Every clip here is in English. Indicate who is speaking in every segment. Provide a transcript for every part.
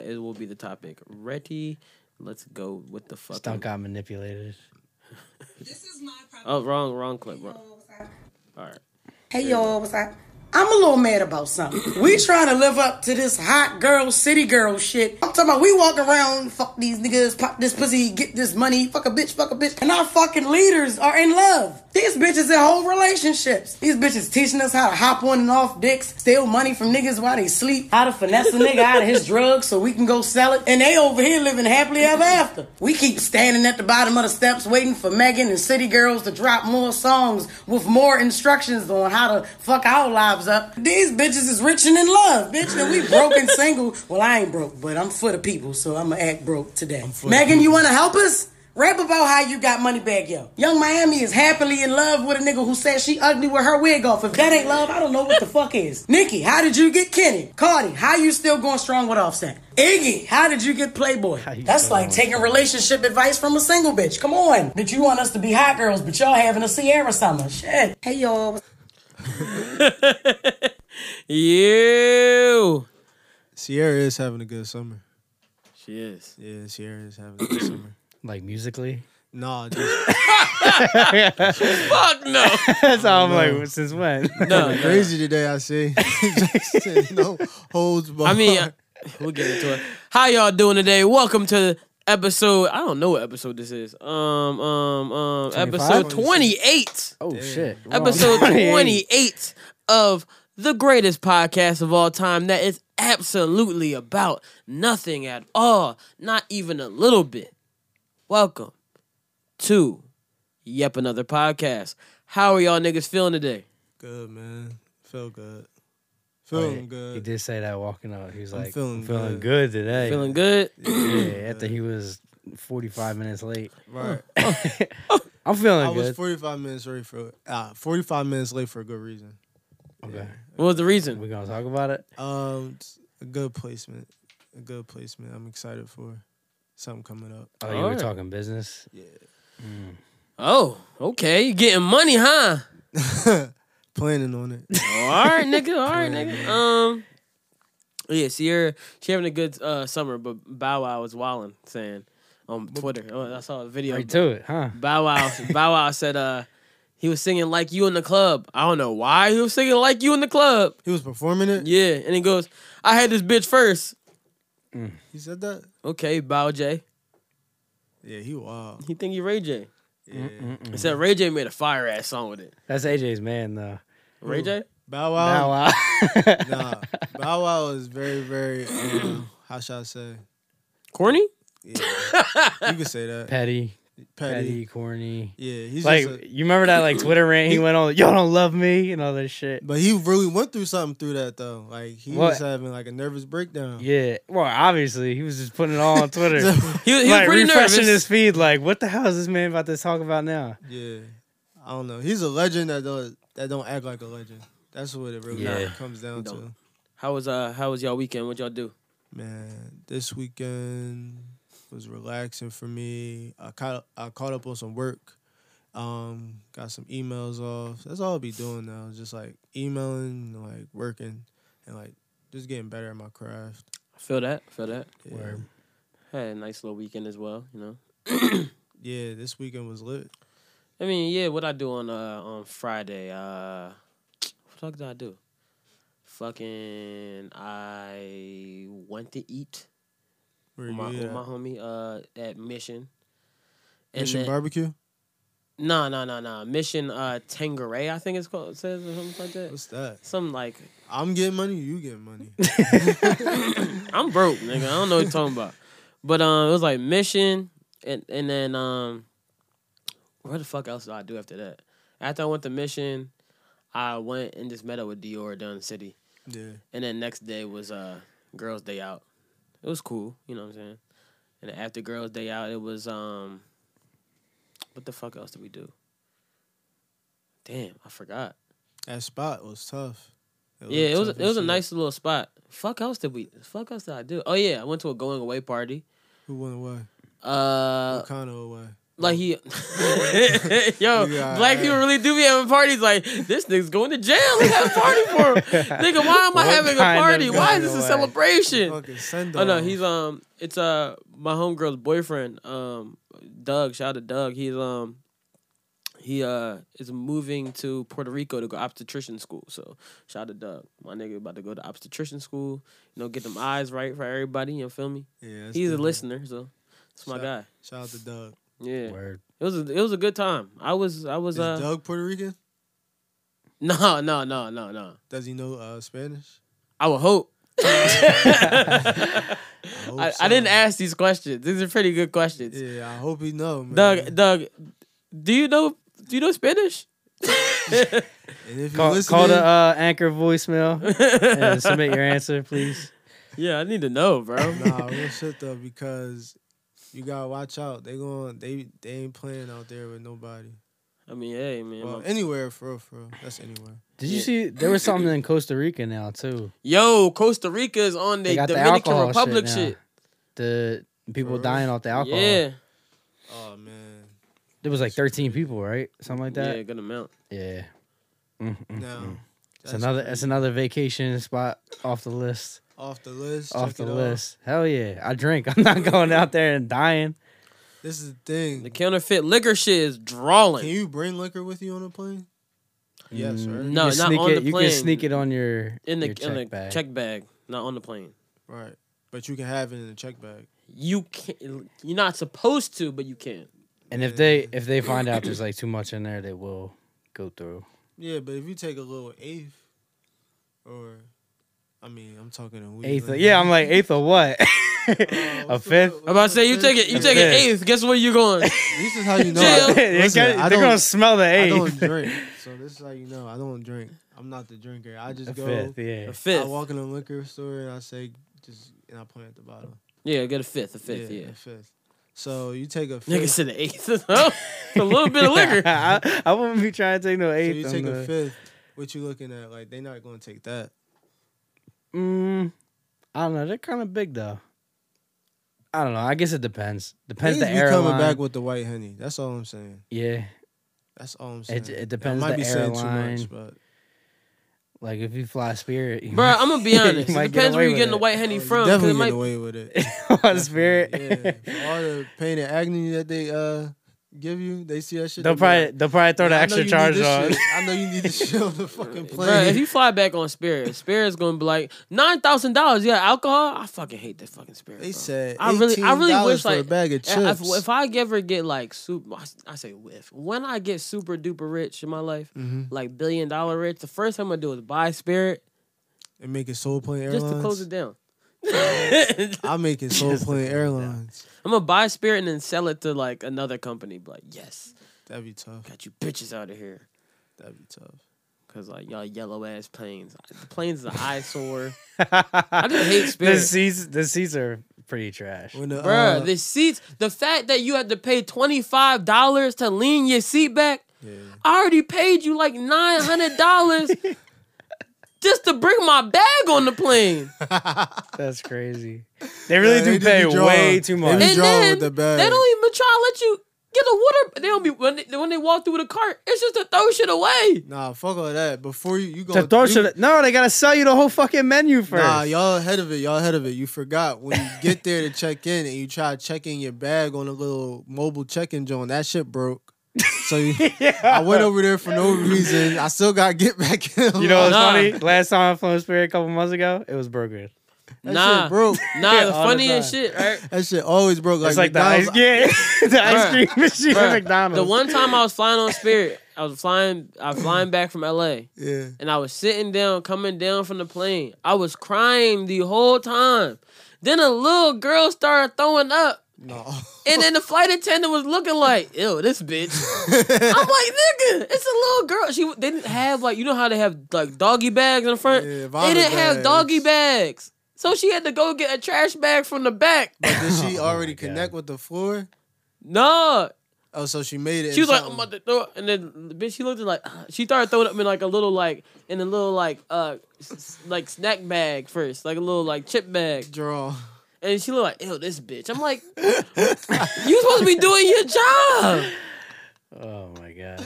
Speaker 1: it will be the topic. Ready? Let's go with the fuck.
Speaker 2: Stunt got manipulated.
Speaker 3: This is my problem.
Speaker 1: Oh, wrong, wrong clip.
Speaker 3: Hey,
Speaker 1: Wrong.
Speaker 3: y'all, what's up?
Speaker 1: All right.
Speaker 3: Hey y'all, what's up? I'm a little mad about something. We trying to live up to this hot girl, city girl shit. I'm talking about we walk around, fuck these niggas, pop this pussy, get this money, fuck a bitch, fuck a bitch. And our fucking leaders are in love. These bitches in whole relationships. These bitches teaching us how to hop on and off dicks, steal money from niggas while they sleep, how to finesse a nigga out of his drugs so we can go sell it. And they over here living happily ever after. We keep standing at the bottom of the steps waiting for Megan and City Girls to drop more songs with more instructions on how to fuck our lives up. These bitches is rich and in love, bitch. And we broke and single. Well, I ain't broke, but I'm for the people, so I'ma act broke today. Megan, you wanna help us? Rap about how you got money back, yo. Young Miami is happily in love with a nigga who says she ugly with her wig off. If that ain't love, I don't know what the fuck is. Nikki, how did you get Kenny? Cardi, how you still going strong with Offset? Iggy, how did you get Playboy?
Speaker 2: How you
Speaker 3: That's
Speaker 2: still
Speaker 3: like
Speaker 2: going
Speaker 3: taking relationship advice from a single bitch. Come on. That you want us to be hot girls, but y'all having a Sierra summer. Shit. Hey, y'all.
Speaker 1: You.
Speaker 4: Sierra is having a good summer.
Speaker 1: She is.
Speaker 4: Yeah, Sierra is having a good summer.
Speaker 2: Like musically.
Speaker 4: No, just
Speaker 1: Fuck no.
Speaker 2: That's all I'm like, since when?
Speaker 1: No. no.
Speaker 4: crazy today. I see. Just no holds barred.
Speaker 1: I mean, uh, we'll get into it. How y'all doing today? Welcome to episode. I don't know what episode this is. Um, um, um,
Speaker 2: 25?
Speaker 1: episode twenty-eight.
Speaker 2: oh shit. We're on
Speaker 1: Episode
Speaker 2: 28.
Speaker 1: twenty-eight of the greatest podcast of all time. That is absolutely about nothing at all. Not even a little bit. Welcome to Yep Another Podcast. How are y'all niggas feeling today?
Speaker 4: good man. Feel
Speaker 2: Oh,
Speaker 4: good. Feeling
Speaker 2: yeah. He
Speaker 4: good.
Speaker 2: did say that walking out. He was like,
Speaker 4: feeling
Speaker 2: feeling, feeling
Speaker 4: good.
Speaker 2: good. today.
Speaker 1: Feeling good?
Speaker 2: yeah, after he was 45 minutes late.
Speaker 4: Right.
Speaker 2: I'm feeling
Speaker 4: I was
Speaker 2: good.
Speaker 4: 45 minutes late for uh, 45 minutes late for a good reason.
Speaker 2: okay.
Speaker 1: What was the reason?
Speaker 2: We're going to talk about it.
Speaker 4: Um, it's a good placement. A good placement. I'm excited for something coming up.
Speaker 2: Oh, you were
Speaker 1: Alright.
Speaker 2: talking business? Hmm.
Speaker 1: Oh, okay. You getting money, huh?
Speaker 4: Yeah. Planning on it.
Speaker 1: all right, nigga. All right, nigga. Um, yeah, Sierra, she having a good uh, summer, but Bow Wow was wilding, saying on Twitter. Oh, I saw a video.
Speaker 2: Right to it, huh?
Speaker 1: Bow Wow, Bow Wow said, uh, he was singing like you in the club. I don't know why he was singing like you in the club.
Speaker 4: He was performing it.
Speaker 1: Yeah, and he goes, I had this bitch first.
Speaker 4: He said that.
Speaker 1: Okay, Bow J.
Speaker 4: Yeah, he wild.
Speaker 1: He think he Ray J.
Speaker 4: Yeah.
Speaker 1: He said Ray J made a fire ass song with it.
Speaker 2: That's AJ's man, though.
Speaker 1: Ray J.
Speaker 4: Bow
Speaker 2: Bow
Speaker 4: Wow.
Speaker 2: Wow.
Speaker 4: Nah. Bow Wow is very, very. Um, how shall I say?
Speaker 1: Corny.
Speaker 4: Yeah. you could say that.
Speaker 2: Petty,
Speaker 4: Petty.
Speaker 2: petty, corny.
Speaker 4: Yeah, he's
Speaker 2: like,
Speaker 4: just. A,
Speaker 2: you remember that like Twitter rant he went on, y'all don't love me and all this shit.
Speaker 4: but he really went through something through that though. Like he
Speaker 2: Well-
Speaker 4: was having like a nervous breakdown.
Speaker 2: Yeah, well, obviously he was just putting it all on Twitter,
Speaker 1: He, was- he was
Speaker 2: like
Speaker 1: pretty nervous.
Speaker 2: refreshing his feed. Like, what the hell is this man about to talk about now?
Speaker 4: Yeah, I don't know. He's a legend that don't that don't act like a legend. That's what it really
Speaker 1: Yeah.
Speaker 4: comes down
Speaker 1: Don't.
Speaker 4: to.
Speaker 1: How was uh How was y'all weekend? What y'all do?
Speaker 4: Man, this weekend was relaxing for me. I caught I caught up on some work. Um, got some emails off. That's all I'll be doing now. Just like emailing, like working, and like just getting better at my craft.
Speaker 1: Feel that. Feel that.
Speaker 4: Yeah.
Speaker 2: Word.
Speaker 1: Had a nice little weekend as well, you know.
Speaker 4: Yeah, this weekend was lit.
Speaker 1: I mean, yeah, what I do on uh on Friday, uh what the fuck did I do? Fucking I went to eat
Speaker 4: Where
Speaker 1: with
Speaker 4: you
Speaker 1: my, with
Speaker 4: at?
Speaker 1: my homie uh at Mission. And
Speaker 4: Mission
Speaker 1: then-
Speaker 4: barbecue.
Speaker 1: No, no, no, no. Mission uh Tangeray, I think it's called it says or something like that.
Speaker 4: What's that?
Speaker 1: Some like
Speaker 4: I'm getting money. You getting money.
Speaker 1: I'm broke, nigga. I don't know what you're talking about. But um, it was like mission, and and then um, where the fuck else did I do after that? After I went to mission, I went and just met up with Dior down the city,
Speaker 4: yeah.
Speaker 1: and then next day was uh girls' day out. It was cool, you know what I'm saying. And then after girls' day out, it was um, what the fuck else did we do? Damn, I forgot.
Speaker 4: That spot was tough.
Speaker 1: Yeah, it was
Speaker 4: tough
Speaker 1: it
Speaker 4: as
Speaker 1: was a
Speaker 4: shit.
Speaker 1: nice little spot. Fuck else did we? Fuck else did I do? Oh yeah, I went to a going away party.
Speaker 4: Who went away?
Speaker 1: Uh,
Speaker 4: what kind of away?
Speaker 1: Like he, yo,
Speaker 4: Yeah.
Speaker 1: black people really do be having parties. Like this nigga's going to jail. We have a party for him, nigga. Why am I
Speaker 2: What
Speaker 1: having a
Speaker 2: kind of
Speaker 1: party? Why is this a
Speaker 2: giveaway?
Speaker 1: celebration?
Speaker 4: Fucking send
Speaker 1: Oh no, he's um, it's uh, my homegirl's boyfriend, um, Doug. Shout out to Doug. He's um, he uh, is moving to Puerto Rico to go obstetrician school. So shout out to Doug. My nigga about to go to obstetrician school. You know, get them eyes right for everybody. You know, feel me?
Speaker 4: yeah, that's
Speaker 1: He's a
Speaker 4: good.
Speaker 1: listener, so that's my
Speaker 4: Shout-
Speaker 1: guy.
Speaker 4: Shout out to Doug.
Speaker 1: Yeah,
Speaker 2: Word.
Speaker 1: it was a, it was a good time. I was I was
Speaker 4: Is
Speaker 1: uh,
Speaker 4: Doug Puerto Rican?
Speaker 1: no Oh, no no no no.
Speaker 4: Does he know uh, Spanish?
Speaker 1: I would hope.
Speaker 4: hope
Speaker 1: I,
Speaker 4: so.
Speaker 1: I didn't ask these questions. These are pretty good questions.
Speaker 4: Oh, Yeah, I hope he know, man.
Speaker 1: Doug, Doug, do you know do you know Spanish?
Speaker 4: and if you
Speaker 2: Call,
Speaker 4: listening,
Speaker 2: call the uh, anchor voicemail and submit your answer, please.
Speaker 1: yeah, I need to know, bro.
Speaker 4: nah, real shit though, because you gotta watch out. They going they they ain't playing out there with nobody.
Speaker 1: I mean, hey, man.
Speaker 4: Well,
Speaker 1: my-
Speaker 4: anywhere for real, for real. That's anywhere.
Speaker 2: Did you see there was something in Costa Rica now too?
Speaker 1: Yo, Costa Rica is on
Speaker 2: They
Speaker 1: the
Speaker 2: got the
Speaker 1: Dominican
Speaker 2: alcohol
Speaker 1: Republic
Speaker 2: shit, now.
Speaker 1: shit.
Speaker 2: The people
Speaker 4: real?
Speaker 2: dying off the alcohol.
Speaker 1: Yeah,
Speaker 4: Oh man.
Speaker 2: There was like 13 people, right? Something like
Speaker 1: yeah,
Speaker 2: that.
Speaker 1: good amount.
Speaker 2: Yeah. Mm, mm,
Speaker 4: Now
Speaker 2: mm. It's
Speaker 4: that's
Speaker 2: another
Speaker 4: crazy.
Speaker 2: it's another vacation spot off the list.
Speaker 4: off the list.
Speaker 2: off
Speaker 4: check
Speaker 2: the
Speaker 4: it
Speaker 2: list. Hell yeah. I drink. I'm not going out there and dying.
Speaker 4: This is the thing.
Speaker 1: The counterfeit liquor shit is
Speaker 4: Can
Speaker 1: drawing.
Speaker 4: you bring liquor with you on a plane? Yes,
Speaker 2: Mm,
Speaker 4: right.
Speaker 2: you
Speaker 1: No,
Speaker 2: can
Speaker 1: not
Speaker 2: sneak
Speaker 1: on
Speaker 2: it,
Speaker 1: the
Speaker 2: You
Speaker 1: plane.
Speaker 2: can sneak it on your
Speaker 1: in the
Speaker 2: your check
Speaker 1: in the
Speaker 2: bag.
Speaker 1: check bag, not on the plane.
Speaker 4: Right. But you can have it in a check bag.
Speaker 1: You can. You're not supposed to, but you can.
Speaker 2: And if
Speaker 4: Yeah.
Speaker 2: they if they find out there's like too much in there, they will go through.
Speaker 4: Yeah, but if you take a little eighth, or I mean, I'm talking a weed
Speaker 2: Eighth, of,
Speaker 4: like- Oh,
Speaker 2: yeah, I'm like eighth of what? a
Speaker 4: what's
Speaker 2: fifth?
Speaker 1: I'm about to say you take it. You take an
Speaker 2: Yeah.
Speaker 1: eighth. Guess where you going?
Speaker 4: This is how you know.
Speaker 1: Jail. They
Speaker 4: I,
Speaker 2: They're
Speaker 4: listen,
Speaker 2: gonna-
Speaker 4: I
Speaker 2: they're
Speaker 4: don't,
Speaker 2: gonna smell the
Speaker 4: I
Speaker 2: eighth.
Speaker 4: don't drink, so this is how you know. I don't drink. I'm not the drinker. I just
Speaker 2: The
Speaker 4: go.
Speaker 2: fifth, yeah.
Speaker 1: A fifth.
Speaker 4: I walk in a liquor store and I say, just and I point at the bottom.
Speaker 1: Yeah, get a fifth. A fifth. Yeah.
Speaker 4: a fifth. So you take a
Speaker 1: Nigga
Speaker 4: fifth.
Speaker 1: said an eighth. a little bit of liquor.
Speaker 2: I, I wouldn't be trying to take no
Speaker 4: So
Speaker 2: eighth.
Speaker 4: you
Speaker 2: on
Speaker 4: take a
Speaker 2: the-
Speaker 4: fifth. What you looking at? Like they not gonna take that.
Speaker 2: Mm, I don't know. They're kind of big though. I don't know. I guess it depends. Depends the
Speaker 4: Niggas be coming
Speaker 2: airline.
Speaker 4: back with the white henny. That's all I'm saying.
Speaker 2: yeah,
Speaker 4: That's all I'm saying.
Speaker 2: it it depends
Speaker 4: I might
Speaker 2: the
Speaker 4: be
Speaker 2: airline.
Speaker 4: saying too much,
Speaker 2: Like if you fly Spirit, you
Speaker 1: Bro,
Speaker 2: might-
Speaker 1: I'm gonna be
Speaker 2: you
Speaker 1: honest. It
Speaker 2: might get
Speaker 1: depends where you're
Speaker 2: away with
Speaker 1: getting the
Speaker 2: it.
Speaker 1: white henny
Speaker 4: but
Speaker 1: from. 'cause
Speaker 4: Oh, definitely
Speaker 1: it
Speaker 4: get
Speaker 1: might,
Speaker 4: away with it.
Speaker 2: on
Speaker 4: Definitely,
Speaker 2: Spirit.
Speaker 4: Yeah. For all the pain and agony that they uh give you, they see that shit.
Speaker 2: They'll
Speaker 4: they be
Speaker 2: probably
Speaker 4: like,
Speaker 2: they'll probably throw
Speaker 4: "Yeah,
Speaker 2: the
Speaker 4: I know
Speaker 2: extra
Speaker 4: you need
Speaker 2: charge
Speaker 4: this
Speaker 2: on.
Speaker 4: shit. I know you need this shit on the fucking plane.
Speaker 1: Bruh, if you fly back on Spirit, Spirit's gonna be like nine thousand dollars. Yeah, alcohol. I fucking hate this fucking Spirit.
Speaker 4: they
Speaker 1: bro.
Speaker 4: said
Speaker 1: I really, I really wish
Speaker 4: for
Speaker 1: like
Speaker 4: a bag of
Speaker 1: Yeah,
Speaker 4: chips.
Speaker 1: If, if I ever get like super, I say if when I get super duper rich in my life,
Speaker 4: Mhm.
Speaker 1: like billion dollar rich, the first thing I'm gonna do is buy Spirit
Speaker 4: and make it Soul Plane Airlines.
Speaker 1: just to close it down.
Speaker 4: I'm making Soul Plane Airlines.
Speaker 1: I'm gonna buy Spirit and then sell it to like another company. Be like, yes,
Speaker 4: That'd be tough.
Speaker 1: got you bitches out of here.
Speaker 4: That'd be tough.
Speaker 1: Cause like y'all yellow ass planes, the planes is an eyesore. I just hate
Speaker 2: the
Speaker 1: Spirit.
Speaker 2: seats the seats are pretty trash.
Speaker 4: When the,
Speaker 1: Bruh,
Speaker 4: uh,
Speaker 1: the seats, the fact that you had to pay $25 to lean your seat back,
Speaker 4: yeah.
Speaker 1: I already paid you like $900 just to bring my bag on the plane.
Speaker 2: That's crazy. They really
Speaker 4: they
Speaker 2: do
Speaker 4: do
Speaker 2: pay
Speaker 4: be drawing.
Speaker 2: way too
Speaker 4: They
Speaker 2: much.
Speaker 4: be
Speaker 1: And
Speaker 4: drawing
Speaker 1: then
Speaker 4: with the bag.
Speaker 1: they don't even try to let you get a water. They don't be, when they, when they walk through the cart, it's just to throw shit away.
Speaker 4: Nah, fuck all that. Before you, you go.
Speaker 2: The throw should- no, they gotta sell you the whole fucking menu first.
Speaker 4: Nah, y'all ahead of it. Y'all ahead of it. You forgot when you get there to check in and you try checking your bag on a little mobile check-in joint. That shit broke. So you, I went over there for no reason. I still got to get back in.
Speaker 2: you know what's
Speaker 1: Nah.
Speaker 2: funny? Last time I flew Spirit a couple months ago, it was broken.
Speaker 4: that
Speaker 1: Nah.
Speaker 4: shit broke.
Speaker 1: Nah, the
Speaker 2: All the
Speaker 1: funniest
Speaker 2: time.
Speaker 1: shit, right?
Speaker 4: That shit always broke. Like,
Speaker 2: it's like the ice,
Speaker 4: McDonald's-
Speaker 2: yeah, the
Speaker 1: Bruh.
Speaker 2: ice cream machine
Speaker 1: Bruh,
Speaker 2: at McDonald's.
Speaker 1: The one time I was flying on Spirit, I was flying, I was flying back from LA.
Speaker 4: Yeah.
Speaker 1: and I was sitting down, coming down from the plane. I was crying the whole time. Then a little girl started throwing up,
Speaker 4: No.
Speaker 1: and then the flight attendant was looking like, "Ew, this bitch." I'm like, "Nigga, it's a little girl." She they didn't have like you know how they have like doggy bags in the front.
Speaker 4: Yeah,
Speaker 1: they
Speaker 4: vomit
Speaker 1: didn't have
Speaker 4: bags.
Speaker 1: doggy bags, so she had to go get a trash bag from the back.
Speaker 4: Did she already
Speaker 2: Oh God.
Speaker 4: connect with the floor?
Speaker 1: No,
Speaker 4: Oh, so she made it.
Speaker 1: she was
Speaker 4: in
Speaker 1: like, "I'm
Speaker 4: something.
Speaker 1: about to throw," it," and then the bitch, she looked at like she started throwing up in like a little like in a little like uh s- like snack bag first, like a little like chip bag.
Speaker 4: draw.
Speaker 1: and she looked like, ew, this bitch. I'm like, you supposed to be doing your job.
Speaker 2: Oh my god.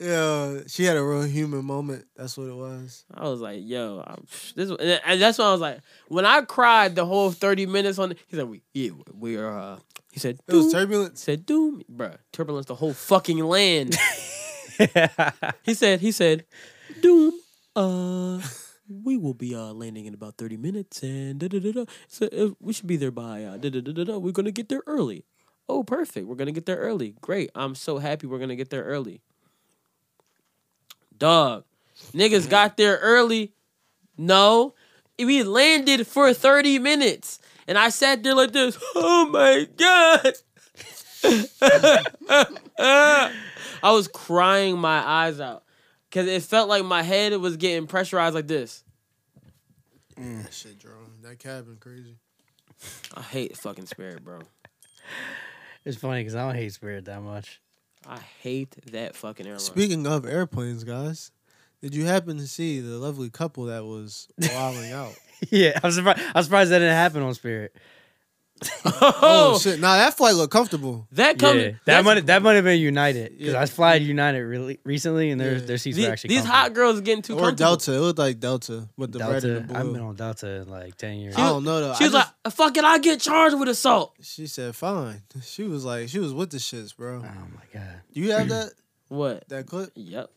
Speaker 4: Yeah, she had a real human moment. That's what it was.
Speaker 2: Oh,
Speaker 1: I was like, yo, I'm, this, and and that's why I was like, when I cried the whole 30 minutes on, he's like, we, yeah, we are, uh, he said,
Speaker 4: It was
Speaker 1: "Doom."
Speaker 4: turbulence.
Speaker 1: said, doom, bruh, turbulence the whole fucking land. He said, he said, Doom, uh, we will be uh, landing in about 30 minutes and da da da da. So uh, we should be there by uh, da da da da da. We're going to get there early. Oh, perfect. We're going to get there early. Great. I'm so happy we're going to get there early. Dog, niggas got there early. No, we landed for 30 minutes. And I sat there like this. Oh my God. I was crying my eyes out because it felt like my head was getting pressurized like this.
Speaker 4: That shit, drone. That cabin crazy.
Speaker 1: I hate fucking spirit, bro.
Speaker 2: it's funny because I don't hate Spirit that much.
Speaker 1: I hate that fucking airline.
Speaker 4: Speaking of airplanes, guys, did you happen to see the lovely couple that was wilding out?
Speaker 2: yeah, I'm surprised. I'm surprised that didn't happen on Spirit.
Speaker 4: Oh,
Speaker 1: oh,
Speaker 4: shit! Nah, that flight looked comfortable.
Speaker 1: that comes.
Speaker 2: Yeah, that
Speaker 1: that's-
Speaker 2: might that might have been United because
Speaker 4: Yeah.
Speaker 2: I flied United really recently and their
Speaker 4: Yeah.
Speaker 2: their seats
Speaker 1: the-
Speaker 2: were actually
Speaker 1: these hot girls getting too
Speaker 4: Or
Speaker 1: comfortable.
Speaker 4: Delta. It looked like Delta with the red
Speaker 2: Delta.
Speaker 4: and the
Speaker 2: I've been
Speaker 4: blue.
Speaker 2: on Delta in like ten years.
Speaker 4: I don't know though.
Speaker 1: She was
Speaker 4: I just-
Speaker 1: like, "Fuck it, I get charged with assault."
Speaker 4: she said fine. She was like, she was with the shits, bro.
Speaker 2: oh my god.
Speaker 4: Do you have that
Speaker 1: What?
Speaker 4: that clip?
Speaker 1: Yep.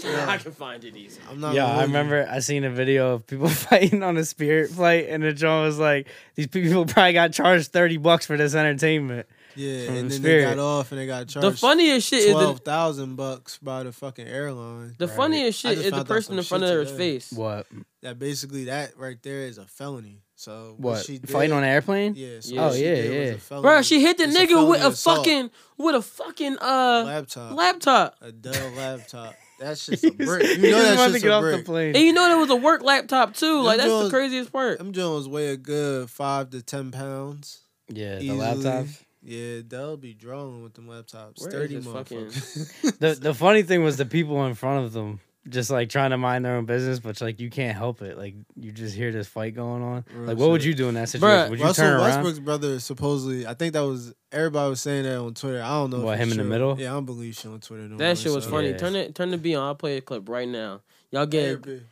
Speaker 1: I can find it easy.
Speaker 4: I'm not.
Speaker 2: Yeah,
Speaker 4: gonna
Speaker 2: I
Speaker 4: hold you.
Speaker 2: remember I seen a video of people fighting on a Spirit flight, and the John was like, "These people probably got charged thirty bucks for this entertainment."
Speaker 4: Yeah,
Speaker 2: from
Speaker 4: and then
Speaker 2: Spirit.
Speaker 4: they got off and they got charged
Speaker 1: The funniest shit is the,
Speaker 4: twelve thousand bucks by the fucking airline.
Speaker 1: the funniest
Speaker 4: I
Speaker 1: shit
Speaker 4: just
Speaker 1: is the
Speaker 4: found out
Speaker 1: person
Speaker 4: some
Speaker 1: in front of
Speaker 4: shit
Speaker 1: her
Speaker 4: today.
Speaker 1: face.
Speaker 2: What?
Speaker 4: That basically that right there is a felony. So what,
Speaker 2: What?
Speaker 4: she did,
Speaker 2: Fighting on an airplane?
Speaker 4: Yeah. So
Speaker 1: Yeah.
Speaker 4: what
Speaker 1: Oh,
Speaker 4: she
Speaker 2: yeah,
Speaker 4: did was
Speaker 2: yeah.
Speaker 4: a felony.
Speaker 1: Bro, she hit the
Speaker 4: It's a
Speaker 1: nigga with
Speaker 4: felony
Speaker 1: a
Speaker 4: assault.
Speaker 1: fucking with a fucking uh
Speaker 4: laptop.
Speaker 1: laptop.
Speaker 4: a Dell laptop. That shit's a brick. You know
Speaker 2: just
Speaker 4: that
Speaker 2: wanted
Speaker 4: shit's
Speaker 2: to get
Speaker 4: a
Speaker 2: off
Speaker 4: brick.
Speaker 2: the plane.
Speaker 1: And you know that was a work laptop too. Like
Speaker 4: Them
Speaker 1: that's the
Speaker 4: joints-
Speaker 1: craziest part.
Speaker 4: Them Jones weigh a good five to ten pounds.
Speaker 2: yeah, the
Speaker 4: easily.
Speaker 2: laptop.
Speaker 4: Yeah, Dell be drawing with them laptops.
Speaker 1: Where is
Speaker 4: Sturdy
Speaker 1: this fucking-
Speaker 4: motherfuckers.
Speaker 2: The the funny thing was the people in front of them just like trying to mind their own business, but like you can't help it. Like you just hear this fight going on.
Speaker 4: Real
Speaker 2: like what would
Speaker 4: shit.
Speaker 2: you do in that situation?
Speaker 1: Bruh,
Speaker 2: would you turn
Speaker 4: Russell
Speaker 2: around?
Speaker 4: Westbrook's brother supposedly, I think that was everybody was saying that on Twitter. I don't know.
Speaker 2: What,
Speaker 4: if
Speaker 2: him in
Speaker 4: it's
Speaker 2: the
Speaker 4: true.
Speaker 2: middle?
Speaker 4: Yeah, I don't believe shit on Twitter. No more,
Speaker 1: That shit was
Speaker 4: so-
Speaker 1: funny.
Speaker 2: Yeah.
Speaker 1: Turn it, turn the beat on. I'll play a clip right now. Y'all get,
Speaker 4: Therapy.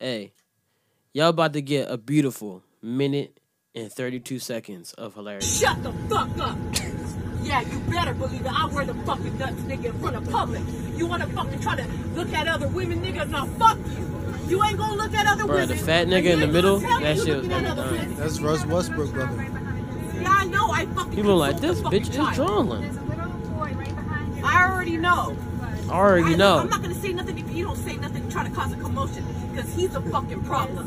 Speaker 1: hey, y'all about to get a beautiful minute and thirty-two seconds of hilarity.
Speaker 5: Shut the fuck up. Yeah, you better believe it. I wear the fucking nuts, nigga, in front of public. You wanna fucking try to look at other women, nigga? Now fuck you. You ain't gonna look at other
Speaker 1: Bruh,
Speaker 5: women.
Speaker 1: the fat
Speaker 5: and
Speaker 1: nigga
Speaker 5: you
Speaker 1: in the
Speaker 5: ain't
Speaker 1: middle,
Speaker 5: gonna tell me
Speaker 1: that
Speaker 5: you
Speaker 1: shit
Speaker 5: looking
Speaker 1: was
Speaker 5: at other
Speaker 1: fucking
Speaker 5: women.
Speaker 4: That's Russ Westbrook brother.
Speaker 5: Yeah, I know. I fucking.
Speaker 1: You look like this
Speaker 5: consulted
Speaker 1: bitch
Speaker 5: fucking
Speaker 1: is
Speaker 5: child.
Speaker 1: drawing.
Speaker 5: I already know.
Speaker 1: I already
Speaker 5: I-
Speaker 1: know.
Speaker 5: I'm not gonna say nothing if you don't say nothing. Try to cause a commotion, cause he's a fucking problem.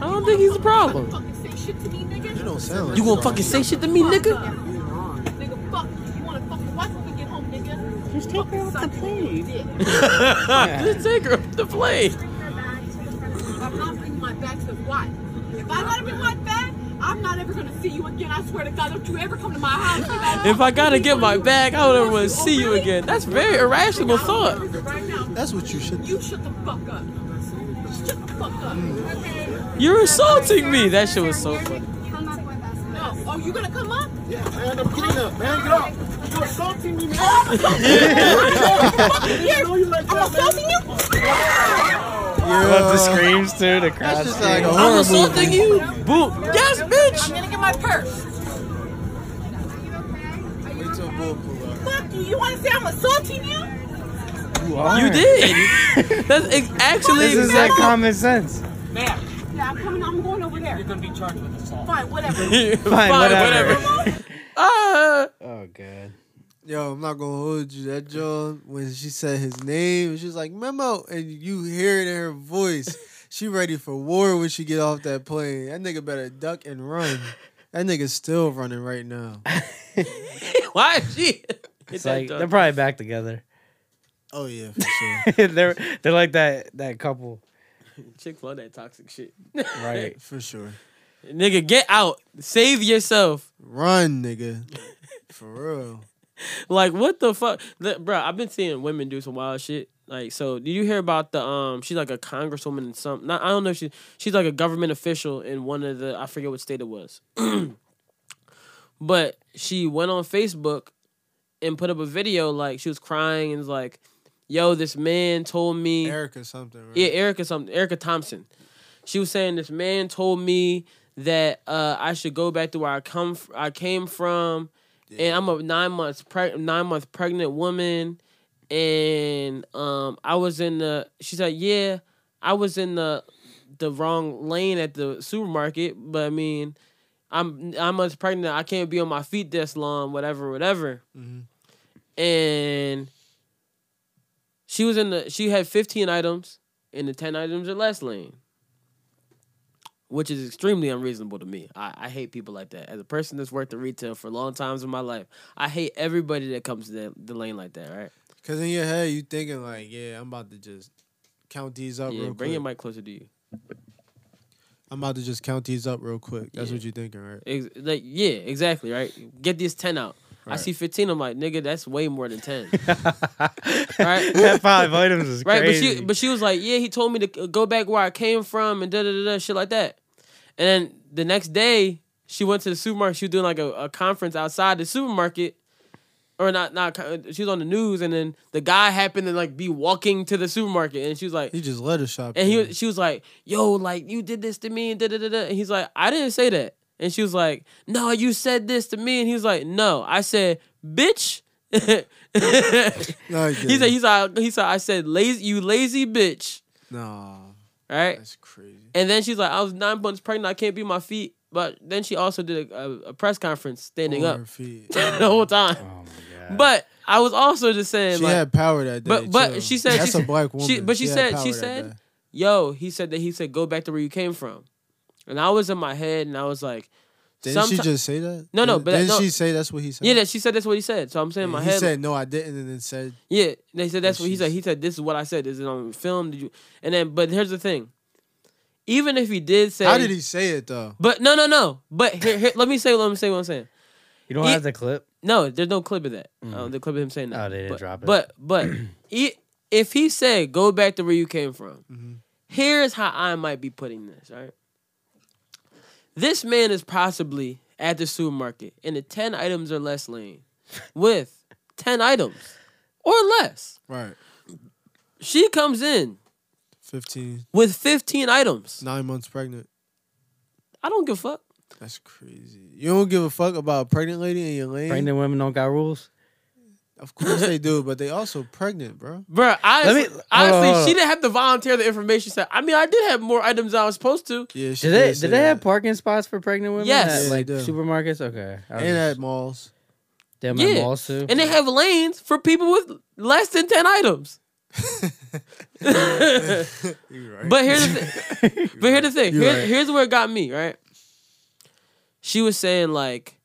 Speaker 1: I don't think he's a problem.
Speaker 5: Fucking say shit to me, nigga.
Speaker 4: You don't sound like
Speaker 1: You gonna
Speaker 4: that.
Speaker 1: fucking say shit to me, nigga?
Speaker 5: Nigga, fuck you. You wanna fucking watch when we get home, nigga? Just take her off the plane.
Speaker 1: Just take her off the plane.
Speaker 5: I'm not bringing my back to the what? If I let him in my back, I'm not ever gonna see you again. I swear to God, don't you ever come to my house.
Speaker 1: If I gotta get my bag, I don't ever want to see you again. That's very irrational thought.
Speaker 5: Right now,
Speaker 4: That's what you should.
Speaker 5: you shut the fuck up. Shut the fuck up.
Speaker 4: Mm.
Speaker 1: You're insulting me. That shit was so funny.
Speaker 5: No. Oh, you gonna come up?
Speaker 6: Yeah, man, I'm getting up, man. Get up. You're assaulting me, man. I know you like
Speaker 5: I'm
Speaker 6: that, man.
Speaker 5: assaulting you?
Speaker 2: I love the
Speaker 4: Yeah.
Speaker 2: screams too, the
Speaker 4: That's
Speaker 2: crowd.
Speaker 4: just like a
Speaker 2: screams.
Speaker 1: I'm
Speaker 4: horror movie.
Speaker 1: insulting you. Boom. Yes,
Speaker 5: I'm
Speaker 1: bitch.
Speaker 5: gonna get my purse.
Speaker 4: Wait till Bull pull up.
Speaker 5: Fuck you. You wanna say I'm assaulting you?
Speaker 1: You did. That's ex- actually
Speaker 2: This is
Speaker 1: exactly.
Speaker 2: like common sense.
Speaker 5: Yeah, I'm coming. I'm going over there. You're gonna be charged with assault. Fine, whatever.
Speaker 1: Fine,
Speaker 2: whatever.
Speaker 1: Uh,
Speaker 2: Oh god.
Speaker 4: Yo, I'm not gonna hold you. That John, when she said his name, she's like memo, and you hear it in her voice. She ready for war when she get off that plane. That nigga better duck and run. That nigga's still running right now.
Speaker 1: why is she?
Speaker 2: It's like they're probably back together.
Speaker 4: Oh yeah, for sure.
Speaker 2: they're they're like that that couple,
Speaker 1: Chick love that toxic shit.
Speaker 2: right?
Speaker 4: for sure.
Speaker 1: Nigga, get out. Save yourself.
Speaker 4: Run, nigga. For real.
Speaker 1: Like, what the fuck? Bruh, bro, I've been seeing women do some wild shit. Like, so do you hear about the um? She's like a congresswoman in some. Not, I don't know. If she she's like a government official in one of the. I forget what state it was. but she went on Facebook and put up a video like she was crying and was like, "Yo, this man told me."
Speaker 4: Erica something, right?
Speaker 1: Yeah, Erica something. Erica Thompson. She was saying this man told me that uh, I should go back to where I come f- I came from, and I'm a nine months preg- nine month pregnant woman, and um I was in the. She's like, yeah, I was in the the wrong lane at the supermarket, but I mean, I'm nine months pregnant. I can't be on my feet this long, whatever, whatever.
Speaker 4: Mm-hmm.
Speaker 1: And she was in the she had 15 items in the 10 items or less lane. Which is extremely unreasonable to me. I, I hate people like that. As a person that's worked in retail for long times in my life, I hate everybody that comes to the, the lane like that, right?
Speaker 4: Because in your head, you thinking like, yeah, I'm about to just count these up
Speaker 1: Yeah,
Speaker 4: Oh, real
Speaker 1: bring your
Speaker 4: quick.
Speaker 1: mic closer to you.
Speaker 4: I'm about to just count these up real quick. That's
Speaker 1: Yeah.
Speaker 4: what you're thinking, right?
Speaker 1: Ex- like, yeah, exactly, right? Get these 10 out. I
Speaker 4: Right.
Speaker 1: see 15, I'm like, nigga, that's way more than 10. right?
Speaker 2: that five items is
Speaker 1: Right, but
Speaker 2: crazy.
Speaker 1: she but she was like, yeah, he told me to uh, go back where I came from and da da da da shit like that. And then the next day, she went to the supermarket. She was doing like a, a conference outside the supermarket, or not not. con- She was on the news, and then the guy happened to like be walking to the supermarket, and she was like,
Speaker 4: He just let her shop.
Speaker 1: and he
Speaker 4: you.
Speaker 1: was- she was like, "Yo, like you did this to me," and da da da da. And he's like, "I didn't say that." And she was like, "No, you said this to me." And he was like, "No, I said, bitch."
Speaker 4: no,
Speaker 1: He said, he said, he said, I said, lazy, you lazy bitch,
Speaker 4: no,
Speaker 1: right?
Speaker 4: that's crazy.
Speaker 1: And then she's like, I was nine months pregnant, I can't be my feet. But then she also did a, a, a press conference standing
Speaker 4: On
Speaker 1: up
Speaker 4: her feet.
Speaker 1: the whole time.
Speaker 2: oh my god.
Speaker 1: But I was also just saying,
Speaker 4: She
Speaker 1: like,
Speaker 4: had power that day.
Speaker 1: but but
Speaker 4: too.
Speaker 1: she said
Speaker 4: that's
Speaker 1: she,
Speaker 4: a black
Speaker 1: she-
Speaker 4: woman.
Speaker 1: but she,
Speaker 4: had
Speaker 1: said she
Speaker 4: power that
Speaker 1: said,
Speaker 4: day.
Speaker 1: yo, he said that he said go back to where you came from, and I was in my head and I was like,
Speaker 4: Didn't she
Speaker 1: someti-
Speaker 4: just say that?
Speaker 1: No, no,
Speaker 4: Didn't-
Speaker 1: but
Speaker 4: didn't
Speaker 1: no.
Speaker 4: she say that's what he said?
Speaker 1: yeah, that she said that's what he said. So I'm saying in my
Speaker 4: he
Speaker 1: head,
Speaker 4: said no, I didn't, and then said
Speaker 1: Yeah, they said that's
Speaker 4: And
Speaker 1: what he said.
Speaker 4: she's-
Speaker 1: He said this is what I said. Is it on film? Did you? And then, but here's the thing. Even if he did say,
Speaker 4: How did he say it though?
Speaker 1: But no, no, no. But here, here let me say, let me say what I'm saying.
Speaker 2: you don't
Speaker 1: he-
Speaker 2: have the clip.
Speaker 1: No, there's no clip of that. Uh, the clip of him saying that.
Speaker 2: Oh, they didn't
Speaker 1: but,
Speaker 2: drop it.
Speaker 1: But but he- if he said go back to where you came from,
Speaker 4: Mm-hmm.
Speaker 1: here's how I might be putting this. Right. This man is possibly at the supermarket in the ten items or less lane, with ten items or less.
Speaker 4: Right,
Speaker 1: She comes in
Speaker 4: 15,
Speaker 1: with 15 items.
Speaker 4: nine months pregnant.
Speaker 1: I don't give a fuck.
Speaker 4: That's crazy. You don't give a fuck about a pregnant lady in your lane.
Speaker 2: Pregnant women don't got rules.
Speaker 4: Of course they do, but they also pregnant, bro.
Speaker 1: Bruh, honestly,
Speaker 2: me- hold on,
Speaker 1: honestly
Speaker 2: hold on.
Speaker 1: she didn't have to volunteer the information. So, I mean, I did have more items than I was supposed to.
Speaker 4: Yeah, she
Speaker 2: Did they?
Speaker 4: say
Speaker 2: Did they have
Speaker 4: that.
Speaker 2: parking spots for pregnant women?
Speaker 1: Yes.
Speaker 2: at,
Speaker 4: Yeah,
Speaker 2: like
Speaker 4: they do.
Speaker 2: supermarkets. Okay. I was
Speaker 4: and
Speaker 2: just-
Speaker 4: at malls?
Speaker 2: Damn,
Speaker 1: Yeah.
Speaker 2: my malls too.
Speaker 1: And they have lanes for people with less than 10 items. but here's the thing. But here's the thing.
Speaker 4: You're
Speaker 1: Here-
Speaker 4: right.
Speaker 1: Here's where it got me, right? She was saying, like,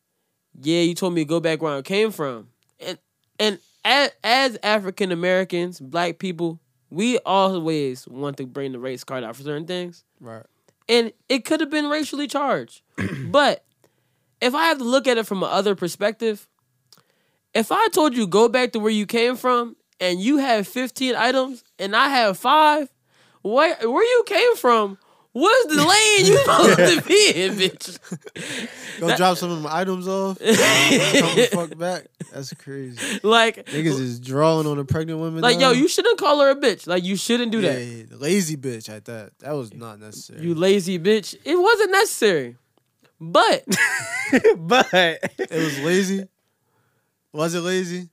Speaker 1: yeah, you told me to go back where I came from. And and as, as African Americans, black people, we always want to bring the race card out for certain things
Speaker 4: Right.
Speaker 1: and it could have been racially charged. but if I have to look at it from another perspective, if I told you go back to where you came from and you have 15 items and I have five, where where you came from was the lane you supposed to be in, bitch.
Speaker 4: Go drop some of my items off. Come the fuck back. That's crazy.
Speaker 1: Like,
Speaker 4: Niggas is drawing on the pregnant women.
Speaker 1: like yo,
Speaker 4: now.
Speaker 1: you shouldn't call her a bitch. Like you shouldn't do
Speaker 4: yeah,
Speaker 1: that.
Speaker 4: yeah, the lazy bitch at that. That was not necessary.
Speaker 1: You lazy bitch. It wasn't necessary. But
Speaker 2: but
Speaker 4: it was lazy. Was it lazy?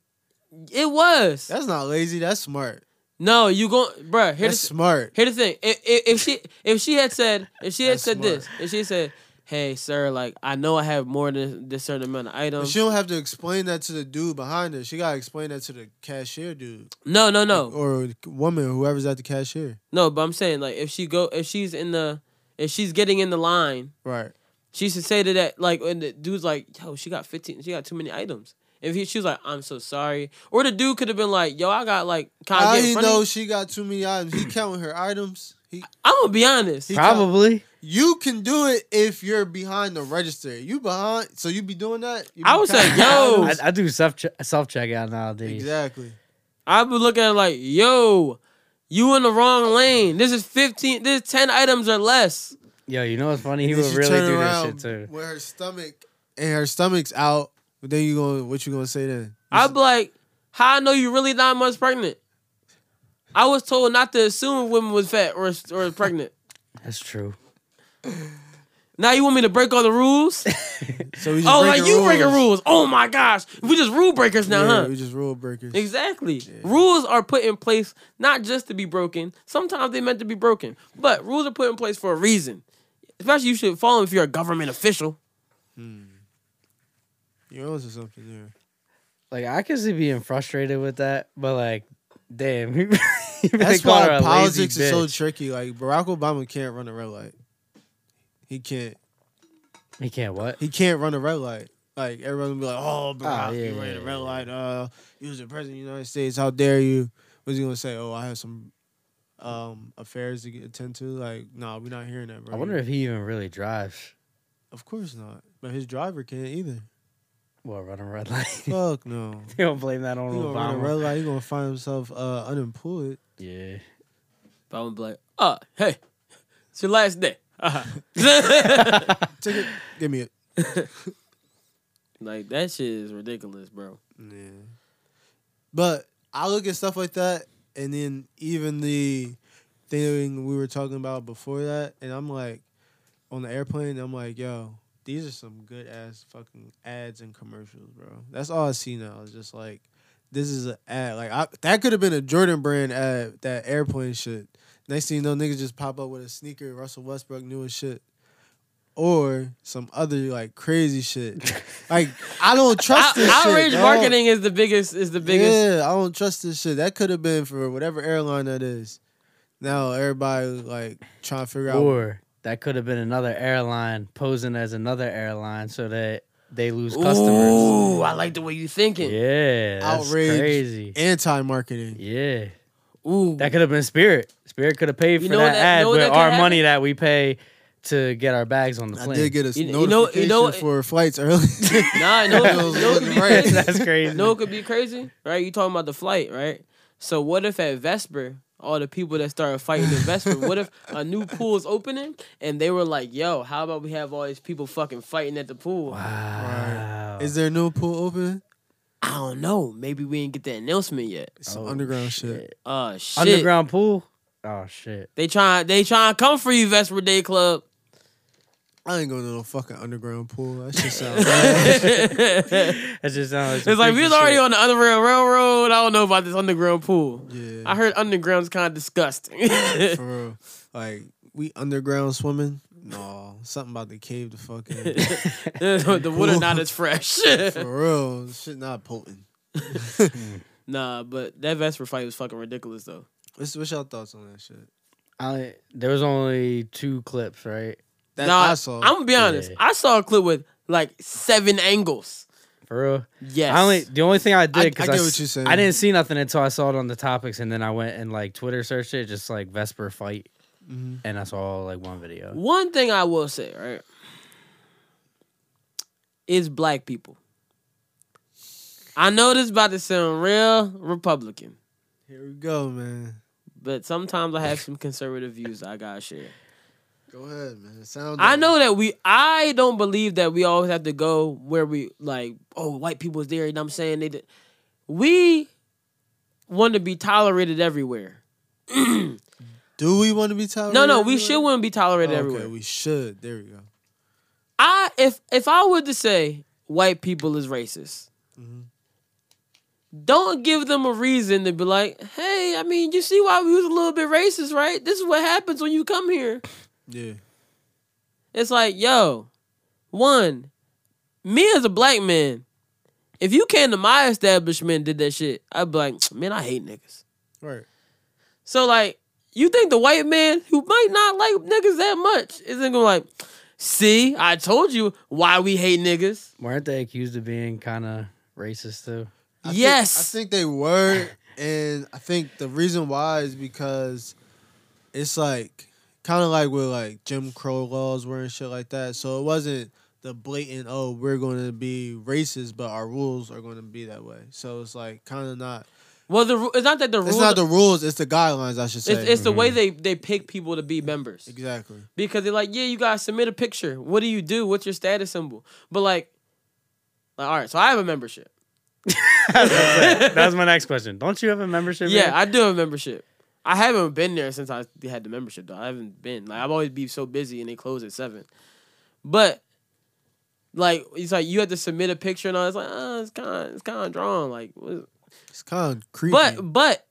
Speaker 1: it was.
Speaker 4: That's not lazy. That's smart.
Speaker 1: No, you go, bruh. Here's
Speaker 4: That's smart.
Speaker 1: Here's the thing: if, if, if she if she had said if she had
Speaker 4: That's
Speaker 1: said
Speaker 4: smart.
Speaker 1: this, if she said, "Hey, sir, like I know I have more than this certain amount of
Speaker 4: But
Speaker 1: items."
Speaker 4: she don't have to explain that to the dude behind her. She gotta explain that to the cashier dude
Speaker 1: no, no, no,
Speaker 4: or woman, whoever's at the cashier.
Speaker 1: no. But I'm saying like if she go if she's in the if she's getting in the line,
Speaker 4: Right.
Speaker 1: she should say to that like when the dude's like, "Yo, she got 15. She got too many items." If he, she was like, "I'm so sorry," or the dude could have been like, "Yo, I got like." Can I
Speaker 4: How
Speaker 1: get in
Speaker 4: he
Speaker 1: front of you?"
Speaker 4: know she got too many items? He counting her items. He,
Speaker 1: I'm gonna be honest.
Speaker 4: He-
Speaker 2: probably.
Speaker 4: you can do it if you're behind the register. You behind, so you be doing that. You be
Speaker 1: I would say,
Speaker 4: counting her
Speaker 1: yo.
Speaker 4: items?
Speaker 2: I, I do self self checkout nowadays.
Speaker 4: exactly.
Speaker 1: I would look at it like, yo, you in the wrong lane. This is 15, this is 10 items or less.
Speaker 2: Yo, you know what's funny? He
Speaker 4: Then
Speaker 2: would
Speaker 4: she
Speaker 2: really
Speaker 4: turn
Speaker 2: do this
Speaker 4: around
Speaker 2: shit too.
Speaker 4: With her stomach and her stomach's out. But then you gonna what you gonna say then?
Speaker 1: I'd be like, how I know you really nine months pregnant? I was told not to assume women was fat or or pregnant.
Speaker 2: That's true.
Speaker 1: Now you want me to break all the rules?
Speaker 4: So we just
Speaker 1: oh, like
Speaker 4: breaking
Speaker 1: you breaking rules. Oh my gosh, we just rule breakers now,
Speaker 4: Yeah,
Speaker 1: huh?
Speaker 4: we just rule breakers.
Speaker 1: Exactly. Rules are put in place not just to be broken. Sometimes they're meant to be broken, but rules are put in place for a reason. Especially, you should follow them if you're a government official.
Speaker 4: You're onto something there.
Speaker 2: Like I could see being frustrated with that, but like, damn, he, he really
Speaker 4: That's
Speaker 2: called her
Speaker 4: why
Speaker 2: a lazy
Speaker 4: politics is so
Speaker 2: bitch.
Speaker 4: tricky. Like Barack Obama can't run a red light. He can't.
Speaker 2: He can't what? Ah,
Speaker 4: He can't run a red light. Like everyone will be like, "Oh, Barack,
Speaker 2: yeah,
Speaker 4: you ran
Speaker 2: yeah,
Speaker 4: a red light. Uh, you was the president of the United States. How dare you?" What's he gonna say? Oh, I have some um affairs to get, attend to. Like, no, nah, we're not hearing that, bro.
Speaker 2: I wonder if he even really drives.
Speaker 4: Of course not. But his driver can't either.
Speaker 2: Well, running red light. you
Speaker 4: Fuck no.
Speaker 2: don't blame that on
Speaker 4: He gonna run a
Speaker 2: Obama.
Speaker 4: red light. He gonna find himself uh, unemployed.
Speaker 2: Yeah.
Speaker 1: But I'm like, oh, hey, it's your last day. Uh-huh.
Speaker 4: Take it. Give me it.
Speaker 1: like that shit is ridiculous, bro.
Speaker 4: Yeah. But I look at stuff like that, and then even the thing we were talking about before that, and I'm like, on the airplane, I'm like, yo, these are some good ass fucking ads and commercials, bro. That's all I see now. It's just like, this is an ad. Like I, that could have been a Jordan brand ad. That airplane shit. Next thing you know, niggas just pop up with a sneaker. Russell Westbrook new as shit. Or some other like crazy shit. like I don't trust
Speaker 1: Out-
Speaker 4: this shit.
Speaker 1: outrage
Speaker 4: dog.
Speaker 1: marketing is the biggest. Is the biggest.
Speaker 4: Yeah, I don't trust this shit. That could have been for whatever airline that is. Now everybody like trying to figure out.
Speaker 2: Or that could have been another airline posing as another airline so that they lose customers.
Speaker 1: Ooh, I like the way you thinking.
Speaker 2: Yeah. That's
Speaker 4: Outrage.
Speaker 2: crazy.
Speaker 4: Anti-marketing.
Speaker 2: Yeah.
Speaker 1: Ooh,
Speaker 2: That could have been Spirit. Spirit could have paid for
Speaker 1: You know
Speaker 2: that,
Speaker 1: that-
Speaker 2: ad
Speaker 1: know
Speaker 2: with
Speaker 1: that could
Speaker 2: our
Speaker 1: happen?
Speaker 2: money that we pay to get our bags on the
Speaker 4: I
Speaker 2: plane.
Speaker 4: did get a
Speaker 1: You- you know- you
Speaker 4: notification
Speaker 1: know-
Speaker 4: for flights early.
Speaker 1: nah, you know,
Speaker 4: It
Speaker 1: you
Speaker 4: was
Speaker 1: know what could
Speaker 4: looking
Speaker 1: be
Speaker 4: right.
Speaker 1: crazy?
Speaker 2: That's crazy.
Speaker 1: You know what could be crazy, right? You talking about the flight, right? So what if at Vesper, all the people that started fighting in Vesper, what if a new pool is opening and they were like, "Yo, how about we have all these people fucking fighting at the pool?"
Speaker 2: Wow.
Speaker 4: Is there no pool open?
Speaker 1: I don't know. Maybe we didn't get the announcement yet.
Speaker 4: It's some
Speaker 2: Oh,
Speaker 4: underground shit.
Speaker 1: Uh, shit.
Speaker 2: Underground pool? Oh shit.
Speaker 1: They trying. They trying to come for you, Vesper Day Club.
Speaker 4: I ain't going to no fucking underground pool. That shit sounds. bad.
Speaker 2: That just sounds
Speaker 1: It's like we was already on the underground railroad. I don't know about this underground pool.
Speaker 4: Yeah.
Speaker 1: I heard underground's kind of disgusting.
Speaker 4: For real. Like we underground swimming. No, something about the cave. The fucking
Speaker 1: the water not as fresh.
Speaker 4: for real. This Shit, not potent.
Speaker 1: nah, but that Vesper fight was fucking ridiculous though.
Speaker 4: What's, what's y'all thoughts on that shit?
Speaker 2: I, there was only two clips, right?
Speaker 4: That
Speaker 1: Nah,
Speaker 4: I saw.
Speaker 1: I'm gonna be honest.
Speaker 2: Yeah.
Speaker 1: I saw a clip with like seven angles.
Speaker 2: For real.
Speaker 1: Yes.
Speaker 2: I only the only thing I
Speaker 4: I-
Speaker 2: did because
Speaker 4: I
Speaker 2: I,
Speaker 4: get what
Speaker 2: s-
Speaker 4: you're saying.
Speaker 2: I didn't see nothing until I saw it on the topics, and then I went and like Twitter searched it, just like Vesper fight,
Speaker 1: Mm-hmm.
Speaker 2: and I saw like one video.
Speaker 1: One thing I will say, right, is black people. I know this about to sound real Republican,
Speaker 4: Here we go, man.
Speaker 1: but sometimes I have some conservative views I gotta share.
Speaker 4: Go ahead, man. Sound.
Speaker 1: I
Speaker 4: off.
Speaker 1: know that we I don't believe that we always have to go where we like, oh, white people's there, and I'm saying they did. We want to be tolerated everywhere.
Speaker 4: Do we want to be tolerated?
Speaker 1: No, no, we
Speaker 4: everywhere?
Speaker 1: should want to be tolerated
Speaker 4: Oh,
Speaker 1: everywhere.
Speaker 4: Okay, we should. There we go.
Speaker 1: I if if I were to say white people is racist, don't give them a reason to be like, hey, I mean, you see why we was a little bit racist, right? This is what happens when you come here.
Speaker 4: Yeah.
Speaker 1: It's like, yo, one, me as a black man, if you came to my establishment and did that shit, I'd be like, man, I hate niggas.
Speaker 4: Right.
Speaker 1: So like, you think the white man who might not like niggas that much isn't gonna like, see, I told you why we hate niggas.
Speaker 2: Weren't they accused of being kind of racist too?
Speaker 4: I think-
Speaker 1: yes.
Speaker 4: I think they were, and I think the reason why is because it's like kind of like where like Jim Crow laws were and shit like that. So it wasn't the blatant oh we're going to be racist, but our rules are going to be that way. So it's like kind of not.
Speaker 1: Well, the ru- it's not that the
Speaker 4: It's
Speaker 1: rules.
Speaker 4: not the rules. It's the guidelines. I should say. Mm-hmm.
Speaker 1: It's, it's the way they they pick people to be members
Speaker 4: exactly.
Speaker 1: because they're like, yeah, you guys submit a picture. What do you do? What's your status symbol? But like, like all right, so I have a membership.
Speaker 2: That was my next question. Don't you have a membership?
Speaker 1: Yeah,
Speaker 2: man?
Speaker 1: I do have a membership. I haven't been there since I had the membership though. I haven't been. Like I've always been so busy and they close at seven. But like it's like you have to submit a picture and all. It's like oh, it's kind it's kind of drawn. Like, what-
Speaker 4: It's kind of creepy.
Speaker 1: but but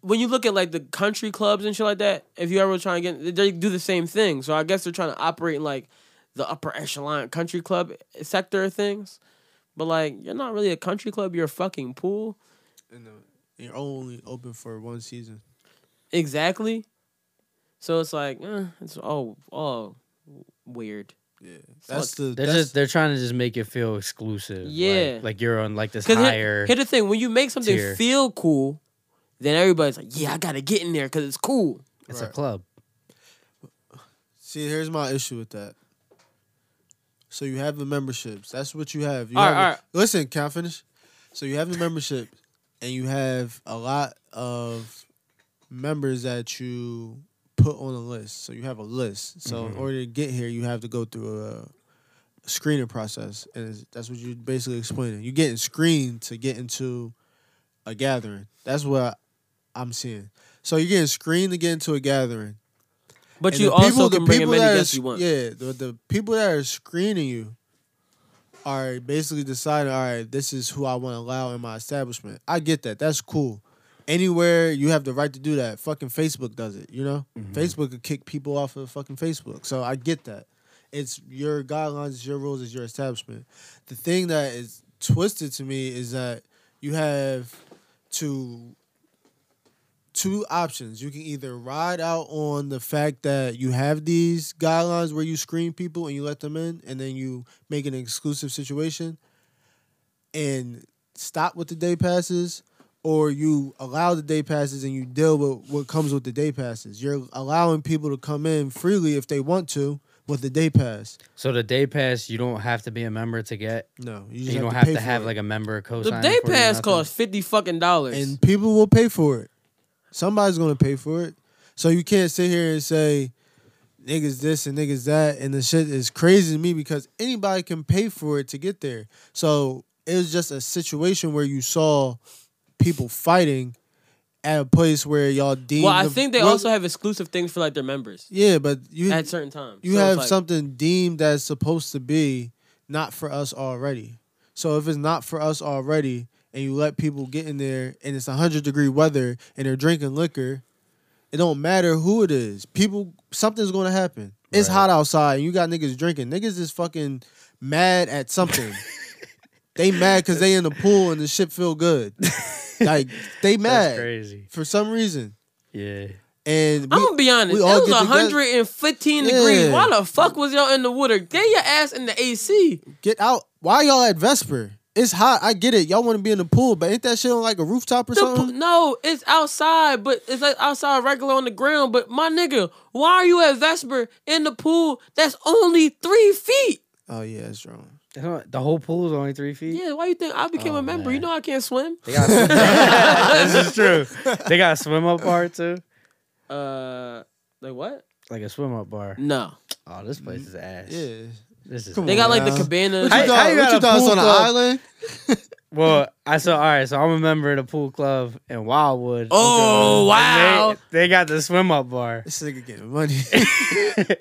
Speaker 1: when you look at like the country clubs and shit like that, if you ever try and get, they do the same thing. So I guess they're trying to operate in like the upper echelon country club sector of things. But like you're not really a country club. You're a fucking pool.
Speaker 4: And, uh, you're only open for one season.
Speaker 1: Exactly. So it's like, eh, it's all all weird.
Speaker 4: Yeah, that's
Speaker 1: Fuck.
Speaker 4: the
Speaker 2: They're
Speaker 4: that's,
Speaker 2: just they're trying to just make it feel exclusive. like-
Speaker 1: Yeah.
Speaker 2: Like, you're on like this
Speaker 1: Because here,
Speaker 2: higher.
Speaker 1: here the thing: when you make something
Speaker 2: tier.
Speaker 1: feel cool, then everybody's like, "Yeah, I gotta get in there because it's cool."
Speaker 2: it's a
Speaker 4: Right.
Speaker 2: club.
Speaker 4: see. Here's my issue with that. So you have the memberships. That's what you have. You
Speaker 1: All right,
Speaker 4: have a-
Speaker 1: all right.
Speaker 4: Listen, can I finish? So you have the membership, and you have a lot of members that you put on a list. So you have a list. So
Speaker 2: Mm-hmm.
Speaker 4: in order to get here, you have to go through a screening process, and it's- that's what you're basically explaining. You're getting screened to get into a gathering. That's what I'm seeing. So you're getting screened to get into a gathering.
Speaker 1: But
Speaker 4: And
Speaker 1: you
Speaker 4: the
Speaker 1: also
Speaker 4: people- the
Speaker 1: can bring in
Speaker 4: people
Speaker 1: many
Speaker 4: that are
Speaker 1: guests
Speaker 4: sc-
Speaker 1: you want.
Speaker 4: Yeah, the, the people that are screening you are basically deciding, all right, this is who I want to allow in my establishment. I get that. That's cool. Anywhere you have the right to do that. Fucking Facebook does it, you know?
Speaker 1: Mm-hmm.
Speaker 4: Facebook could kick people off of fucking Facebook. So I get that. It's your guidelines, it's your rules, it's your establishment. The thing that is twisted to me is that you have to two options. You can either ride out on the fact that you have these guidelines where you screen people and you let them in, and then you make an exclusive situation and stop with the day passes, or you allow the day passes and you deal with what comes with the day passes. You're allowing people to come in freely if they want to with the day pass.
Speaker 2: So the day pass, you don't have to be a member to get.
Speaker 4: No, you,
Speaker 2: and
Speaker 4: just
Speaker 2: You don't
Speaker 4: to
Speaker 2: have
Speaker 4: pay
Speaker 2: to
Speaker 4: for
Speaker 2: have
Speaker 4: it.
Speaker 2: like a member co
Speaker 1: The day pass
Speaker 2: Mm.
Speaker 1: costs fifty fucking dollars.
Speaker 4: and people will pay for it. Somebody's gonna pay for it. So you can't sit here and say niggas this and niggas that and the shit is crazy to me because anybody can pay for it to get there. So it was just a situation where you saw people fighting at a place where y'all deemed.
Speaker 1: well, I
Speaker 4: the-
Speaker 1: think they
Speaker 4: well,
Speaker 1: also have exclusive things for like their members
Speaker 4: Yeah, but you
Speaker 1: at certain times.
Speaker 4: you
Speaker 1: So it's
Speaker 4: have
Speaker 1: like-
Speaker 4: something deemed that's supposed to be not for us already. So if it's not for us already, and you let people get in there, and it's hundred degree weather, and they're drinking liquor, it don't matter who it is. People, something's gonna happen. It's
Speaker 2: Right.
Speaker 4: hot outside, and you got niggas drinking. Niggas is fucking mad at something. they mad because they in the pool and the shit feel good. like they
Speaker 2: That's
Speaker 4: mad
Speaker 2: crazy.
Speaker 4: for some reason.
Speaker 2: Yeah.
Speaker 4: And
Speaker 1: I'm
Speaker 4: we-
Speaker 1: gonna be honest. It
Speaker 4: we all
Speaker 1: was
Speaker 4: get together-
Speaker 1: 115
Speaker 4: Yeah.
Speaker 1: degrees. Why the fuck was y'all in the water? Get your ass in the AC.
Speaker 4: Get out. Why y'all at Vesper? It's hot. I get it. Y'all want to be in the pool, but ain't that shit on like a rooftop or
Speaker 1: The
Speaker 4: something?
Speaker 1: po- no, it's outside, but it's like outside regular on the ground. But my nigga, why are you at Vesper in the pool that's only three feet?
Speaker 4: oh yeah, it's wrong.
Speaker 2: You know what? The whole pool is only three feet.
Speaker 1: Yeah, why you think I became a member? You know I can't swim.
Speaker 2: They got this is true. They got a swim up bar too.
Speaker 1: Uh, like what?
Speaker 2: Like a swim up bar.
Speaker 1: No,
Speaker 2: Oh, this place is ass.
Speaker 4: Yeah.
Speaker 2: This is.
Speaker 4: Come
Speaker 1: they got like the
Speaker 4: Wow.
Speaker 1: cabanas.
Speaker 4: What you
Speaker 2: How- how
Speaker 4: thought?
Speaker 2: you
Speaker 4: What
Speaker 2: got
Speaker 4: you
Speaker 2: a
Speaker 4: thought it's
Speaker 2: pool
Speaker 4: on an
Speaker 2: club?
Speaker 4: island?
Speaker 2: Well, I saw. All right, so I'm a member of the pool club in Wildwood.
Speaker 1: Oh,
Speaker 2: Oklahoma, and
Speaker 1: wow.
Speaker 2: They, they got the swim up bar.
Speaker 4: This nigga getting money.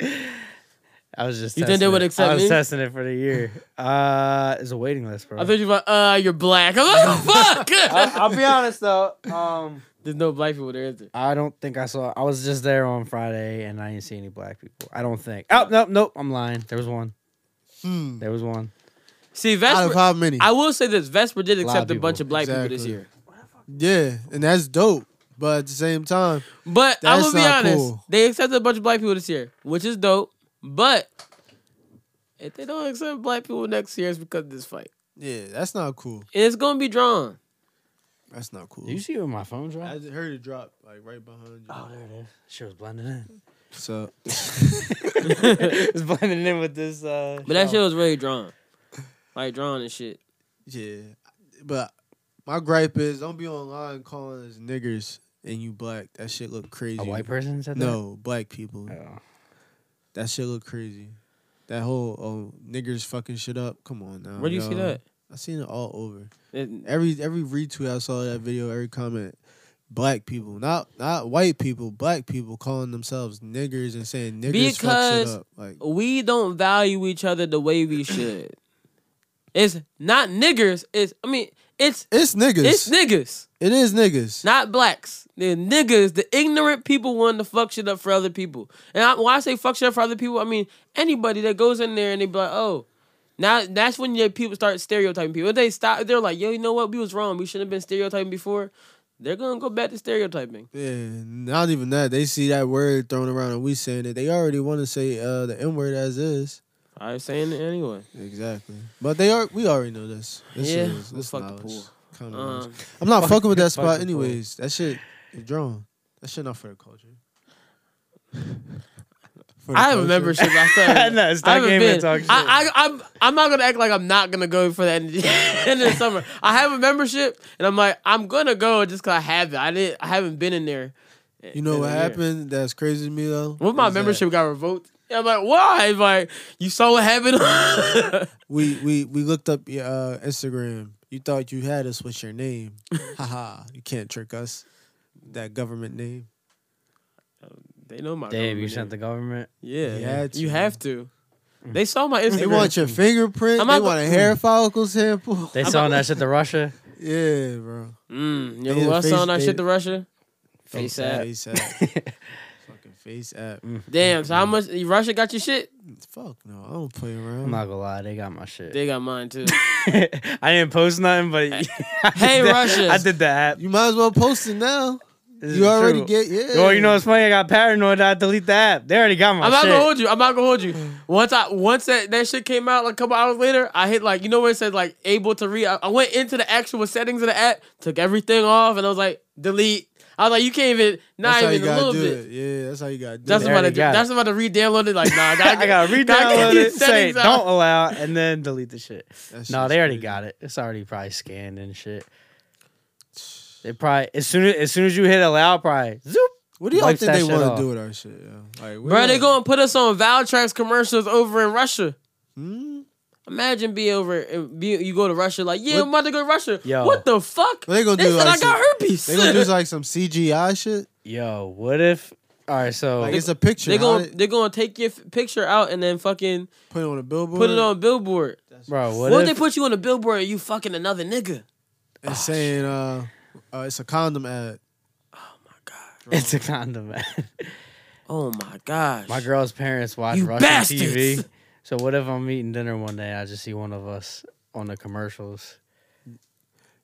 Speaker 2: I was just.
Speaker 1: You think
Speaker 2: testing
Speaker 1: they would
Speaker 2: it.
Speaker 1: accept
Speaker 2: I was
Speaker 1: me?
Speaker 2: testing it for the year. Uh, it's a waiting list, bro.
Speaker 1: I thought you were like, uh, you're black. I'm like, "What the fuck.
Speaker 2: I'll be honest though. Um,
Speaker 1: There's no black people there, is there?
Speaker 2: I don't think I saw. I was just there on Friday, and I didn't see any black people. I don't think. Oh no, nope. I'm lying. There was one.
Speaker 4: Hmm.
Speaker 2: There was one.
Speaker 1: See,
Speaker 4: Out
Speaker 1: Vesper.
Speaker 4: of how many?
Speaker 1: I will say this: Vesper did
Speaker 2: of
Speaker 1: accept a
Speaker 2: people.
Speaker 1: bunch of black people this
Speaker 4: Exactly.
Speaker 1: year.
Speaker 4: yeah, and that's dope. But at the same time,
Speaker 1: But I'm
Speaker 4: That's
Speaker 1: gonna be
Speaker 4: not
Speaker 1: honest.
Speaker 4: cool.
Speaker 1: They accepted a bunch of black people this year, which is dope. But if they don't accept black people next year, it's because of this fight.
Speaker 4: yeah, that's not cool.
Speaker 1: And it's gonna be drawn.
Speaker 4: That's not cool.
Speaker 2: Did you see where my phone's
Speaker 4: I
Speaker 2: right?
Speaker 4: heard it drop like right behind you.
Speaker 2: Oh, there it is. She was blending in.
Speaker 4: So
Speaker 2: it's blending in with this. Uh,
Speaker 1: But that shit was really drawn. Like drawn and shit.
Speaker 4: yeah, but my gripe is don't be online calling us niggers and you black. That shit look crazy.
Speaker 2: A white person said
Speaker 4: No, black people.
Speaker 2: that. Oh. No.
Speaker 4: That shit look crazy. That whole oh niggers fucking shit up. Come on now.
Speaker 1: Where do you see
Speaker 4: yo.
Speaker 1: that?
Speaker 4: Um, I seen it all over.
Speaker 1: It-
Speaker 4: Every every retweet I saw that video, every comment, black people, not not white people, black people calling themselves niggers and saying niggers fuck
Speaker 1: Because-
Speaker 4: shit up. Like
Speaker 1: we don't value each other the way we should. it's not niggers. It's I mean it's
Speaker 4: it's niggas.
Speaker 1: it's niggers,
Speaker 4: It's nggers.
Speaker 1: not blacks. They're niggers, the ignorant people wanting to fuck shit up for other people. And I, when I say fuck shit up for other people, I mean anybody that goes in there and they be like, oh. Now that's when your people start stereotyping people. If they stop, they're like, "Yo, you know what? We was wrong. We shouldn't have been stereotyping before." They're gonna go back to stereotyping.
Speaker 4: Yeah, not even that. They see that word thrown around and we saying it. They already want to say uh, the N word as is.
Speaker 1: I was saying it anyway.
Speaker 4: Exactly. But they are. We already know this. this
Speaker 1: Yeah,
Speaker 4: shit is-
Speaker 1: we
Speaker 4: this
Speaker 1: fucked the
Speaker 4: knowledge.
Speaker 1: pool.
Speaker 4: Kinda knowledge.
Speaker 1: Um,
Speaker 4: I'm not
Speaker 2: Fuck-
Speaker 4: fucking with
Speaker 2: fuck
Speaker 4: that spot
Speaker 2: the pool.
Speaker 4: anyways. That shit is drawn. That shit not for the culture. For the
Speaker 1: I remember shit. I started.
Speaker 2: No, it's not
Speaker 1: I haven't
Speaker 2: game
Speaker 1: been.
Speaker 2: and talk
Speaker 1: I, I, I'm, I'm not gonna act like I'm not gonna go for that in the, in the summer. I have a membership, and I'm like, I'm gonna go just cause I have it. I didn't. I haven't been in there.
Speaker 4: You know
Speaker 1: in
Speaker 4: what
Speaker 1: a year.
Speaker 4: happened? That's crazy to me though.
Speaker 1: What if my
Speaker 4: is that
Speaker 1: membership got revoked? I'm like, why? It's Like, you saw what happened.
Speaker 4: We we we looked up your uh, Instagram. You thought you had us. What's your name? Haha! You can't trick us. That government name.
Speaker 1: they know my.
Speaker 2: Dave, you
Speaker 1: government
Speaker 2: sent the
Speaker 1: name.
Speaker 2: government.
Speaker 1: Yeah,
Speaker 4: You had
Speaker 1: you
Speaker 4: to.
Speaker 1: have to. They saw my Instagram.
Speaker 4: They want your fingerprint.
Speaker 1: I'm Mm.
Speaker 4: they
Speaker 1: not go-
Speaker 4: want a hair follicle sample.
Speaker 2: They selling that shit to Russia.
Speaker 4: yeah, bro.
Speaker 1: Mm, you
Speaker 4: They
Speaker 1: know what I
Speaker 4: face-
Speaker 1: saw that
Speaker 4: they-
Speaker 1: shit to Russia? Face app.
Speaker 4: Face app. Fucking face app.
Speaker 2: Mm-hmm.
Speaker 1: Damn. So how much Russia got your shit?
Speaker 4: Fuck no. I don't play
Speaker 2: I'm
Speaker 4: around.
Speaker 2: not gonna lie, they got my shit.
Speaker 1: They got mine too.
Speaker 2: I didn't post nothing, but I did
Speaker 1: Hey,
Speaker 2: that-
Speaker 1: Russia.
Speaker 2: I did the app.
Speaker 4: you might as well post it now.
Speaker 2: This
Speaker 4: You
Speaker 2: is
Speaker 4: already
Speaker 2: true.
Speaker 4: get yeah.
Speaker 2: Well, you know what's funny? I got paranoid. that I delete the app. They already got my
Speaker 1: I'm not
Speaker 2: Oh, shit. Mm.
Speaker 1: gonna hold you. I'm not gonna hold you. Once I once that, that shit came out like a couple hours later, I hit like you know where it said like able to read. I, I went into the actual settings of the app, took everything off, and I was like delete. I was like you can't even
Speaker 4: That's
Speaker 1: not
Speaker 4: how you
Speaker 1: even a
Speaker 4: gotta
Speaker 1: little
Speaker 4: do
Speaker 1: bit.
Speaker 4: it. Yeah, that's how you gotta do
Speaker 1: That's
Speaker 4: it.
Speaker 2: There
Speaker 1: about to
Speaker 2: you
Speaker 1: do.
Speaker 2: got it.
Speaker 1: That's about to re-download it. Like nah, I gotta,
Speaker 2: I gotta
Speaker 1: get
Speaker 2: re-download
Speaker 1: these
Speaker 2: it. Say,
Speaker 1: settings out.
Speaker 2: don't allow, and then delete the shit.
Speaker 4: That
Speaker 2: No,
Speaker 4: shit's
Speaker 2: they already
Speaker 4: crazy.
Speaker 2: got it. It's already probably scanned and shit. They probably as soon as, as soon as you hit allow, probably zoop.
Speaker 4: What do y'all
Speaker 2: Wipes
Speaker 4: think
Speaker 2: that
Speaker 4: they
Speaker 2: shit
Speaker 4: want
Speaker 2: off.
Speaker 4: to do with our shit? Yo? Like, we
Speaker 1: Bro, they
Speaker 4: don't-
Speaker 1: gonna put us on Valtrax commercials over in Russia.
Speaker 4: Hmm?
Speaker 1: Imagine being over and be, you go to Russia like yeah,
Speaker 4: What-
Speaker 1: I'm about to go to Russia.
Speaker 2: Yo.
Speaker 1: What the fuck?
Speaker 4: What they gonna do
Speaker 1: said
Speaker 4: to
Speaker 1: I
Speaker 4: us?
Speaker 1: got herpes.
Speaker 4: They gonna do like some CGI shit.
Speaker 2: Yo, what if? All right, so
Speaker 4: Like it's a picture.
Speaker 1: They're gonna
Speaker 4: how they-
Speaker 1: they're gonna take your f- picture out and then fucking
Speaker 4: put it on a billboard.
Speaker 1: put it on billboard.
Speaker 2: bro, what,
Speaker 1: What, if
Speaker 2: if?
Speaker 1: they put you on a billboard and you fucking another nigga?
Speaker 4: and saying, uh, uh, it's a condom ad.
Speaker 2: it's a condom. man.
Speaker 1: Oh my gosh.
Speaker 2: My girl's parents watch
Speaker 1: You
Speaker 2: Russian
Speaker 1: bastards.
Speaker 2: TV. So what if I'm eating dinner one day? I just see one of us on the commercials.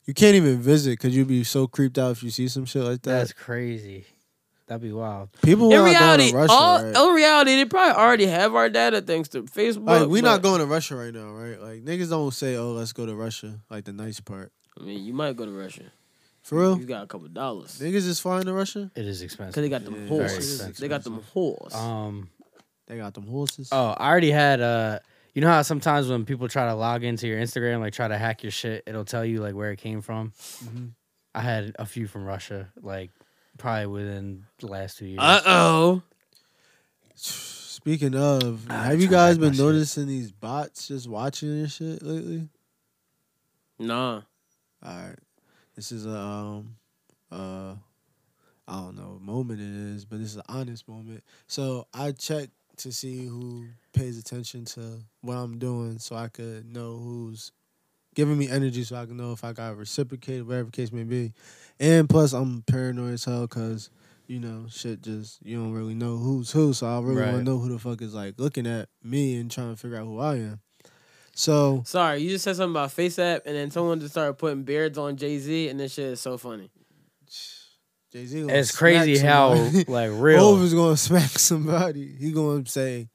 Speaker 4: You can't even visit because you'd be so creeped out if you see some shit like that.
Speaker 2: That's crazy. That'd be wild.
Speaker 4: People
Speaker 1: In
Speaker 4: are not going
Speaker 1: reality,
Speaker 4: to Russia.
Speaker 1: all
Speaker 4: right?
Speaker 1: in reality, they probably already have our data thanks to Facebook.
Speaker 4: Like, we not
Speaker 1: but-
Speaker 4: going to Russia right now, right? Like niggas don't say, "Oh, let's go to Russia." Like the nice part,
Speaker 1: I mean, you might go to Russia.
Speaker 4: for real.
Speaker 1: You got a couple dollars because
Speaker 4: Niggas is flying to Russia.
Speaker 2: It is expensive.
Speaker 1: they got them
Speaker 4: Yeah,
Speaker 2: very
Speaker 1: horses. They got them
Speaker 4: expensive.
Speaker 1: horses.
Speaker 2: um
Speaker 4: They got them horses.
Speaker 2: oh, I already had uh you know how sometimes when people try to log into your Instagram, like try to hack your shit, it'll tell you like where it came from.
Speaker 4: Mm-hmm.
Speaker 2: I had a few from Russia, like probably within the last two years.
Speaker 1: Uh oh.
Speaker 4: Speaking of,
Speaker 2: Ah,
Speaker 4: have you
Speaker 2: tryna hide
Speaker 4: guys
Speaker 2: my
Speaker 4: been
Speaker 2: shit.
Speaker 4: noticing these bots just watching this shit lately?
Speaker 1: Nah.
Speaker 4: All right, this is a um, uh, I don't know what moment it is, but this is an honest moment. So I check to see who pays attention to what I'm doing, so I could know who's giving me energy, so I can know if I got reciprocated, whatever case may be. And plus, I'm paranoid as hell because. You know, shit just you don't really know who's who, so I really
Speaker 2: Right.
Speaker 4: want to know who the fuck is like looking at me and trying to figure out who I am. So
Speaker 1: Sorry, you just said something about Face App, and then someone just started putting beards on Jay Z, and this shit is so funny.
Speaker 4: Jay Z,
Speaker 2: it's crazy how like real
Speaker 4: Hov is gonna smack somebody. He gonna say,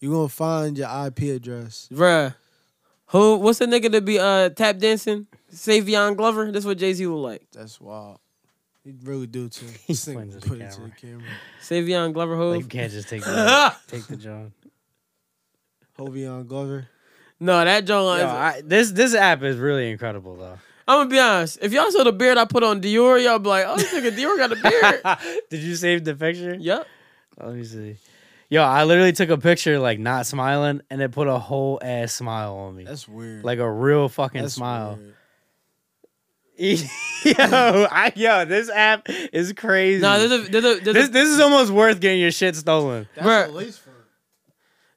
Speaker 4: "You gonna find your IP address."
Speaker 1: Bruh. Who? What's the nigga that be uh tap dancing? Savion Glover. That's what Jay Z was like.
Speaker 4: That's wild. He really do too. This thing
Speaker 2: points at the
Speaker 4: put it to the
Speaker 2: camera.
Speaker 4: camera.
Speaker 1: Savion Glover. Who?
Speaker 2: like, you can't just take the, take the John.
Speaker 4: Hovion Glover.
Speaker 1: no, that
Speaker 2: Yo,
Speaker 1: John. is,
Speaker 2: I, this this app is really incredible though.
Speaker 1: I'm gonna be honest. If y'all saw the beard I put on Dior, y'all be like, "Oh, this nigga Dior got a beard."
Speaker 2: Did you save the picture?
Speaker 1: yep.
Speaker 2: Let me see. Yo, I literally took a picture like not smiling, and it put a whole ass smile on me,
Speaker 4: That's weird.
Speaker 2: like a real fucking
Speaker 4: That's
Speaker 2: smile.
Speaker 4: weird.
Speaker 2: yo, I, yo, this app is crazy.
Speaker 1: Nah, there's a, there's a, there's
Speaker 2: this
Speaker 1: a,
Speaker 2: this is almost worth getting your shit stolen.
Speaker 4: That's
Speaker 1: Bruh.
Speaker 4: at least for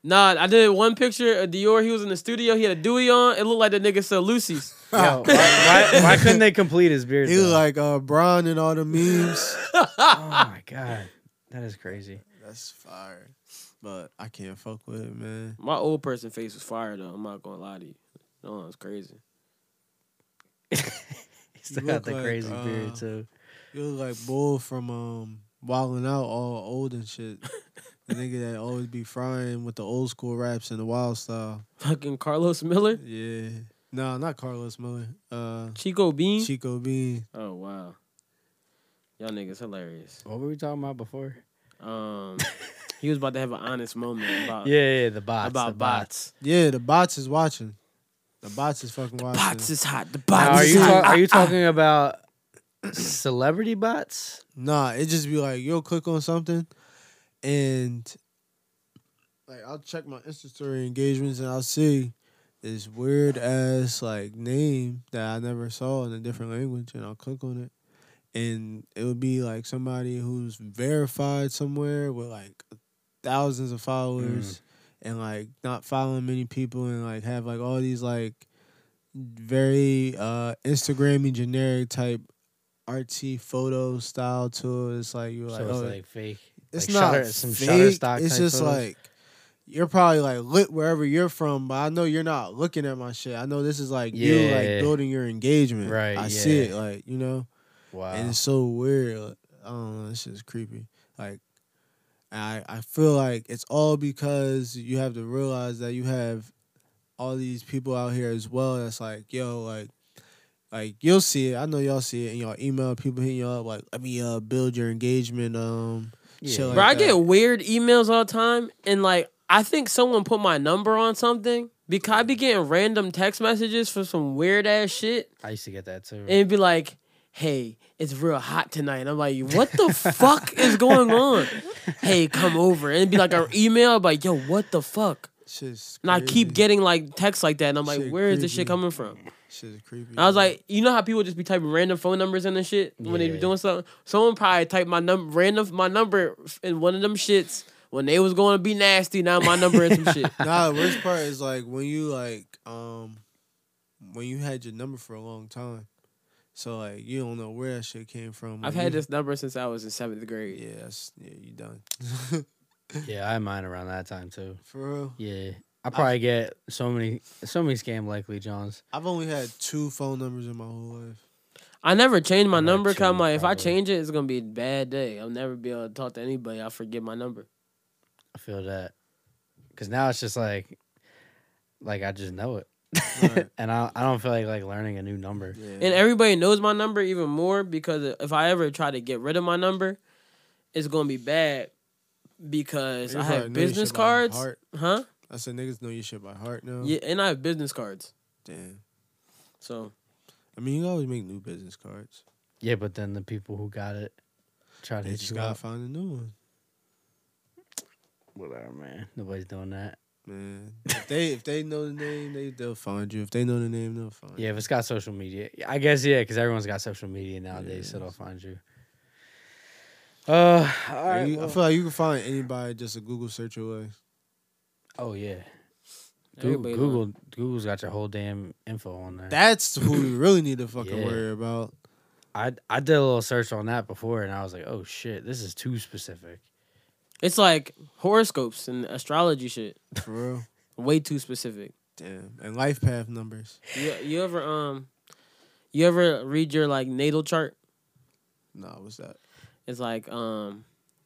Speaker 1: nah. I did one picture of Dior. He was in the studio. He had a Dewey on. It looked like the nigga said Lucy's.
Speaker 2: Yo, why, why, why couldn't they complete his beard?
Speaker 4: He
Speaker 2: though?
Speaker 4: look like uh, Bron and all the memes.
Speaker 2: oh my god, that is crazy.
Speaker 4: That's fire. But I can't fuck with it, man.
Speaker 1: My old person face was fire though. I'm not gonna lie to you. No, it's crazy.
Speaker 2: He still
Speaker 4: look
Speaker 2: got the
Speaker 4: like,
Speaker 2: crazy
Speaker 4: uh,
Speaker 2: beard too.
Speaker 4: You look like Bull from um Wildin' Out, all old and shit. the nigga that always be frying with the old school raps and the wild style.
Speaker 1: Fucking Carlos Miller,
Speaker 4: Yeah. No, not Carlos Miller. Uh,
Speaker 1: Chico Bean.
Speaker 4: Chico Bean.
Speaker 1: oh wow, y'all niggas hilarious.
Speaker 2: What were we talking about before?
Speaker 1: Um, he was about to have an honest moment about
Speaker 2: Yeah, yeah, the bots. the
Speaker 1: about bots.
Speaker 4: Yeah, the bots is watching. The bots is fucking watching.
Speaker 1: Bots is hot. The
Speaker 2: Now,
Speaker 1: bots
Speaker 2: are
Speaker 1: is
Speaker 2: you
Speaker 1: hot.
Speaker 2: ta- are you talking about celebrity bots?
Speaker 4: Nah, it just be like you'll click on something, and like I'll check my Insta story engagements and I'll see this weird ass like name that I never saw in a different language, and I'll click on it, and it would be like somebody who's verified somewhere with like thousands of followers
Speaker 2: Mm.
Speaker 4: and like not following many people and like have like all these like very uh Instagrammy generic type artsy photo style to it. It's like you're
Speaker 2: So
Speaker 4: like,
Speaker 2: it's
Speaker 4: oh,
Speaker 2: like fake.
Speaker 4: it's
Speaker 2: like
Speaker 4: not
Speaker 2: Shutter-
Speaker 4: some
Speaker 2: some
Speaker 4: fake.
Speaker 2: Shutterstock
Speaker 4: It's
Speaker 2: type
Speaker 4: just
Speaker 2: photos?
Speaker 4: like you're probably like lit wherever you're from, but I know you're not looking at my shit. I know this is like you like
Speaker 2: Yeah.
Speaker 4: building your engagement.
Speaker 2: Right,
Speaker 4: I see
Speaker 2: yeah.
Speaker 4: it, like you know,
Speaker 2: wow.
Speaker 4: and it's so weird. like, I don't know. It's just creepy. Like. I, I feel like it's all because you have to realize that you have all these people out here as well that's like, yo, like like you'll see it. I know y'all see it in y'all email, people hitting y'all up like, let me uh build your engagement, um
Speaker 2: Yeah.
Speaker 4: shit like
Speaker 1: Bro, I
Speaker 4: that.
Speaker 1: get weird emails all the time, and like I think someone put my number on something because I be getting random text messages for some weird ass shit,
Speaker 2: I used to get that too.
Speaker 1: and it'd be like, "Hey, it's real hot tonight." And I'm like, "What the fuck is going on?" Hey, come over, and it'd be like an email, I'm like, "Yo, what the fuck?"
Speaker 4: Shit's
Speaker 1: And I keep
Speaker 4: crazy.
Speaker 1: getting like texts like that, and I'm like,
Speaker 4: Shit
Speaker 1: "Where is this
Speaker 4: creepy.
Speaker 1: shit coming from?" Uh,
Speaker 4: shit's creepy.
Speaker 1: I was like, you know how people just be typing random phone numbers and the shit when they be
Speaker 2: Yeah.
Speaker 1: doing something. Someone probably typed my num random my number in one of them shits when they was going to be nasty. Now my number and some shit.
Speaker 4: Nah, the worst part is like when you like um when you had your number for a long time. So like you don't know where that shit came from.
Speaker 1: I've
Speaker 4: When
Speaker 1: had
Speaker 4: you-
Speaker 1: this number since I was in seventh grade.
Speaker 4: Yeah, that's, yeah, you done.
Speaker 2: yeah, I had mine around that time too.
Speaker 4: for real.
Speaker 2: Yeah. I probably get so many so many scam likely Johns.
Speaker 4: I've only had two phone numbers in my whole life.
Speaker 1: I never changed my
Speaker 2: I'm not
Speaker 1: number because I'm
Speaker 2: changing,
Speaker 1: like, if I
Speaker 2: probably.
Speaker 1: change it, it's gonna be a bad day. I'll never be able to talk to anybody. I'll forget my number.
Speaker 2: I feel that. Cause now it's just like like I just know it.
Speaker 4: Right.
Speaker 2: and I I don't feel like like learning a new number.
Speaker 4: Yeah.
Speaker 1: And everybody knows my number even more because if I ever try to get rid of my number, it's gonna be bad because I
Speaker 4: Everybody
Speaker 1: have
Speaker 4: know your shit
Speaker 1: business
Speaker 4: by
Speaker 1: cards,
Speaker 4: heart.
Speaker 1: huh?
Speaker 4: I said niggas know your shit by heart now.
Speaker 1: Yeah, and I have business cards.
Speaker 4: Damn.
Speaker 1: So
Speaker 4: I mean, you can always make new business cards.
Speaker 2: Yeah, but then the people who got it try to
Speaker 4: They
Speaker 2: hit
Speaker 4: just
Speaker 2: you
Speaker 4: gotta
Speaker 2: up.
Speaker 4: find a new one,
Speaker 2: Whatever, man. Nobody's doing that.
Speaker 4: man. If they if they know the name, they they'll find you. If they know the name, they'll find
Speaker 2: Yeah, if it's got social media, I guess yeah, because everyone's got social media nowadays, so they'll find you. Uh, all
Speaker 4: you.
Speaker 2: right.
Speaker 4: You-
Speaker 2: well-
Speaker 4: I feel like you can find anybody just a Google search away.
Speaker 2: oh yeah, Goo-
Speaker 1: Everybody
Speaker 2: Google Google's got your whole damn info on there.
Speaker 4: That's who we really need to fucking
Speaker 2: Yeah.
Speaker 4: worry about.
Speaker 2: I I did a little search on that before, and I was like, oh shit, this is too specific.
Speaker 1: It's like horoscopes and astrology shit.
Speaker 4: For real.
Speaker 1: Way too specific.
Speaker 4: Damn. And life path numbers.
Speaker 1: You, you ever um you ever read your like natal chart?
Speaker 4: Nah, what's that?
Speaker 1: It's like um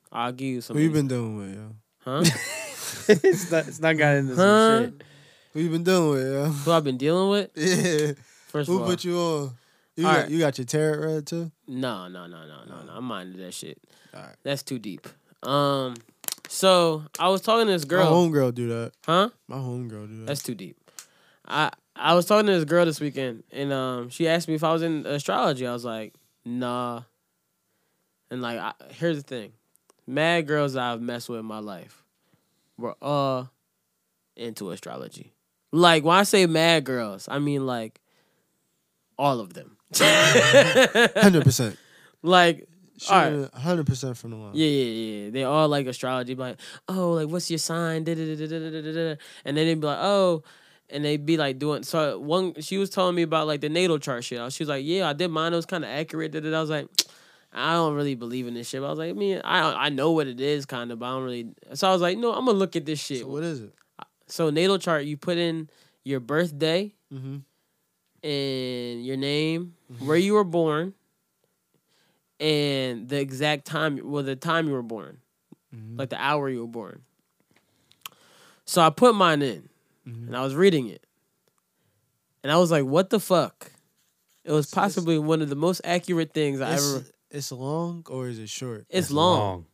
Speaker 1: I'll give you some
Speaker 4: Who you been doing with, yo?
Speaker 1: huh?
Speaker 2: it's not it's not got into some
Speaker 1: Huh?
Speaker 2: shit.
Speaker 4: Who you been doing with, yo?
Speaker 1: Who I've been dealing with?
Speaker 4: yeah.
Speaker 1: First
Speaker 4: Who
Speaker 1: of all,
Speaker 4: put you on? You
Speaker 1: All
Speaker 4: got,
Speaker 1: right.
Speaker 4: you got your tarot read too?
Speaker 1: no, no, no, no, no, no. I'm minded that shit.
Speaker 4: All right.
Speaker 1: That's too deep. Um so I was talking to this
Speaker 4: My
Speaker 1: girl,
Speaker 4: homegirl do that.
Speaker 1: huh?
Speaker 4: My homegirl do that.
Speaker 1: That's too deep. I I was talking to this girl this weekend, and um, she asked me if I was in astrology. I was like, nah. And like, I, here's the thing: mad girls that I've messed with in my life were all into astrology. Like when I say mad girls, I mean like all of them.
Speaker 4: Hundred percent.
Speaker 1: like All right.
Speaker 4: Hundred percent from the line.
Speaker 1: yeah, yeah, yeah. They all like astrology, be like, oh, like what's your sign? Da-da-da-da-da-da-da-da. And then they'd be like, oh, and they'd be like doing. So one, she was telling me about like the natal chart shit. I- She was like, yeah, I did mine. It was kind of accurate. Da-da-da. I was like, I don't really believe in this shit. But I was like, I mean, I I know what it is, kind of, but I don't really. So I was like, no, I'm gonna look at this shit.
Speaker 4: So what is it?
Speaker 1: So natal chart, you put in your birthday
Speaker 4: Mm-hmm.
Speaker 1: and your name, where you were born, and the exact time, well, the time you were born, like the hour you were born. So I put mine in, and I was reading it, and I was like, "What the fuck?" It was possibly one of the most accurate things I
Speaker 4: It's,
Speaker 1: ever.
Speaker 4: it's long or is it short?
Speaker 1: It's long,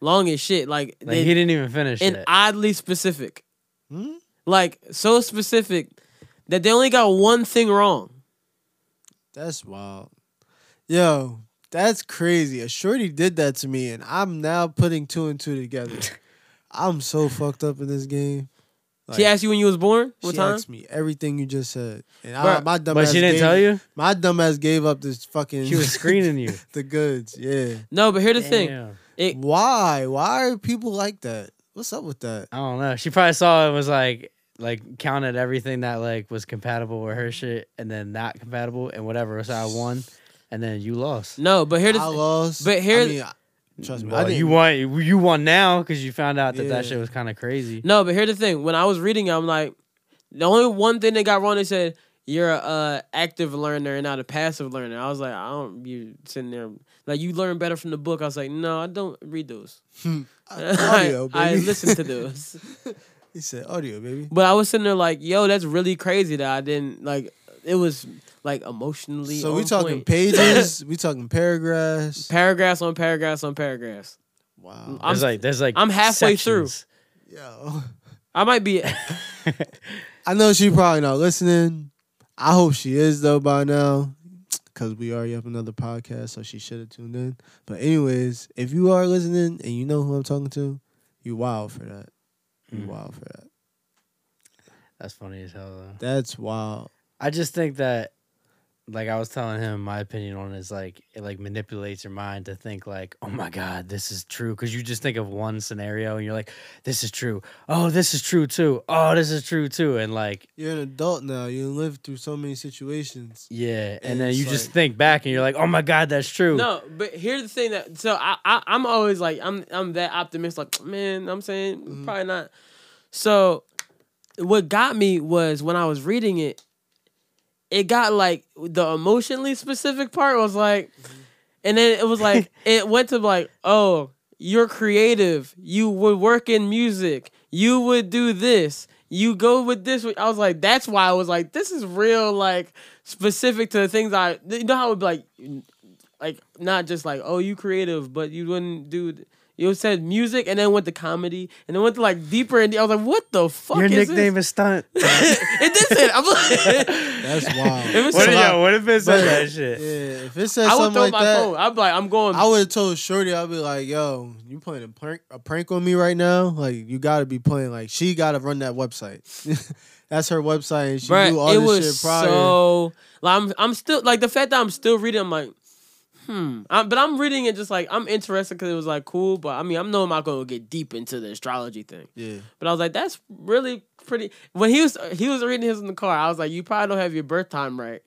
Speaker 1: long, as shit. Like,
Speaker 2: Like
Speaker 1: they-
Speaker 2: he didn't even finish
Speaker 1: and
Speaker 2: it.
Speaker 1: oddly specific.
Speaker 4: Hmm?
Speaker 1: Like so specific that they only got one thing wrong.
Speaker 4: That's wild. Yo, that's crazy. A shorty did that to me, and I'm now putting two and two together. I'm so fucked up in this game.
Speaker 1: she
Speaker 4: Like,
Speaker 1: asked you when you was born. What
Speaker 4: she
Speaker 1: time?
Speaker 4: asked me everything you just said, and I,
Speaker 1: Bruh,
Speaker 4: my dumb
Speaker 2: but
Speaker 4: ass
Speaker 2: she didn't
Speaker 4: gave-
Speaker 2: tell you.
Speaker 4: My dumb ass gave up this fucking.
Speaker 2: She was screening you.
Speaker 4: the goods. Yeah.
Speaker 1: No, but here's the thing.
Speaker 2: Damn.
Speaker 1: It,
Speaker 4: Why? Why are people like that? What's up with that?
Speaker 2: I don't know. She probably saw it was like like counted everything that like was compatible with her shit, and then not compatible, and whatever. So I won, and then you lost.
Speaker 1: no, but here's the
Speaker 4: I
Speaker 1: thing.
Speaker 4: lost.
Speaker 1: but here-
Speaker 4: I mean, I- trust me, I
Speaker 2: Well,
Speaker 4: didn't.
Speaker 2: you won. You won now because you found out that
Speaker 4: Yeah.
Speaker 2: that shit was kind of crazy.
Speaker 1: No, but here's the thing. When I was reading, it, I'm like, the only one thing they got wrong. They said you're a uh, active learner and not a passive learner. I was like, I don't. You sitting there like you learn better from the book. I was like, no, I don't read those.
Speaker 4: audio,
Speaker 1: I, I
Speaker 4: baby.
Speaker 1: listen to those.
Speaker 4: He said audio, baby.
Speaker 1: But I was sitting there like, yo, that's really crazy that I didn't like. It was like emotionally.
Speaker 4: So we
Speaker 1: on
Speaker 4: talking
Speaker 1: point.
Speaker 4: pages. we talking paragraphs.
Speaker 1: paragraphs on paragraphs on paragraphs.
Speaker 4: wow.
Speaker 1: I'm-
Speaker 2: There's like there's like
Speaker 1: I'm halfway through.
Speaker 2: sections.
Speaker 4: Yo.
Speaker 1: I might be.
Speaker 4: I know she probably not listening. I hope she is though by now, because we already have another podcast, so she should have tuned in. But anyways, if you are listening and you know who I'm talking to, you wild for that. You
Speaker 1: Mm.
Speaker 4: wild for that.
Speaker 2: That's funny as hell though.
Speaker 4: That's wild.
Speaker 2: I just think that like I was telling him my opinion on it is like it like manipulates your mind to think like, oh my God, this is true. Cause you just think of one scenario and you're like, this is true. Oh, this is true too. Oh, this is true too. And like,
Speaker 4: You're an adult now. You lived through so many situations.
Speaker 2: yeah. And
Speaker 4: And
Speaker 2: then
Speaker 4: it's
Speaker 2: you just
Speaker 4: like-
Speaker 2: think back and you're like, oh my God, that's true.
Speaker 1: no, but here's the thing that so I, I I'm always like I'm I'm that optimistic. Like man, I'm saying probably not. So what got me was when I was reading it, it got like the emotionally specific part was like, and then it was like it went to like oh you're creative, you would work in music, you would do this. You go with this. I was like, that's why I was like, this is real, like specific to the things I. You know how it would be like, like not just like oh you creative but you wouldn't do th- you said music and then went to comedy and then went to like deeper and I was like what the fuck
Speaker 2: Your
Speaker 1: is
Speaker 2: nickname
Speaker 1: this?
Speaker 2: is Stunt.
Speaker 1: it did say it. I'm like
Speaker 4: That's
Speaker 1: It
Speaker 4: wild.
Speaker 1: was
Speaker 2: what, if,
Speaker 1: so-
Speaker 2: yo, what if it
Speaker 4: But-
Speaker 2: said that shit?
Speaker 4: Yeah, if it said
Speaker 1: I would throw
Speaker 4: something like
Speaker 1: my
Speaker 4: that,
Speaker 1: phone I'm like I'm going
Speaker 4: I would have told Shorty, I'd be like, yo, you playing a prank, a prank on me right now? Like, you gotta be playing. Like, she gotta run that website. That's her website, and she
Speaker 1: Bruh,
Speaker 4: knew all
Speaker 1: it
Speaker 4: this
Speaker 1: was
Speaker 4: shit prior.
Speaker 1: so like I'm I'm still like the fact that I'm still reading I'm like hmm I, but I'm reading it just like I'm interested because it was like cool but I mean I'm know I'm not gonna get deep into the astrology thing
Speaker 4: yeah.
Speaker 1: But I was like, that's really pretty. When he was he was reading his in the car, I was like, you probably don't have your birth time right,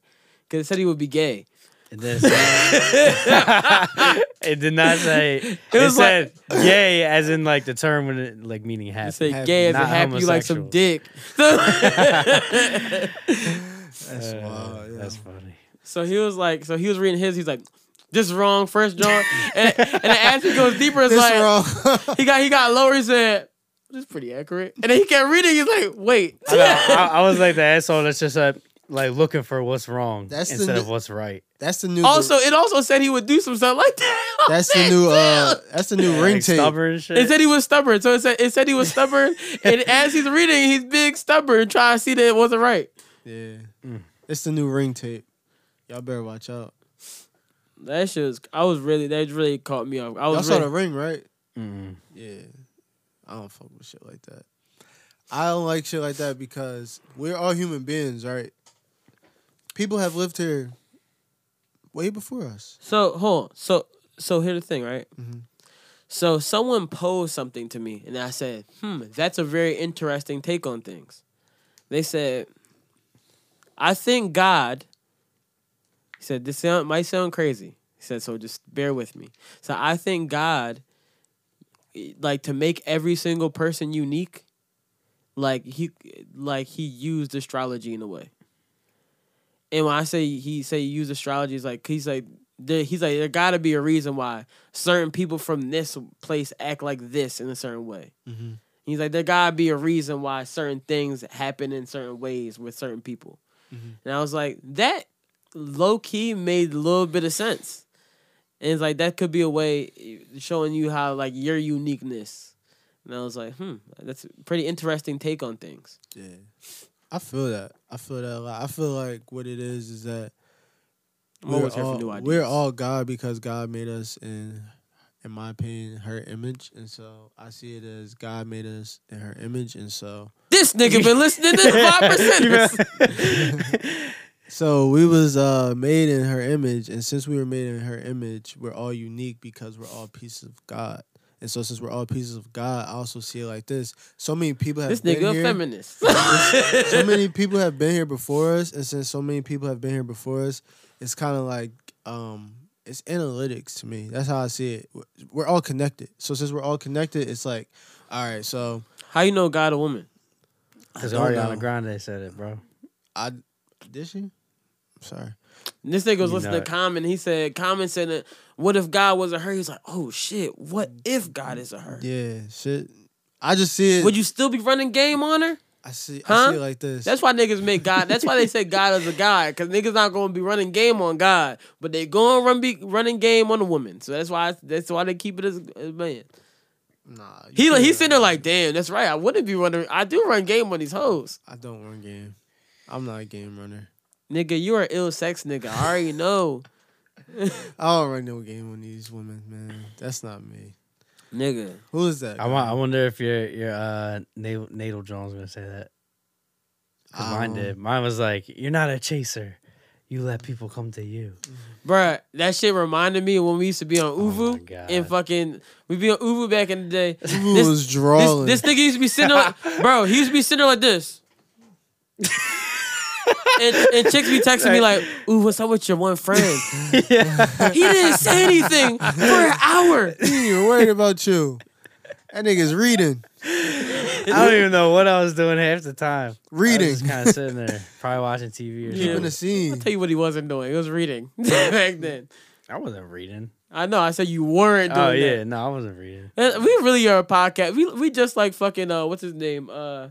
Speaker 1: because it said he would be gay.
Speaker 2: And then- it did not say. It,
Speaker 1: was like-
Speaker 2: said "yay" as in like the term when it like meaning happy.
Speaker 1: It said
Speaker 4: Happy,
Speaker 1: gay as a
Speaker 2: not
Speaker 1: happy you like some
Speaker 2: homosexual.
Speaker 1: dick. So,
Speaker 4: That's
Speaker 2: Uh,
Speaker 4: wild. Yeah.
Speaker 2: That's funny.
Speaker 1: so he was like, so he was reading his. He's like, this is wrong, first John. And, and then as he goes deeper, it's
Speaker 4: This
Speaker 1: like
Speaker 4: wrong.
Speaker 1: he got he got lower. He said, this is pretty accurate. And then he kept reading. He's like, wait.
Speaker 2: I, know, I, I was like the asshole that's just like, like looking for what's wrong
Speaker 4: That's the
Speaker 2: instead
Speaker 4: new-
Speaker 2: of what's right.
Speaker 4: that's the new.
Speaker 1: also, it also said he would do some stuff like that.
Speaker 4: that's the new. Uh, that's the new ring
Speaker 2: Like,
Speaker 4: tape.
Speaker 2: stubborn shit.
Speaker 1: It said he was stubborn. So it said it said he was stubborn. and as he's reading, he's big stubborn, trying to see that it wasn't right.
Speaker 4: Yeah.
Speaker 1: Mm.
Speaker 4: It's the new ring tape. Y'all better watch out.
Speaker 1: That shit was. I was really. That really caught me off. I
Speaker 4: Y'all
Speaker 1: was.
Speaker 4: saw
Speaker 1: Really, Mm-hmm.
Speaker 4: the ring, right?
Speaker 2: Mm.
Speaker 4: Yeah. I don't fuck with shit like that. I don't like shit like that because we're all human beings, right? People have lived here way before us.
Speaker 1: so hold on. So so here's the thing, right?
Speaker 4: Mhm.
Speaker 1: So someone posed something to me, and I said, "Hmm, that's a very interesting take on things." They said, "I think God." He said, "This sound, might sound crazy." He said, "So just bear with me." So I think God, eh, like to make every single person unique, like he, like he used astrology in a way. And when I say he say he used astrology, it's like he's like there, he's like there got to be a reason why certain people from this place act like this in a certain way.
Speaker 7: Mm-hmm.
Speaker 4: Mhm.
Speaker 1: He's like there got to be a reason why certain things happen in certain ways with certain people.
Speaker 4: Mm.
Speaker 1: And I was like that low key made a little bit of sense. And it's like that could be a way eh, showing you how like your uniqueness. And I was like, hmm, that's a pretty interesting take on things.
Speaker 4: Yeah. I feel that. I feel that a lot. I feel like what it is is that
Speaker 1: I'm always here
Speaker 4: all,
Speaker 1: for new ideas.
Speaker 4: we're all God because God made us in, in my opinion, her image. And so I see it as God made us in her image. And so,
Speaker 1: this nigga been listening to five percent.
Speaker 4: so we was uh, made in her image. And since we were made in her image, we're all unique because we're all pieces of God. And so since we're all pieces of God, I also see it like this. So many people have
Speaker 1: This
Speaker 4: been
Speaker 1: nigga a
Speaker 4: here.
Speaker 1: feminist.
Speaker 4: so many people have been here before us, and since so many people have been here before us, it's kind of like um, it's analytics to me. That's how I see it. We're- We're all connected. So since we're all connected, it's like, all right. So
Speaker 1: How you know God a woman?
Speaker 2: Because
Speaker 4: I don't
Speaker 2: Ariana
Speaker 4: know.
Speaker 2: Grande said it, bro.
Speaker 4: I did she? Sorry.
Speaker 1: And this nigga was
Speaker 2: You know
Speaker 1: listening
Speaker 2: it.
Speaker 1: to Common. He said Common said, that, "What if God was a her?" He's like, "Oh shit! What if God is a her?
Speaker 4: Yeah. Shit. I just see it.
Speaker 1: Would you still be running game on her?"
Speaker 4: I see. I
Speaker 1: Huh?
Speaker 4: see it like this.
Speaker 1: That's why niggas make God. That's why they say God is a God, because niggas not gonna be running game on God, but they gonna run be running game on a woman. So that's why that's why they keep it as a man.
Speaker 4: nah. you
Speaker 1: He like
Speaker 4: can't-
Speaker 1: he's sitting there like, damn, that's right. I wouldn't be running. I do run game on these hoes,
Speaker 4: I don't run game. I'm not a game runner.
Speaker 1: nigga. You are ill sex, nigga. I already know,
Speaker 4: I don't run no game on these women, man. That's not me.
Speaker 1: nigga.
Speaker 4: Who is that?
Speaker 2: I want. I wonder if your your uh Natal, Natal Jones gonna say that. 'Cause mine
Speaker 1: Oh.
Speaker 4: Um,
Speaker 2: did. Mine was like, "You're not a chaser. You let people come to you."
Speaker 1: Bruh, that shit reminded me of when we used to be on
Speaker 2: Oh my
Speaker 1: Uvu
Speaker 2: God.
Speaker 1: and fucking we be on Uvu back in the day.
Speaker 4: Who
Speaker 1: This-
Speaker 4: was
Speaker 1: this,
Speaker 4: drawing?
Speaker 1: this nigga used to be sitting on, bro. He used to be sitting there like this. and, and chicks be texting me like, "Ooh, what's up with your one friend?" He didn't say anything for an hour.
Speaker 4: He ain't worried about you. That nigga's reading.
Speaker 2: I don't even know what I was doing half the time. I
Speaker 4: Reading.
Speaker 2: was just kind of sitting there, probably watching TV or
Speaker 1: Yeah.
Speaker 4: Keeping
Speaker 2: something.
Speaker 4: the scene.
Speaker 1: Tell you what he wasn't doing. He was reading back then.
Speaker 2: I wasn't reading.
Speaker 1: I know. I said you weren't doing
Speaker 2: Oh
Speaker 1: that.
Speaker 2: yeah, no, I wasn't reading.
Speaker 1: Uh, We really are a podcast. We we just like fucking uh what's his name? Uh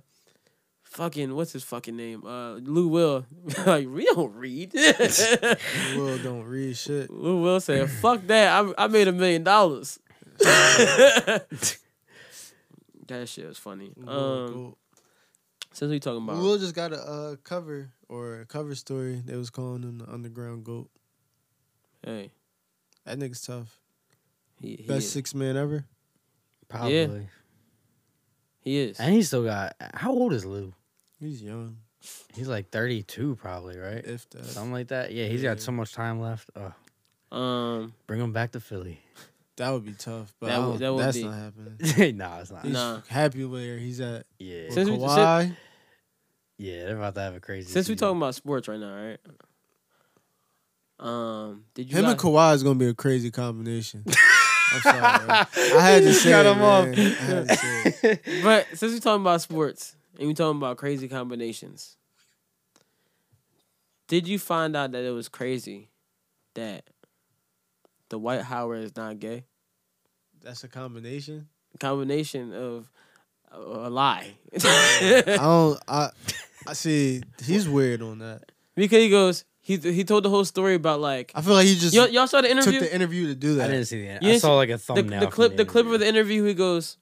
Speaker 1: fucking what's his fucking name? Uh Lou Will. like we don't read.
Speaker 4: Will don't read shit.
Speaker 1: Lou Will said, fuck that. I I made a million dollars. That shit was funny. Um
Speaker 4: Will
Speaker 1: since we talking about
Speaker 4: Will just got a uh, cover or a cover story. They was calling him the underground goat.
Speaker 1: hey,
Speaker 4: That nigga's tough.
Speaker 1: he, he
Speaker 4: Best
Speaker 1: is.
Speaker 4: six man ever.
Speaker 2: Probably.
Speaker 1: He is.
Speaker 2: And he still got. How old is Lou?
Speaker 4: He's young,
Speaker 2: He's like 32, probably, right?
Speaker 4: if that.
Speaker 2: Something like that. Yeah, he's got so much time left. Ugh.
Speaker 1: Um
Speaker 2: Bring him back to Philly.
Speaker 4: That would be tough, but
Speaker 1: That
Speaker 4: I
Speaker 1: would-
Speaker 4: don't-
Speaker 1: that would
Speaker 4: that's
Speaker 1: be-
Speaker 4: not happening.
Speaker 2: nah, it's not.
Speaker 4: He's
Speaker 1: Nah.
Speaker 4: happy where he's at.
Speaker 2: Yeah,
Speaker 1: Since we-
Speaker 4: Kawhi,
Speaker 2: yeah, they're about to have a crazy.
Speaker 1: since we
Speaker 2: season.
Speaker 1: talking about sports right now, right? Um did you
Speaker 4: him
Speaker 1: guys-
Speaker 4: and Kawhi is gonna be a crazy combination. I'm sorry. bro. I had to say it,
Speaker 2: got him off.
Speaker 4: man. I had to say it.
Speaker 1: But since we're talking about sports and we're talking about crazy combinations, did you find out that it was crazy that the White Howard is not gay?
Speaker 4: That's a combination.
Speaker 1: Combination of a, a lie.
Speaker 4: I don't. I. I see. He's weird on that.
Speaker 1: because he goes, he he told the whole story about like
Speaker 4: I feel like he just
Speaker 1: y'all, y'all saw the
Speaker 4: took
Speaker 1: interview,
Speaker 4: the interview to
Speaker 2: I
Speaker 4: do that.
Speaker 2: didn't see the end.
Speaker 1: You
Speaker 2: I
Speaker 1: didn't
Speaker 2: saw like a
Speaker 1: the,
Speaker 2: thumbnail.
Speaker 1: the clip, the clip of the interview. He goes,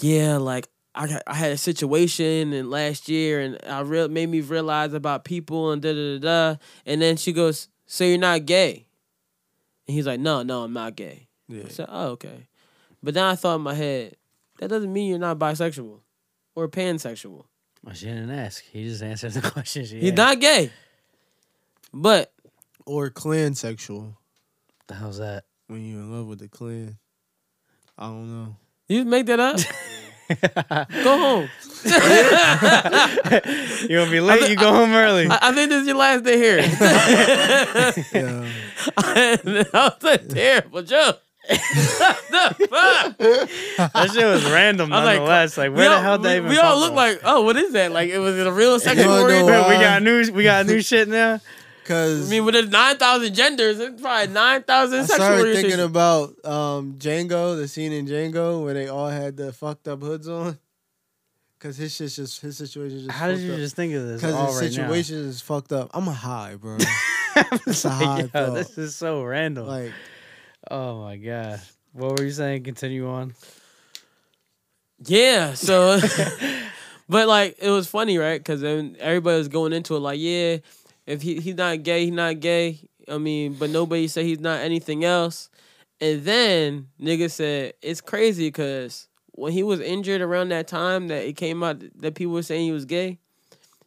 Speaker 1: yeah, like I got- I had a situation and last year and I real made me realize about people and da da da da. And then she goes, "So you're not gay?" And he's like, "No, no, I'm not gay."
Speaker 4: Yeah.
Speaker 1: I said, "Oh, okay." But then I thought in my head, that doesn't mean you're not bisexual or pansexual.
Speaker 2: Well, she didn't ask. He just answered the question. She
Speaker 1: He's
Speaker 2: asked.
Speaker 1: not gay. But
Speaker 4: Or clan sexual
Speaker 2: The hell's that?
Speaker 4: when you're in love with the clan. I don't know.
Speaker 1: you make that up. Go home.
Speaker 2: You gonna be late? You go home early.
Speaker 1: I, I think this is your last day here.
Speaker 4: Yeah.
Speaker 1: that was a terrible joke. What the fuck?
Speaker 2: That shit was random,
Speaker 1: I'm like,
Speaker 2: nonetheless. Like,
Speaker 1: We
Speaker 2: where the
Speaker 1: all-
Speaker 2: hell
Speaker 1: we-
Speaker 2: they even
Speaker 1: We all
Speaker 2: come
Speaker 1: look
Speaker 2: from?
Speaker 1: like, oh, what is that? Like, it was it a real sexual
Speaker 4: wanna know uh,
Speaker 1: orientation?
Speaker 4: why?
Speaker 2: But we got new. We got new shit now.
Speaker 1: I
Speaker 4: Cause
Speaker 1: mean, with the 9,000 genders, it's probably 9,000
Speaker 4: I
Speaker 1: sexual
Speaker 4: started thinking
Speaker 1: orientations.
Speaker 4: about um, Django, the scene in Django where they all had the fucked up hoods on. Cause his shit's just his situation just.
Speaker 2: How did
Speaker 4: fucked
Speaker 2: you
Speaker 4: up.
Speaker 2: just think of this? all
Speaker 4: Cause his
Speaker 2: right
Speaker 4: situation is fucked up. I'm a high, bro.
Speaker 2: now?
Speaker 4: It's a high
Speaker 2: Yo,
Speaker 4: thought.
Speaker 2: this is so random.
Speaker 4: like
Speaker 2: oh my god. What were you saying? Continue on.
Speaker 1: Yeah, so. but, like, it was funny, right? Because then everybody was going into it like, yeah, if he, he's not gay, he's not gay. I mean, but nobody said he's not anything else. And then nigga said, it's crazy because when he was injured around that time that it came out that people were saying he was gay,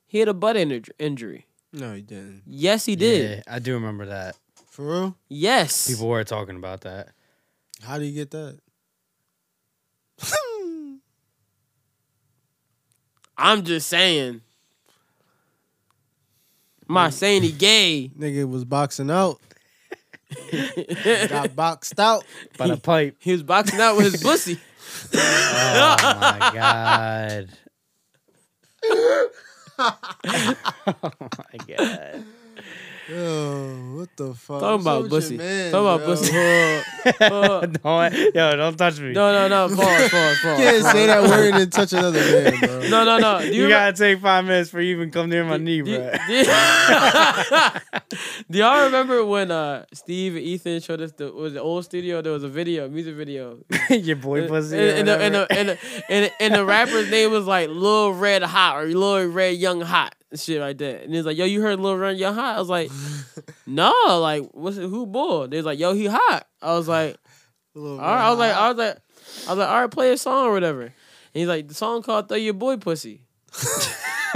Speaker 1: he had a butt inj- injury.
Speaker 4: no, he didn't.
Speaker 1: Yes, he did.
Speaker 2: Yeah, I do remember that.
Speaker 4: For real?
Speaker 1: Yes.
Speaker 2: People were talking about that.
Speaker 4: How do you get that?
Speaker 1: I'm just saying. I'm not saying he gay.
Speaker 4: Nigga was boxing out. Got boxed out.
Speaker 2: By the pipe.
Speaker 1: He was boxing out with his pussy.
Speaker 2: Oh my god. oh my god.
Speaker 4: Yo, Oh, what the fuck?
Speaker 1: Talking
Speaker 4: What's up
Speaker 1: about
Speaker 4: with your
Speaker 1: pussy.
Speaker 4: man,
Speaker 1: Talking about
Speaker 4: bro?
Speaker 1: pussy. Hold on.
Speaker 2: Don't, yo, don't touch me.
Speaker 1: No, no, no. Pause, pause,
Speaker 4: You can't
Speaker 1: pause.
Speaker 4: say that word and touch another man, bro.
Speaker 1: No, no, no. Do you,
Speaker 2: you
Speaker 1: remember-
Speaker 2: gotta take five minutes for you even come near my knee,
Speaker 1: do,
Speaker 2: bro.
Speaker 1: do- do y'all remember when uh, Steve and Ethan showed us the was the old studio? There was a video, music video.
Speaker 2: Your boy
Speaker 1: And,
Speaker 2: pussy.
Speaker 1: and, the, and, the, and, the, and, the, and the rapper's name was like Lil Red Hot or Lil Red Young Hot and shit like that. And he's like, yo, you heard Lil Red Young Hot? I was like, no, like what's it, who bull? They was like, yo, he hot. I was like,
Speaker 4: Little
Speaker 1: all right. I was like, I was like, I was like, all right, play a song or whatever. And he's like, the song called Throw Your Boy Pussy. so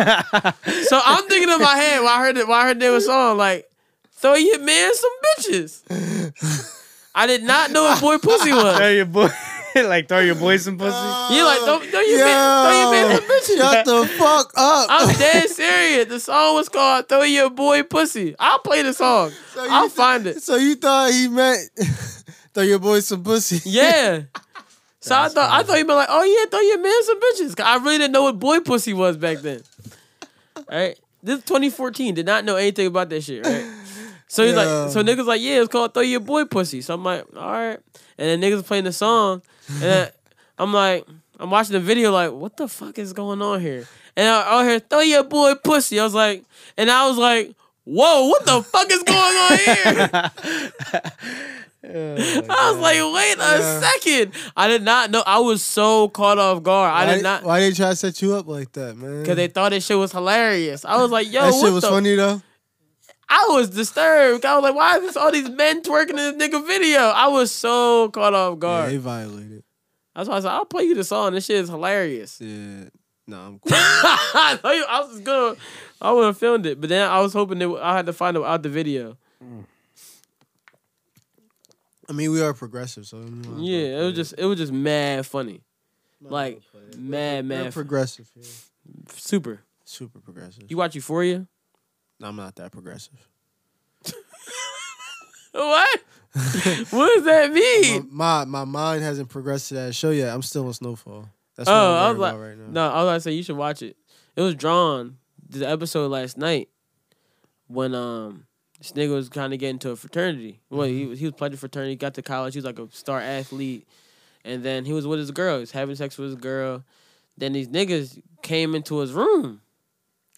Speaker 1: I'm thinking in my head when I heard it, when I heard that song, like, throw your man some bitches. I did not know what boy pussy was.
Speaker 2: throw your boy, like throw your boy some pussy.
Speaker 1: You like don't don't you
Speaker 4: Yo,
Speaker 1: man, don't you man some bitches.
Speaker 4: Shut the fuck up.
Speaker 1: I'm dead serious. The song was called "Throw Your Boy Pussy." I'll play the song.
Speaker 4: So you
Speaker 1: I'll
Speaker 4: th-
Speaker 1: find it.
Speaker 4: So you thought he meant throw your boy some pussy?
Speaker 1: Yeah. So I thought I thought you meant like, oh yeah, throw your man some bitches. 'Cause I really didn't know what boy pussy was back then. Right? This is 2014. Did not know anything about that shit. Right? So he's
Speaker 4: Yeah.
Speaker 1: like, so niggas like, yeah, it's called throw your boy pussy. So I'm like, all right. And then niggas playing the song, and then I'm like, I'm watching the video, like, what the fuck is going on here? And I out here throw your boy pussy. I was like, and I was like, whoa, what the fuck is going on here? I was like, wait a
Speaker 4: Oh Yeah.
Speaker 1: second. I did not know. I was so caught off guard. I
Speaker 4: why,
Speaker 1: did not
Speaker 4: Why they try to set you up like that, man?
Speaker 1: because they thought this shit was hilarious. I was like, yo,
Speaker 4: that
Speaker 1: what
Speaker 4: shit was
Speaker 1: the-
Speaker 4: funny though.
Speaker 1: I was disturbed. I was like, why is this all these men twerking in this nigga video? I was so caught off
Speaker 4: Yeah,
Speaker 1: guard.
Speaker 4: they violated.
Speaker 1: That's why I said, I'll play you the song. This shit is hilarious.
Speaker 4: Yeah. No, I'm cool.
Speaker 1: I know you- I was good. I would have filmed it, but then I was hoping that I had to find out the video.
Speaker 4: I mean, we are progressive, so you know,
Speaker 1: Yeah, it was just it was just mad funny, like mad
Speaker 4: we're
Speaker 1: mad f-
Speaker 4: progressive. Yeah.
Speaker 1: super.
Speaker 4: Super progressive.
Speaker 1: You watch Euphoria?
Speaker 4: No, I'm not that progressive.
Speaker 1: What? what does that
Speaker 4: My,
Speaker 1: mean?
Speaker 4: my my mind hasn't progressed to that show yet. I'm still in Snowfall. That's what
Speaker 1: Oh,
Speaker 4: I'm
Speaker 1: I was
Speaker 4: worried
Speaker 1: like,
Speaker 4: about right now.
Speaker 1: no, I was about to say you should watch it. It was drawn the episode last night when um this nigga was kind of getting into a fraternity. Well,
Speaker 4: Mm-hmm.
Speaker 1: he was he was pledging fraternity, got to college, he was like a star athlete, and then he was with his girl. He was having sex with his girl. Then these niggas came into his room.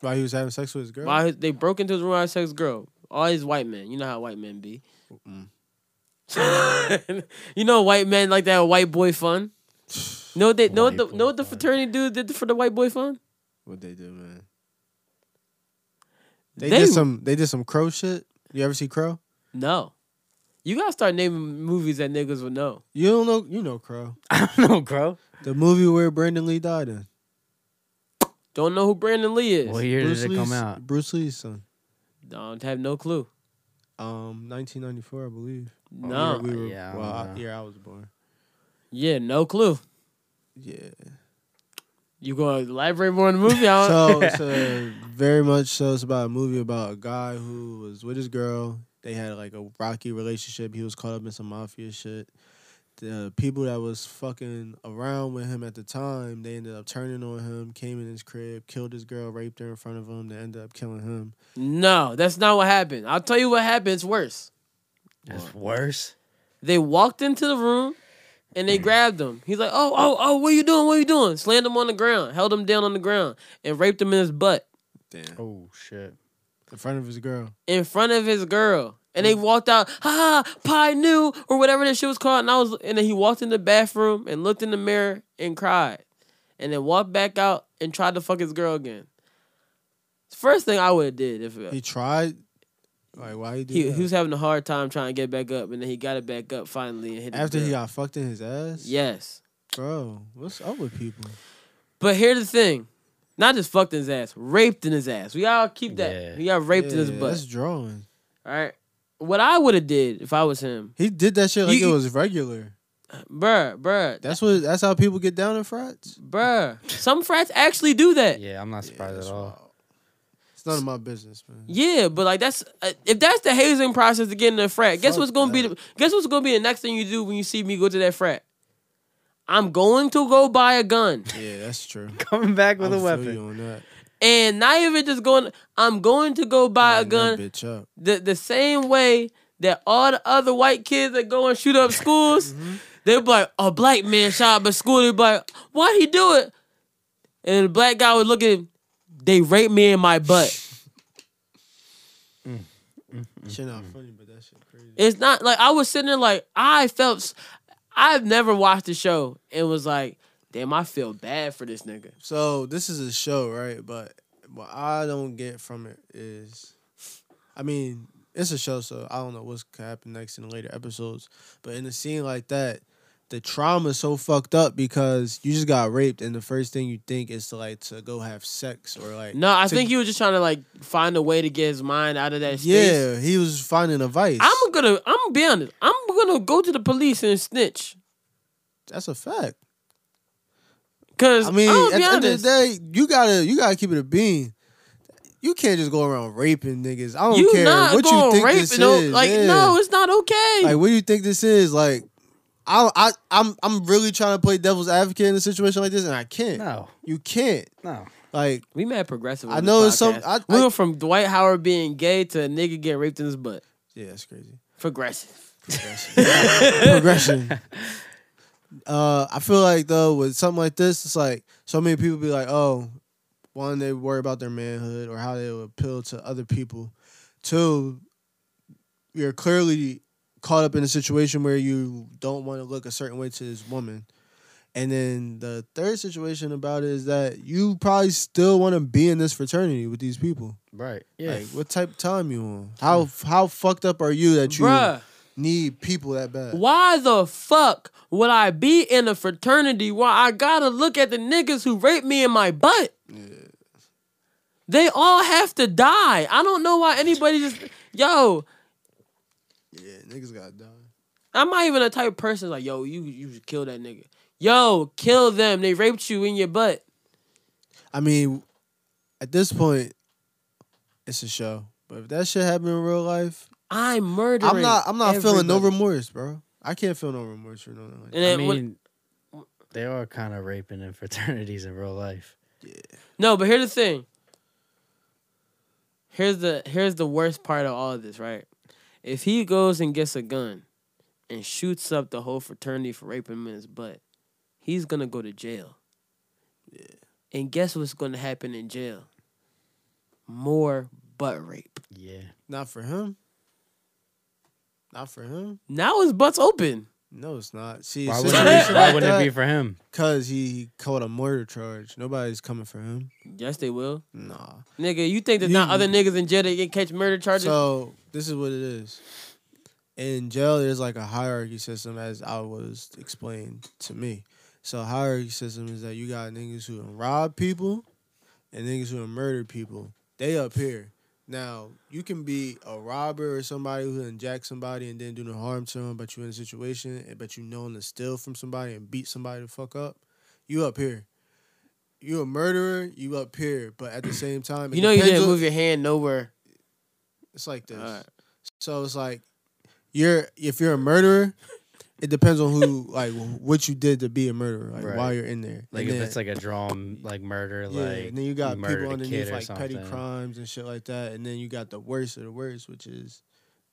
Speaker 4: Why he was having sex with his girl?
Speaker 1: Why they broke into his room? I sex girl. All these white men. You know how white men be. you know white men like that white boy fun. Know what they know what
Speaker 2: White
Speaker 1: the
Speaker 2: boy
Speaker 1: know what the fraternity dude did for the white boy fund?
Speaker 4: What they do, man? They,
Speaker 1: They-
Speaker 4: did some. They did some crow shit. You ever see Crow?
Speaker 1: No. You gotta start naming movies that niggas would know.
Speaker 4: You don't know. You know Crow.
Speaker 2: I don't know, bro.
Speaker 4: The movie where Brandon Lee died in.
Speaker 1: Don't know who Brandon Lee is.
Speaker 2: What year did it
Speaker 4: Lee's,
Speaker 2: come out?
Speaker 4: Bruce Lee's son.
Speaker 1: Don't have no clue.
Speaker 4: Um, 1994, I believe. Or
Speaker 1: No.
Speaker 4: we were,
Speaker 2: Yeah, I
Speaker 4: well,
Speaker 2: don't
Speaker 4: I,
Speaker 2: know.
Speaker 4: yeah, I was born.
Speaker 1: Yeah, no clue.
Speaker 4: Yeah.
Speaker 1: You gonna elaborate more on the movie? I don't-
Speaker 4: So it's a, very much so. It's about a movie about a guy who was with his girl. They had like a rocky relationship. He was caught up in some mafia shit. The people that was fucking around with him at the time, they ended up turning on him. Came in his crib, killed his girl, raped her in front of him. They ended up killing him.
Speaker 1: no, that's not what happened. I'll tell you what happened. It's worse.
Speaker 2: It's worse.
Speaker 1: They walked into the room and they grabbed him. He's like, oh, oh, oh, what you doing? What you doing? Slammed him on the ground, held him down on the ground, and raped him in his butt
Speaker 4: Damn.
Speaker 2: Oh shit.
Speaker 4: In front of his girl.
Speaker 1: in front of his girl. And
Speaker 4: Mm.
Speaker 1: they walked out, ha, ha, pie new, or whatever that shit was called. And I was and then he walked in the bathroom and looked in the mirror and cried. And then walked back out and tried to fuck his girl again. First thing I would have did if
Speaker 4: He tried. Like why he do
Speaker 1: he,
Speaker 4: that?
Speaker 1: he was having a hard time trying to get back up, and then he got it back up finally and hit his
Speaker 4: after he
Speaker 1: girl.
Speaker 4: got fucked in his ass.
Speaker 1: Yes,
Speaker 4: bro. What's up with people?
Speaker 1: but here's the thing: not just fucked in his ass, raped in his ass. We all keep that.
Speaker 2: Yeah.
Speaker 1: We got raped in his
Speaker 4: Yeah,
Speaker 1: butt.
Speaker 4: That's drawing.
Speaker 1: All right. What I would have did if I was him,
Speaker 4: He did that shit like
Speaker 1: You-
Speaker 4: it was regular.
Speaker 1: bruh, bruh,
Speaker 4: That's what. That's how people get down in frats.
Speaker 1: bruh. Some frats actually do that. Yeah,
Speaker 2: Yeah, I'm not surprised
Speaker 4: that's
Speaker 2: at all.
Speaker 4: wild. It's none of my business, man.
Speaker 1: but like that's uh, if that's the hazing process to get into a frat. guess
Speaker 4: Fuck
Speaker 1: what's gonna be
Speaker 4: that.
Speaker 1: the guess what's gonna be the next thing you do when you see me go to that frat. I'm going to go buy a gun.
Speaker 4: Yeah, that's true.
Speaker 2: Coming back with
Speaker 4: I
Speaker 2: a
Speaker 4: feel
Speaker 2: weapon.
Speaker 4: you on that.
Speaker 1: And not even just going I'm going to go buy a
Speaker 4: Lighten that
Speaker 1: gun
Speaker 4: bitch up.
Speaker 1: the the same way that all the other white kids that go and shoot up schools,
Speaker 4: Mm-hmm.
Speaker 1: they be like, a black man shot up a school. They be like, why he do it? And the black guy would look at him, they raped me in my butt. Mm-hmm.
Speaker 4: Shit not funny, but that shit crazy.
Speaker 1: It's not like I was sitting there like I felt. s- I've never watched the show and was like, damn, I feel bad for this nigga.
Speaker 4: So this is a show, right? But what I don't get from it is, I mean, it's a show, so I don't know what's gonna happen next in the later episodes. But in a scene like that, the trauma is so fucked up because you just got raped, and the first thing you think is to like to go have sex or like.
Speaker 1: No, I
Speaker 4: to-
Speaker 1: think he was just trying to like find a way to get his mind out of that. space.
Speaker 4: Yeah, he was finding a vice.
Speaker 1: I'm gonna. I'm gonna be honest. I'm gonna go to the police and snitch.
Speaker 4: That's a fact.
Speaker 1: Cause
Speaker 4: I mean,
Speaker 1: am
Speaker 4: at
Speaker 1: be
Speaker 4: the end of
Speaker 1: honest.
Speaker 4: the day, you gotta you gotta keep it a bean. You can't just go around raping niggas. I don't
Speaker 1: you
Speaker 4: care
Speaker 1: not
Speaker 4: what
Speaker 1: going
Speaker 4: you think
Speaker 1: raping
Speaker 4: this
Speaker 1: no,
Speaker 4: is.
Speaker 1: like
Speaker 4: yeah.
Speaker 1: no it's not okay
Speaker 4: like what do you think this is? Like, I I I'm I'm really trying to play devil's advocate in a situation like this, and I can't.
Speaker 2: No,
Speaker 4: You can't.
Speaker 2: no.
Speaker 4: Like,
Speaker 1: we mad progressive
Speaker 4: I
Speaker 1: on
Speaker 4: know
Speaker 1: this
Speaker 4: it's some-
Speaker 1: podcast.
Speaker 4: I-
Speaker 1: we
Speaker 4: I-
Speaker 1: went from dwight howard being gay to a nigga getting raped in his butt
Speaker 4: yeah, that's crazy.
Speaker 1: progressive
Speaker 4: progression. Uh, I feel like though with something like this, it's like so many people be like, oh, one they worry about their manhood or how they will appeal to other people. Two, you're clearly caught up in a situation where you don't want to look a certain way to this woman. And then the third situation about it is that you probably still want to be in this fraternity with these people.
Speaker 2: Right. Yeah.
Speaker 4: Like, what type of time you on? How how fucked up are you that you
Speaker 1: bruh
Speaker 4: need people that bad?
Speaker 1: why the fuck would i be in a fraternity where i gotta look at the niggas who raped me in my butt they all have to die i don't know why anybody just yo
Speaker 4: Yeah, niggas got die.
Speaker 1: I'm not even the type of person like, yo, you you should kill that nigga. Yo, kill them. They raped you in your butt.
Speaker 4: I mean, at this point, it's a show. But if that shit happened in real life,
Speaker 1: I'm murdering.
Speaker 4: I'm not. I'm not feeling no
Speaker 1: everybody.
Speaker 4: remorse, bro. I can't feel no remorse for no. Like,
Speaker 1: And
Speaker 2: I
Speaker 1: then what-
Speaker 2: mean, they are kind of raping in fraternities in real life.
Speaker 1: no, but here's the thing. Here's the here's the worst part of all of this, right? If he goes and gets a gun and shoots up the whole fraternity for raping him in his butt, he's gonna go to jail. And guess what's gonna happen in jail? More butt rape.
Speaker 2: Yeah.
Speaker 4: not for him. Not for him.
Speaker 1: Now his butt's open.
Speaker 4: No, it's not. See,
Speaker 2: Why
Speaker 4: why
Speaker 2: would it be, why wouldn't it be
Speaker 4: be?
Speaker 2: for him?
Speaker 4: Because he caught a murder charge. Nobody's coming for him.
Speaker 1: Yes, they will.
Speaker 4: Nah.
Speaker 1: Nigga, you think there's not other niggas in jail that get catch murder charges?
Speaker 4: So this is what it is. In jail, there's like a hierarchy system, as I was explained to me. So hierarchy system is that you got niggas who done rob people, and niggas who done murder people. They up here. Now you can be a robber or somebody who done jack somebody and didn't do no harm to them, but you in a situation, and- but you known to steal from somebody and beat somebody to fuck up. You up here. You a murderer. You up here, but at the same time, it
Speaker 1: you know you
Speaker 4: depends
Speaker 1: didn't
Speaker 4: on-
Speaker 1: move your hand nowhere.
Speaker 4: it's like this.
Speaker 1: Alright.
Speaker 4: So it's like you're if you're a murderer, it depends on who like what you did to be a murderer, like
Speaker 2: Right.
Speaker 4: while you're in there.
Speaker 2: Like
Speaker 4: And
Speaker 2: if
Speaker 4: then-
Speaker 2: it's like a drawn like murder,
Speaker 4: yeah,
Speaker 2: like
Speaker 4: and then you got
Speaker 2: murdered
Speaker 4: people
Speaker 2: a kid
Speaker 4: underneath
Speaker 2: or
Speaker 4: like petty
Speaker 2: something.
Speaker 4: crimes and shit like that, and then you got the worst of the worst, which is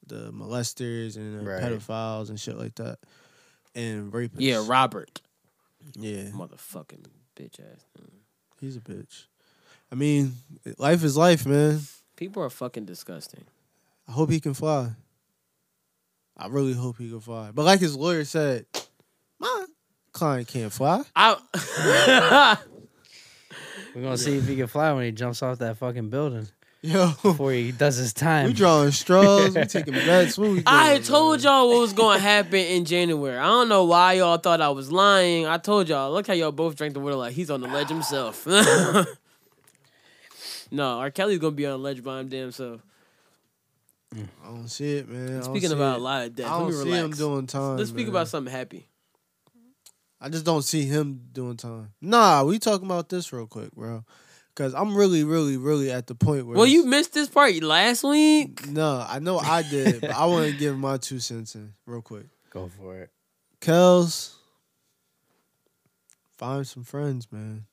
Speaker 4: the molesters and the
Speaker 2: Right.
Speaker 4: pedophiles and shit like that, and rapists.
Speaker 1: Yeah, Robert.
Speaker 4: yeah,
Speaker 1: Motherfucking bitch ass.
Speaker 4: he's a bitch. I mean, life is life, man.
Speaker 1: People are fucking disgusting.
Speaker 4: I hope he can fly. I really hope he can fly. But like his lawyer said, my client can't fly.
Speaker 1: I
Speaker 2: We're gonna see if he can fly when he jumps off that fucking building
Speaker 4: Yo,
Speaker 2: before he does his time.
Speaker 4: we drawing straws. We taking bets. What we doing?
Speaker 1: I had told y'all what was gonna happen in January. I don't know why y'all thought I was lying. I told y'all. Look how y'all both drank the water like he's on the ledge himself. no, R. Kelly's gonna be on the ledge by him damn self.
Speaker 4: I don't see it, man. I don't
Speaker 1: Speaking
Speaker 4: see
Speaker 1: about
Speaker 4: it.
Speaker 1: a lot of death,
Speaker 4: I
Speaker 1: let
Speaker 4: don't
Speaker 1: me
Speaker 4: see
Speaker 1: relax.
Speaker 4: him doing time.
Speaker 1: Let's speak
Speaker 4: man.
Speaker 1: about something happy.
Speaker 4: I just don't see him doing time. Nah, we talking about this real quick, bro. Cause I'm really, really, really at the point where.
Speaker 1: Well, you missed this part last week.
Speaker 4: No, I know I did, but I want to give my two cents in real quick.
Speaker 2: Go for it.
Speaker 4: Kels, find some friends, man.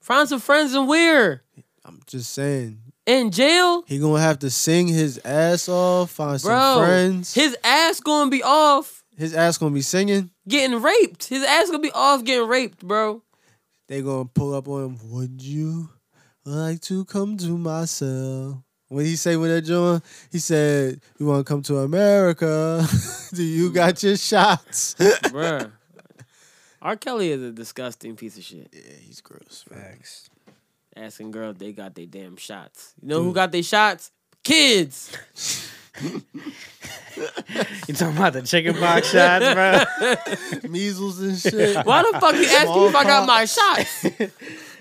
Speaker 1: Find some friends and where?
Speaker 4: I'm just saying.
Speaker 1: In jail?
Speaker 4: He gonna have to sing his ass off, find
Speaker 1: Bro.
Speaker 4: some friends. His,
Speaker 1: His ass gonna be off
Speaker 4: ass gonna be singing.
Speaker 1: getting raped. His ass gonna be off getting raped, bro.
Speaker 4: They gonna pull up on him. Would you like to come to my cell? What he say with that joint? He said, "You want to come to America? Do you got your shots?" yeah,
Speaker 1: Bruh. R. Kelly is a disgusting piece of shit.
Speaker 4: he's gross.
Speaker 2: Facts.
Speaker 1: Asking girls they got their damn shots. You know who got their shots? Kids.
Speaker 2: You talking about the chicken box shots, bro?
Speaker 4: Measles and shit.
Speaker 1: Why the fuck you asking me if I got my shots?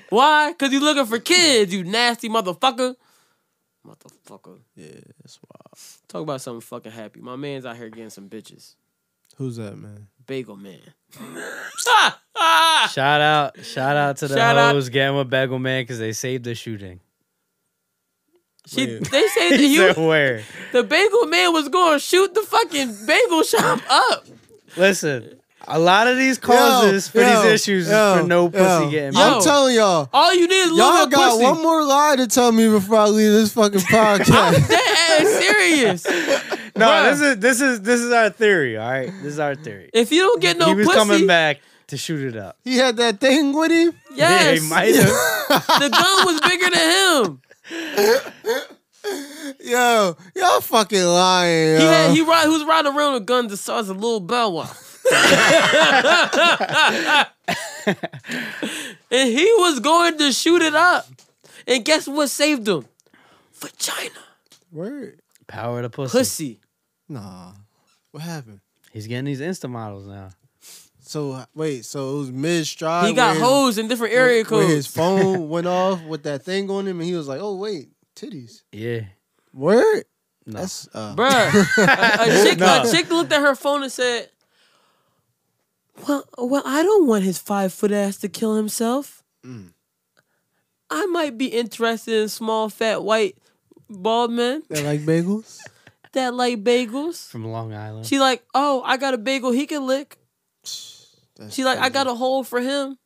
Speaker 1: Why? Cause you looking for kids, you nasty motherfucker. Motherfucker.
Speaker 4: Yeah, that's wild.
Speaker 1: Talk about something fucking happy. My man's out here getting some bitches.
Speaker 4: Who's that man?
Speaker 1: Bagel man.
Speaker 2: shout out, shout out to the
Speaker 1: Shout out.
Speaker 2: hoes getting with Bagel Man because they saved the shooting.
Speaker 1: She,
Speaker 4: Wait.
Speaker 1: they say that
Speaker 2: He
Speaker 1: you,
Speaker 2: said, where?
Speaker 1: the bagel man was going to shoot the fucking bagel shop up.
Speaker 2: Listen, a lot of these causes for
Speaker 4: yo,
Speaker 2: these issues is
Speaker 4: yo,
Speaker 2: for no pussy
Speaker 4: yo.
Speaker 2: getting.
Speaker 1: Yo.
Speaker 4: I'm telling y'all.
Speaker 1: All you need is a
Speaker 4: Y'all
Speaker 1: little bit of
Speaker 4: got
Speaker 1: pussy.
Speaker 4: one more lie to tell me before I leave this fucking podcast.
Speaker 1: That ass serious.
Speaker 2: No,
Speaker 1: Bruh.
Speaker 2: this is this is this is our theory. All right, this is our theory.
Speaker 1: If you don't get no
Speaker 2: he was
Speaker 1: pussy,
Speaker 2: coming back to shoot it up.
Speaker 4: he had that thing with him.
Speaker 2: Yeah,
Speaker 1: yes,
Speaker 2: he might have.
Speaker 1: the gun was bigger than him.
Speaker 4: Yo, y'all fucking lying. Yo.
Speaker 1: He had, he, ride, he was riding around with guns the size of little Bow Wow. and he was going to shoot it up. And guess what saved him? Vagina.
Speaker 4: Word.
Speaker 2: Power to pussy.
Speaker 1: Pussy.
Speaker 4: Nah. What happened?
Speaker 2: He's getting these Insta models now.
Speaker 4: So wait, so it was mid stride.
Speaker 1: He got hoes in different area
Speaker 4: Where his
Speaker 1: codes.
Speaker 4: phone went off with that thing on him, and he was like, "Oh wait, titties."
Speaker 2: Yeah.
Speaker 4: Word.
Speaker 2: No.
Speaker 4: That's uh,
Speaker 1: Bruh. A, a chick,
Speaker 2: No.
Speaker 1: a chick looked at her phone and said, Well, well, I don't want his five foot ass to kill himself. I might be interested in small, fat, white, bald men
Speaker 4: they like bagels.
Speaker 1: that like bagels.
Speaker 2: From Long
Speaker 4: Uh-huh.
Speaker 2: Island.
Speaker 1: She like, oh, I got a bagel he can lick.
Speaker 4: That's
Speaker 1: She like, I got a hole for him.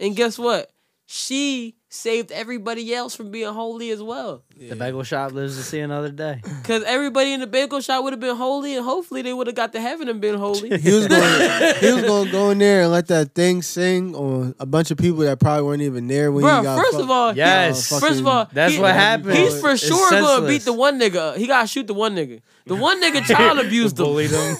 Speaker 1: And guess what? she saved everybody else from being holy as well.
Speaker 2: The bagel shop lives to see another day.
Speaker 1: Because everybody in the bagel shop would have been holy, and hopefully they would have got to heaven and been holy.
Speaker 4: He was going. he was going to go in there and let that thing sing on a bunch of people that probably weren't even there when
Speaker 1: Bro,
Speaker 4: he got.
Speaker 1: first
Speaker 4: fucked.
Speaker 1: of all,
Speaker 2: Yes.
Speaker 4: Oh,
Speaker 1: First of all,
Speaker 2: That's
Speaker 1: he-
Speaker 2: what happened.
Speaker 1: He's for
Speaker 2: It's
Speaker 1: sure gonna beat
Speaker 2: senseless.
Speaker 1: the one nigga. up. He gotta shoot the one nigga. The one nigga child abused him.
Speaker 2: Bullied him.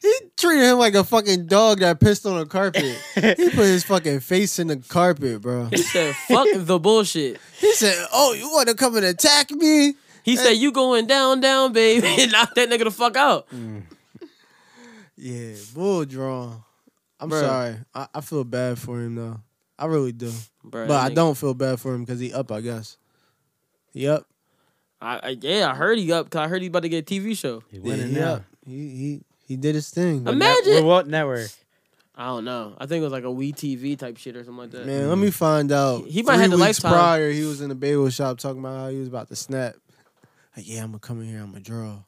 Speaker 4: he treated him like a fucking dog that pissed on a carpet. he put his fucking face in the carpet, bro.
Speaker 1: He said, "Fuck the bullshit."
Speaker 4: He said, "Oh, you want to come and attack me?"
Speaker 1: He said, "You going down, down, baby?" And knock that nigga the fuck out.
Speaker 4: Yeah, bull drawn. I'm
Speaker 1: Bruh.
Speaker 4: sorry. I, I feel bad for him though. I really do.
Speaker 1: Bruh,
Speaker 4: but I
Speaker 1: nigga.
Speaker 4: don't feel bad for him because he up, I guess. He up.
Speaker 1: I, I, yeah, I heard he up. Cause I heard he about to get a TV show.
Speaker 2: He
Speaker 4: Yeah,
Speaker 2: winning
Speaker 4: he
Speaker 2: now.
Speaker 4: up. He he he did his thing.
Speaker 1: I'm
Speaker 4: Man,
Speaker 1: mad. Imagine-
Speaker 2: We're what network?
Speaker 1: I don't know. I think it was like a Wii TV type shit or something like that.
Speaker 4: let me find out.
Speaker 1: He- he might
Speaker 4: Three
Speaker 1: had the
Speaker 4: weeks
Speaker 1: lifetime.
Speaker 4: prior. He was in the bagel shop talking about how he was about to snap. Like, yeah, I'm gonna come in here. I'm gonna draw.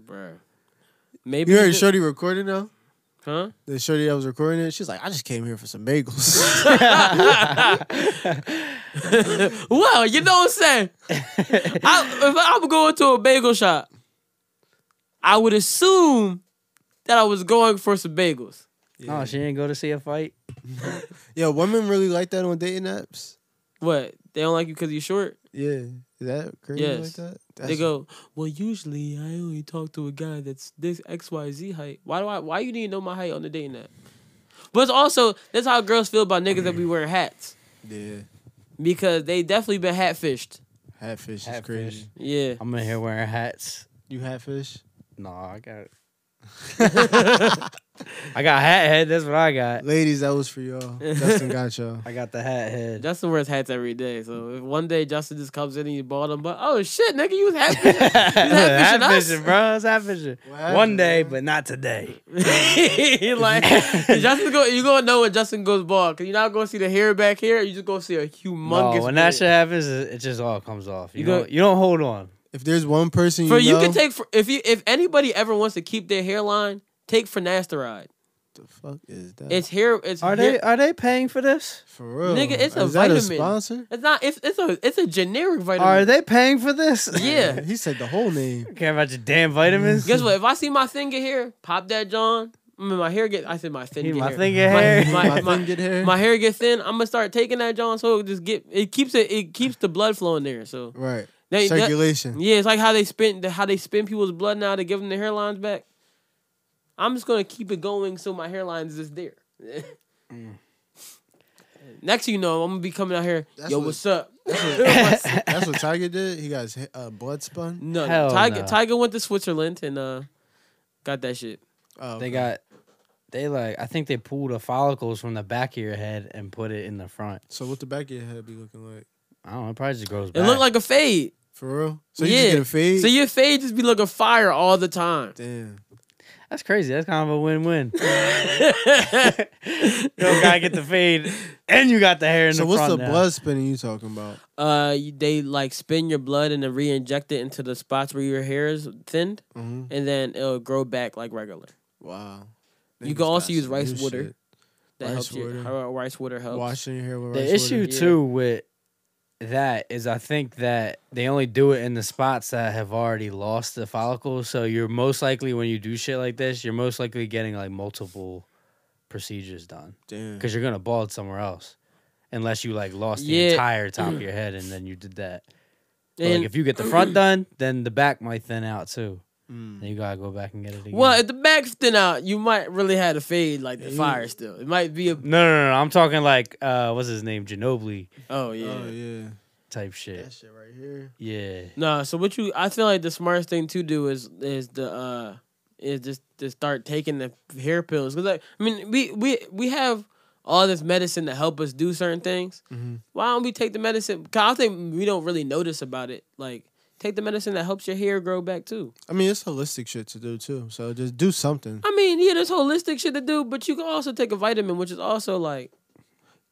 Speaker 1: Bruh. Maybe
Speaker 4: You
Speaker 1: he
Speaker 4: heard
Speaker 1: did-
Speaker 4: Shorty recording though.
Speaker 1: Huh?
Speaker 4: The Shorty that was recording it, she's like, I just came here for some bagels.
Speaker 1: Well, you know what I'm saying. I, if I'm going to a bagel shop, I would assume that I was going for some bagels.
Speaker 2: Oh, she didn't go to see a fight.
Speaker 4: Yo, women really like that on dating apps.
Speaker 1: What? They don't like you because you're short?
Speaker 4: Yeah, is that crazy
Speaker 1: Yes.
Speaker 4: like that?
Speaker 1: they
Speaker 4: That's-
Speaker 1: go, well, usually I only talk to a guy that's this XYZ height. Why do I, why you need to know my height on the dating app? But it's also, that's how girls feel about niggas that be wearing hats
Speaker 4: Yeah,
Speaker 1: because they definitely been hatfished.
Speaker 4: hatfish is
Speaker 2: Hatfish.
Speaker 4: crazy.
Speaker 1: Yeah.
Speaker 2: I'm in here wearing hats.
Speaker 4: You hatfish?
Speaker 2: No, I got. I got hat head. That's what I got.
Speaker 4: Ladies, that was for y'all. Justin got y'all.
Speaker 2: I got the hat head.
Speaker 1: Justin wears hats every day. So if one day Justin just comes in and you bought him, but oh shit, nigga, you was hatfished.
Speaker 2: hat
Speaker 1: hat fishing us?
Speaker 2: fishing, bro. It's hat fishing.
Speaker 4: happened,
Speaker 2: One day,
Speaker 4: man?
Speaker 2: but not today.
Speaker 1: He like Justin, go, you gonna know when Justin goes bald? Cause you're not gonna see the hair back here. You just gonna see a humongous.
Speaker 2: No, when that
Speaker 1: beard.
Speaker 2: shit happens, it it just all comes off. You,
Speaker 1: You go-
Speaker 2: don't, you don't hold on.
Speaker 4: If there's one person you
Speaker 1: for you
Speaker 4: know,
Speaker 1: can take for, if you if anybody ever wants to keep their hairline, take finasteride.
Speaker 4: the fuck is that?
Speaker 1: It's hair. It's
Speaker 2: Are
Speaker 1: hair-
Speaker 2: they uh, are they paying for this?
Speaker 4: for real.
Speaker 1: Nigga, it's a
Speaker 4: is that
Speaker 1: vitamin.
Speaker 4: a sponsor?
Speaker 1: It's not. It's it's a it's a generic vitamin.
Speaker 2: Are they paying for this?
Speaker 1: Yeah.
Speaker 4: He said the whole name.
Speaker 2: Care about your damn vitamins?
Speaker 1: Guess what? If I see my thing get hair, pop that John. I mean, my hair get. I said my thin.
Speaker 2: Hey,
Speaker 1: get
Speaker 2: my
Speaker 1: hair.
Speaker 2: thing get hair.
Speaker 1: My, my,
Speaker 4: My
Speaker 1: my,
Speaker 4: thing get hair.
Speaker 1: my hair get thin. I'm gonna start taking that John, so it just get. It keeps it. It keeps the blood flowing there. So
Speaker 4: Right.
Speaker 1: They- that-
Speaker 4: Circulation.
Speaker 1: Yeah, it's like how they spin how they spin people's blood now to give them the hairlines back. I'm just gonna keep it going so my hairline's just there.
Speaker 4: Mm.
Speaker 1: Next, thing you know, I'm gonna be coming out here.
Speaker 4: That's
Speaker 1: Yo,
Speaker 4: what-
Speaker 1: what's up?
Speaker 4: That's what- that's what Tiger did. He got his he- uh, blood spun.
Speaker 1: No,
Speaker 2: Hell
Speaker 1: Tiger
Speaker 2: no.
Speaker 1: Tiger went to Switzerland and uh, got that shit.
Speaker 4: Oh,
Speaker 2: They got they like I think they pulled the follicles from the back of your head and put it in the front.
Speaker 4: so what the back of your head be looking like?
Speaker 2: I don't know, it probably just grows
Speaker 1: It
Speaker 2: back.
Speaker 1: looked like a fade.
Speaker 4: For real? So
Speaker 1: yeah.
Speaker 4: you just get a fade?
Speaker 1: So your fade just be looking fire all the time.
Speaker 4: Damn.
Speaker 2: That's crazy. That's kind of a win-win. you don't gotta get the fade and you got the hair in
Speaker 4: So
Speaker 2: the
Speaker 4: what's
Speaker 2: front.
Speaker 4: the
Speaker 2: now.
Speaker 4: blood spinning you talking about?
Speaker 1: Uh, you- they like spin your blood and then re-inject it into the spots where your hair is thinned,
Speaker 4: Mhm.
Speaker 1: and then it'll grow back like regular.
Speaker 4: Wow.
Speaker 1: You
Speaker 4: Niggas
Speaker 1: can also
Speaker 4: got
Speaker 1: use
Speaker 4: some
Speaker 1: rice
Speaker 4: new
Speaker 1: water.
Speaker 4: shit.
Speaker 1: That
Speaker 4: Rice
Speaker 1: helps you.
Speaker 4: water.
Speaker 1: Uh, rice water helps.
Speaker 4: Washing your hair with rice
Speaker 2: The issue
Speaker 4: water.
Speaker 1: yeah.
Speaker 2: too with that is I think that they only do it in the spots that have already lost the follicles. So you're most likely when you do shit like this, you're most likely getting like multiple procedures done
Speaker 4: Damn.
Speaker 2: because you're gonna bald somewhere else, unless you like lost the
Speaker 1: Yeah.
Speaker 2: entire top of your head and then you did that. But, like
Speaker 1: And-
Speaker 2: if you get the front done, then the back might thin out too.
Speaker 1: Mm.
Speaker 2: Then you gotta go back and get it again.
Speaker 1: Well, if the back's thin out, you might really have to fade like the fire still. It might be a
Speaker 2: no, no, no, no. I'm talking like uh, what's his name, Ginobili
Speaker 1: oh yeah.
Speaker 4: Oh yeah.
Speaker 2: type shit.
Speaker 4: shit right here.
Speaker 2: Yeah.
Speaker 1: No, so what you I feel like the smartest thing to do is is the uh is just to start taking the hair pills because like, I mean we we we have all this medicine to help us do certain things. Why don't we take the medicine? Cause I think we don't really notice about it. Like take the medicine that helps your hair grow back too.
Speaker 4: I mean, it's holistic shit to do too. So just do something.
Speaker 1: I mean, yeah, there's holistic shit to do, but you can also take a vitamin, which is also like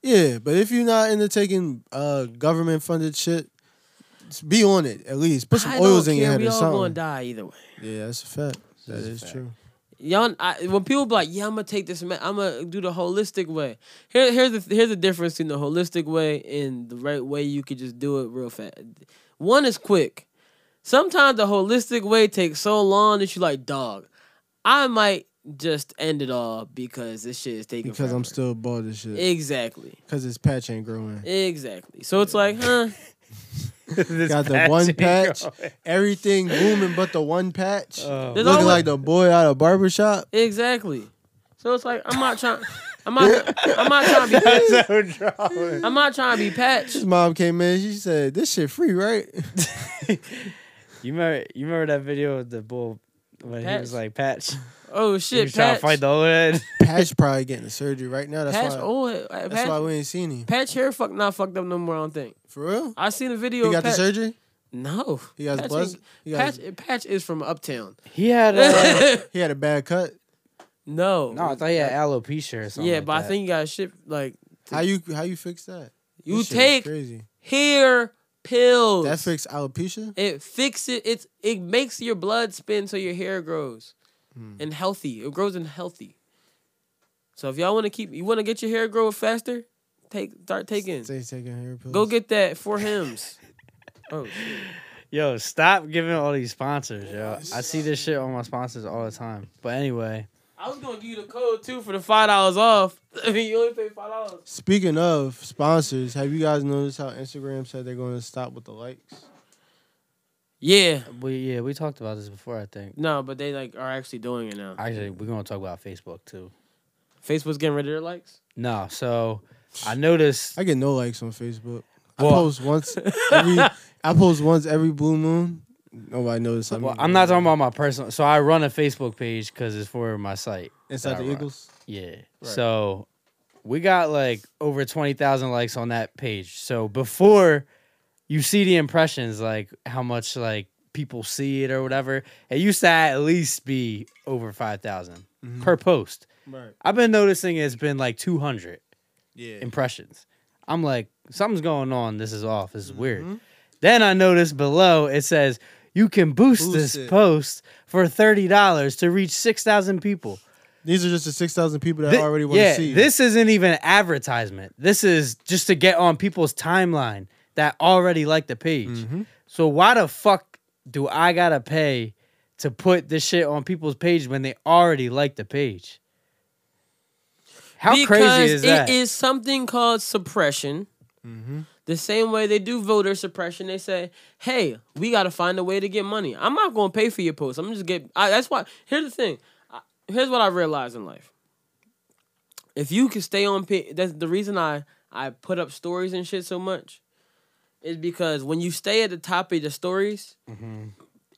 Speaker 4: Yeah, but if you're not into taking uh, government funded shit, just be on it at least. Put some
Speaker 1: I
Speaker 4: oils
Speaker 1: don't
Speaker 4: in your
Speaker 1: care.
Speaker 4: head
Speaker 1: We
Speaker 4: or
Speaker 1: all gonna
Speaker 4: something.
Speaker 1: die either way.
Speaker 4: Yeah, that's a fact. That
Speaker 2: is a
Speaker 4: is
Speaker 2: fact.
Speaker 4: true.
Speaker 1: Y'all, I, when people be like, "Yeah, I'm gonna take this, man. I'm gonna do the holistic way." Here, here's the here's the difference between the holistic way and the right way. You could just do it real fast. One is quick. Sometimes the holistic way takes so long that you like, dog. I might just end it all because this shit is taking.
Speaker 4: because
Speaker 1: forever."
Speaker 4: I'm still bald as shit.
Speaker 1: exactly,
Speaker 4: Because his patch ain't growing.
Speaker 1: exactly. So it's like, huh?
Speaker 2: This
Speaker 4: Got the
Speaker 2: patch
Speaker 4: one
Speaker 2: ain't
Speaker 4: patch,
Speaker 2: growing.
Speaker 4: everything booming, but the one patch.
Speaker 2: Oh.
Speaker 1: There's
Speaker 4: Looking
Speaker 1: always-
Speaker 4: like the boy out of barbershop.
Speaker 1: Exactly. So it's like I'm not trying. I'm not. I'm not trying to be. Patch.
Speaker 2: So drama.
Speaker 1: I'm not trying to be patched.
Speaker 4: His mom came in. She said, "This shit free, right?"
Speaker 2: You remember? You remember that video of the bull when he
Speaker 1: Patch.
Speaker 2: was like patch?
Speaker 1: Oh
Speaker 2: he
Speaker 1: shit,
Speaker 2: was
Speaker 1: patch.
Speaker 2: trying to fight the old head.
Speaker 4: Patch probably getting surgery right now. That's
Speaker 1: patch.
Speaker 4: why.
Speaker 1: Oh, uh, patch.
Speaker 4: that's why we ain't seen him.
Speaker 1: patch hair fuck not fucked up no more. I don't think.
Speaker 4: For real?
Speaker 1: I seen a video.
Speaker 4: He
Speaker 1: of
Speaker 4: got the
Speaker 1: patch.
Speaker 4: surgery.
Speaker 1: No.
Speaker 4: He got his
Speaker 1: patch
Speaker 4: buzz-
Speaker 1: ain't-
Speaker 4: he got
Speaker 1: patch, patch is from uptown.
Speaker 2: He had uh,
Speaker 4: He had a bad cut.
Speaker 1: no.
Speaker 2: no, I thought he had alopecia or something.
Speaker 1: yeah,
Speaker 2: like
Speaker 1: but I
Speaker 2: that.
Speaker 1: think you got shit like
Speaker 4: How you how you fix that?
Speaker 1: You
Speaker 4: This shit is
Speaker 1: take-
Speaker 4: crazy.
Speaker 1: hair pills.
Speaker 4: That fix alopecia.
Speaker 1: It fixes it's it makes your blood spin so your hair grows
Speaker 4: Hmm.
Speaker 1: and healthy. It grows and healthy. So if y'all want to keep you want to get your hair growing faster, take start taking.
Speaker 4: Say he's taking hair pills.
Speaker 1: Go get that for hims. oh,
Speaker 2: Yo, stop giving all these sponsors, yo. I see this shit on my sponsors all the time. But anyway,
Speaker 1: I was gonna give you the code too for the five dollars off. I mean, you only pay five dollars.
Speaker 4: Speaking of sponsors, have you guys noticed how Instagram said they're going to stop with the likes?
Speaker 1: Yeah,
Speaker 2: we yeah we talked about this before. I think
Speaker 1: no, but they like are actually doing it now.
Speaker 2: actually we're gonna talk about Facebook too.
Speaker 1: Facebook's getting rid of their likes.
Speaker 2: No, so I noticed.
Speaker 4: I get no likes on Facebook. I
Speaker 2: Well-
Speaker 4: post once every I post once every blue moon. Nobody noticed.
Speaker 2: Well, I'm not talking about my personal. So I run a Facebook page because it's for my site.
Speaker 4: inside
Speaker 2: that I
Speaker 4: the
Speaker 2: run.
Speaker 4: Eagles.
Speaker 2: Yeah. So we got like over 20,000 likes on that page. So before you see the impressions, like how much like people see it or whatever, it used to at least be over 5,000
Speaker 4: Mm-hmm.
Speaker 2: per post.
Speaker 4: Right.
Speaker 2: I've been noticing it's been like 200
Speaker 4: Yeah.
Speaker 2: impressions. I'm like, something's going on. This is off. This is
Speaker 4: Mm-hmm.
Speaker 2: weird. Then I noticed below it says, you can boost,
Speaker 4: Boost
Speaker 2: this
Speaker 4: it.
Speaker 2: post for $30 to reach 6,000 people.
Speaker 4: These are just the six thousand people that
Speaker 2: Thi-
Speaker 4: already want to
Speaker 2: yeah,
Speaker 4: see. you.
Speaker 2: This isn't even advertisement. This is just to get on people's timeline that already like the page.
Speaker 4: Mm-hmm.
Speaker 2: So why the fuck do I gotta pay to put this shit on people's page when they already like the page? How crazy is that?
Speaker 1: It
Speaker 2: Mm-hmm.
Speaker 1: is something called suppression. The same way they do voter suppression, they say, "Hey, we got to find a way to get money. I'm not going to pay for your post. I'm just get." I, that's why. Here's the thing. I, here's what I realized in life. If you can stay on, pa- that's the reason I I put up stories and shit so much, is because when you stay at the top of the stories,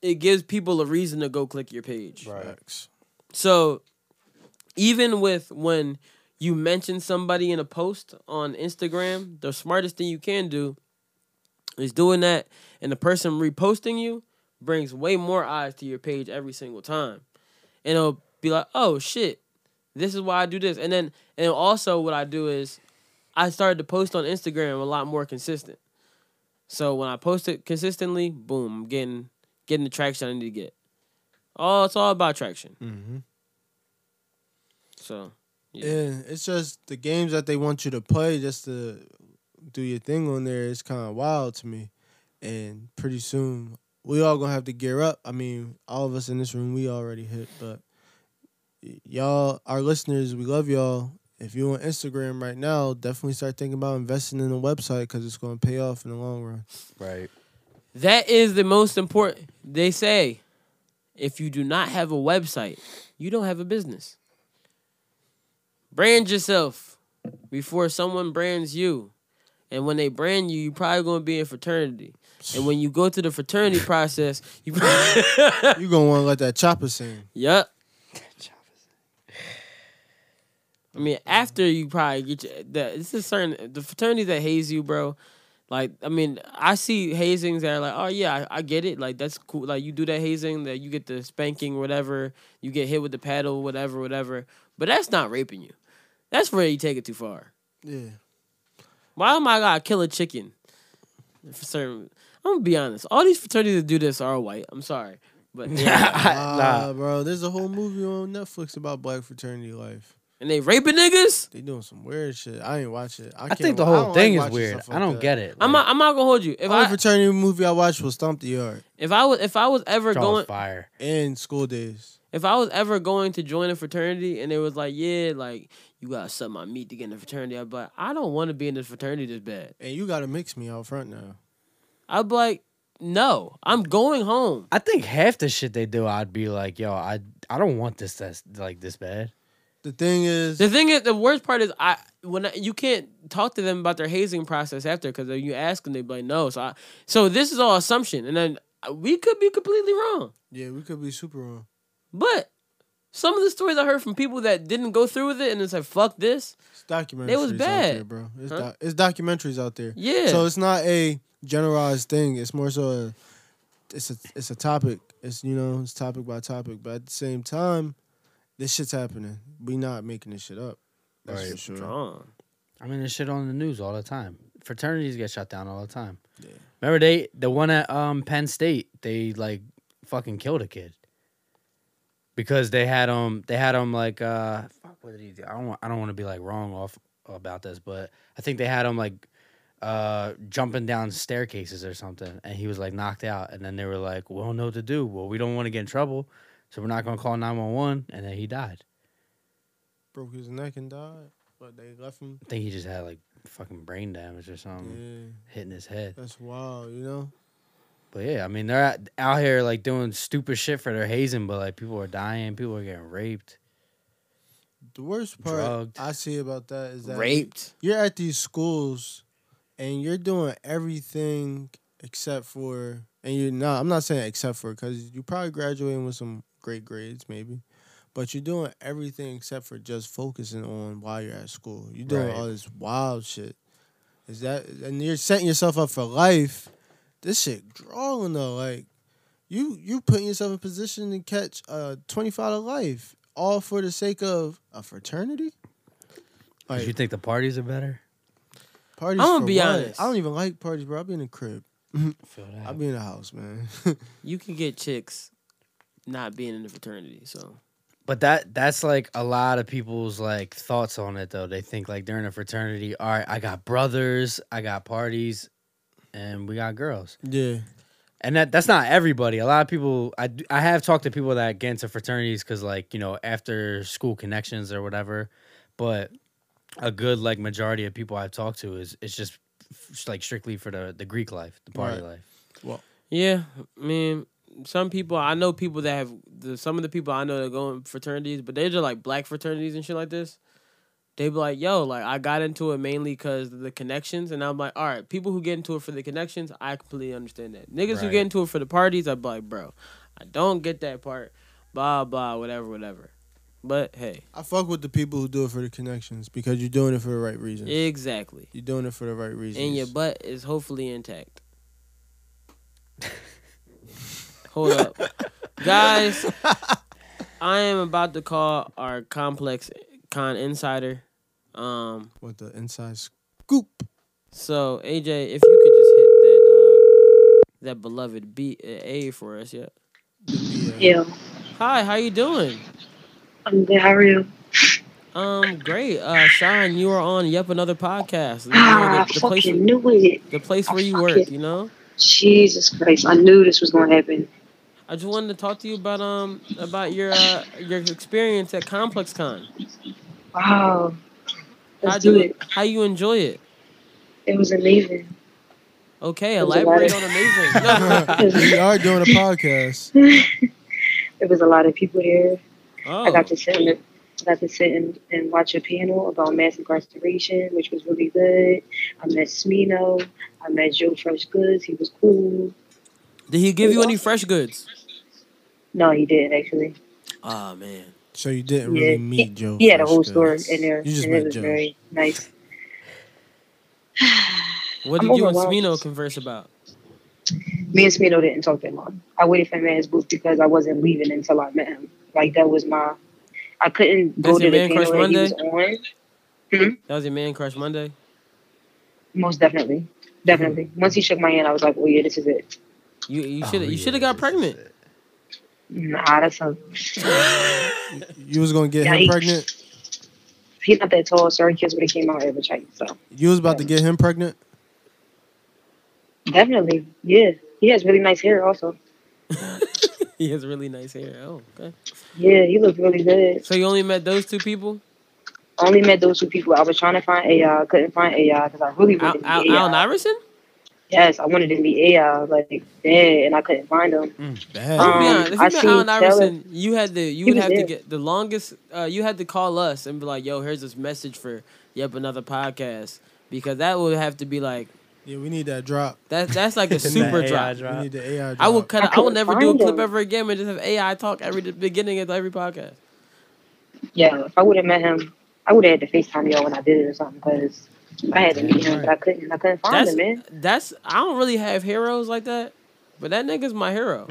Speaker 1: it gives people a reason to go click your page.
Speaker 4: Facts.
Speaker 1: So even with when you mention somebody in a post on Instagram, the smartest thing you can do is doing that and the person reposting you brings way more eyes to your page every single time. And it'll be like, "Oh shit. This is why I do this." And then and also what I do is I started to post on Instagram a lot more consistent. So when I post it consistently, boom, I'm getting getting the traction I need to get. Oh, it's all about traction.
Speaker 4: Mm-hmm.
Speaker 1: So Yeah.
Speaker 4: Yeah, it's just the games that they want you to play just to do your thing on there. It's kind of wild to me, and pretty soon we all gonna have to gear up. I mean, all of us in this room, we already hit, but y- y'all, our listeners, we love y'all. If you're on Instagram right now, definitely start thinking about investing in a website because it's gonna pay off in the long run.
Speaker 2: right.
Speaker 1: That is the most important. They say if you do not have a website, you don't have a business. Brand yourself before someone brands you. And when they brand you, you're probably going to be in fraternity. And when you go through the fraternity process, you probably.
Speaker 4: You're gonna want to let that chopper sing.
Speaker 1: yep. I mean, after you probably get your, the, it's a certain the fraternities that haze you, bro. Like, I mean, I see hazings that are like, oh yeah, I, I get it. Like that's cool. Like you do that hazing, that you get the spanking, whatever. You get hit with the paddle, whatever, whatever. But that's not raping you. That's where you take it too far.
Speaker 4: Yeah,
Speaker 1: Why am I gotta kill a chicken? For certain, I'm gonna be honest. All these fraternities that do this are white. I'm sorry, But yeah.
Speaker 4: Nah, bro, there's a whole movie on Netflix about black fraternity life.
Speaker 1: and they raping niggas.
Speaker 4: They doing some weird shit. I ain't watch it. I,
Speaker 2: I think the whole thing is weird. I don't get it.
Speaker 1: I'm not, I'm not gonna hold you. If
Speaker 4: The only
Speaker 1: I
Speaker 4: fraternity movie I watched was Stomp the Yard
Speaker 1: if I was if I was ever going
Speaker 2: fire.
Speaker 4: and School Days.
Speaker 1: if I was ever going to join a fraternity and it was like yeah like you gotta suck my meat to get in the fraternity, I'd be like I don't want to be in this fraternity this bad.
Speaker 4: And you gotta mix me out front now.
Speaker 1: I'd be like no, I'm going home.
Speaker 2: I think half the shit they do, I'd be like, yo, I I don't want this that's like this bad.
Speaker 4: The thing is,
Speaker 1: The thing is, the worst part is I when I, you can't talk to them about their hazing process after because you ask them, they be like, no. So I, so this is all assumption, and then we could be completely wrong.
Speaker 4: yeah, we could be super wrong.
Speaker 1: But some of the stories I heard from people that didn't go through with it and it's like, fuck this.
Speaker 4: It's documentaries.
Speaker 1: They was
Speaker 4: out
Speaker 1: bad.
Speaker 4: there, bro. It's,
Speaker 1: Huh?
Speaker 4: doc- it's documentaries out there.
Speaker 1: Yeah.
Speaker 4: So it's not a generalized thing. It's more so a, it's a it's a topic. It's you know it's topic by topic. But at the same time, this shit's happening. We not making this shit up. That's
Speaker 2: Right.
Speaker 4: for sure.
Speaker 1: Wrong.
Speaker 2: I mean, there's shit on the news all the time. Fraternities get shut down all the time.
Speaker 4: Yeah.
Speaker 2: Remember they the one at um Penn State, they like fucking killed a kid because they had um they had him like uh fuck, what did he do? I don't wa- I don't want to be like wrong off about this, but I think they had him like uh jumping down staircases or something and he was like knocked out and then they were like we don't know what to do well we don't want to get in trouble so we're not going to call 911 and then he died
Speaker 4: Broke his neck and died, but they left him.
Speaker 2: i think he just had like fucking brain damage or something
Speaker 4: Yeah,
Speaker 2: hitting his head
Speaker 4: that's wild. You know.
Speaker 2: But yeah, I mean they're out, out here like doing stupid shit for their hazing, but like people are dying, people are getting raped.
Speaker 4: The worst part
Speaker 2: Drugged.
Speaker 4: I see about that is that
Speaker 1: Raped.
Speaker 4: you're at these schools and you're doing everything except for and you're not i'm not saying except for because you probably graduating with some great grades maybe but you're doing everything except for just focusing on while you're at school you're doing
Speaker 2: Right.
Speaker 4: all this wild shit is that and you're setting yourself up for life this shit drawing though like you you putting yourself in position to catch a 25 to life all for the sake of a fraternity
Speaker 2: 'Cause you think the parties are better?
Speaker 4: Parties.
Speaker 1: I'ma
Speaker 4: for
Speaker 1: be
Speaker 4: what?
Speaker 1: honest.
Speaker 4: I don't even like parties, bro. I be in the crib.
Speaker 1: Mm-hmm.
Speaker 2: Feel
Speaker 4: I
Speaker 2: that.
Speaker 4: be in the house, man.
Speaker 1: You can get chicks not being in the fraternity. So
Speaker 2: But that that's like a lot of people's like thoughts on it though. They think like they're in a fraternity. All right, I got brothers, I got parties, and we got girls.
Speaker 4: yeah.
Speaker 2: And that that's not everybody. A lot of people I d- I have talked to people that get into fraternities because like you know after school connections or whatever, but a good like majority of people I've talked to is it's just f- like strictly for the the Greek life, the party
Speaker 4: Right.
Speaker 2: life.
Speaker 1: yeah, I mean, some people I know people that have the, some of the people I know that go in fraternities, but they're just like black fraternities and shit like this. They be like, yo, like I got into it mainly because the connections, and I'm like, all right, people who get into it for the connections, I completely understand that. Niggas who
Speaker 2: Right.
Speaker 1: get into it for the parties, I be like, bro, I don't get that part. Blah blah, whatever, whatever. But hey,
Speaker 4: I fuck with the people who do it for the connections because you're doing it for the right reasons.
Speaker 1: exactly.
Speaker 4: You're doing it for the right reasons.
Speaker 1: and your butt is hopefully intact. Hold up, guys. I am about to call our complex con insider. Um,
Speaker 4: with the inside scoop.
Speaker 1: so AJ, if you could just hit that uh, that beloved B uh, A for us, yeah.
Speaker 4: Yeah.
Speaker 8: You.
Speaker 1: Hi, how you doing?
Speaker 8: I'm good. How are you?
Speaker 1: Um, great. Uh, Sean, you are on yep another podcast. You
Speaker 8: Ah,
Speaker 1: know,
Speaker 8: I
Speaker 1: The, the place,
Speaker 8: fucking knew it.
Speaker 1: the place where you
Speaker 8: fuck
Speaker 1: work.
Speaker 8: it.
Speaker 1: You know.
Speaker 8: Jesus Christ. I knew this was going to happen.
Speaker 1: I just wanted to talk to you about um about your uh, your experience at ComplexCon.
Speaker 8: Wow. Oh, Let's
Speaker 1: How
Speaker 8: do
Speaker 1: you
Speaker 8: it.
Speaker 1: how you enjoy it?
Speaker 8: It was amazing.
Speaker 1: Okay,
Speaker 8: It was a
Speaker 1: elaborate
Speaker 8: lot
Speaker 1: on amazing.
Speaker 4: we are doing a podcast.
Speaker 8: There was a lot of people there. I
Speaker 1: oh,
Speaker 8: got to sit in the, I got to sit and, and watch a panel about mass incarceration, which was really good. I met Smino. I met Joe Fresh Goods. He was cool.
Speaker 1: did he give you any fresh goods?
Speaker 8: No, he did actually.
Speaker 1: Oh man,
Speaker 4: So you didn't
Speaker 8: Yeah,
Speaker 4: really
Speaker 8: he-
Speaker 4: meet Joe.
Speaker 8: He had a
Speaker 4: Fresh
Speaker 8: whole store
Speaker 4: Goods.
Speaker 8: in there,
Speaker 4: You just
Speaker 8: and it
Speaker 4: met
Speaker 8: was
Speaker 4: Joe.
Speaker 8: very nice.
Speaker 1: what
Speaker 8: I'm
Speaker 1: did you and
Speaker 8: overwhelmed.
Speaker 1: Smino converse about?
Speaker 8: me and Smino didn't talk that long. I waited for him at his booth because I wasn't leaving until I met him. Like that was my, I couldn't go
Speaker 1: That's
Speaker 8: to
Speaker 1: your
Speaker 8: the
Speaker 1: Man Crush
Speaker 8: panel that he was on. Hmm?
Speaker 1: That was your man crush Monday.
Speaker 8: Most definitely, definitely. Once he shook my hand, I was like, "Oh yeah, this is it."
Speaker 1: You you should have
Speaker 2: Oh,
Speaker 1: you should have
Speaker 2: yeah,
Speaker 1: got
Speaker 2: this is
Speaker 1: pregnant.
Speaker 2: it.
Speaker 8: Nah, that's a.
Speaker 4: You was gonna get him
Speaker 8: Yikes.
Speaker 4: pregnant.
Speaker 8: He's not that tall, so our kids would have came out every type. So
Speaker 4: You was about to get him pregnant.
Speaker 8: definitely, yeah. He has really nice hair, also.
Speaker 1: He has really nice hair. Oh, okay.
Speaker 8: Yeah, he looked really good.
Speaker 1: So you only met those two people?
Speaker 8: Only met those two people. I was trying to find AI, couldn't find AI because I really
Speaker 1: Al,
Speaker 8: wanted to
Speaker 1: Al,
Speaker 8: be AI.
Speaker 1: Allen Iverson?
Speaker 8: Yes, I wanted to be AI like bad, and I couldn't find him.
Speaker 1: Let's
Speaker 4: Bad.
Speaker 1: be
Speaker 8: Um,
Speaker 1: honest. If
Speaker 8: I
Speaker 1: you met
Speaker 8: seen
Speaker 1: Allen
Speaker 8: Taylor-
Speaker 1: Iverson, you had the you
Speaker 8: He
Speaker 1: would
Speaker 8: was
Speaker 1: have to
Speaker 8: there.
Speaker 1: get the longest. Uh, you had to call us and be like, "Yo, here's this message for yep another podcast," because that would have to be like
Speaker 4: Yeah, we need that drop.
Speaker 1: that. That's like a super
Speaker 2: AI
Speaker 1: drop.
Speaker 4: We need the AI drop.
Speaker 1: I would cut.
Speaker 8: I
Speaker 1: I, will
Speaker 8: couldn't
Speaker 1: never do a
Speaker 8: find
Speaker 1: clip
Speaker 8: him.
Speaker 1: ever again. And just have AI talk every the beginning of every podcast.
Speaker 8: Yeah, if I would have met him, I would have had to FaceTime y'all when I did it or something because I had to meet him, but I couldn't. I couldn't find
Speaker 1: That's
Speaker 8: him, man.
Speaker 1: that's. I don't really have heroes like that, but that nigga's my hero.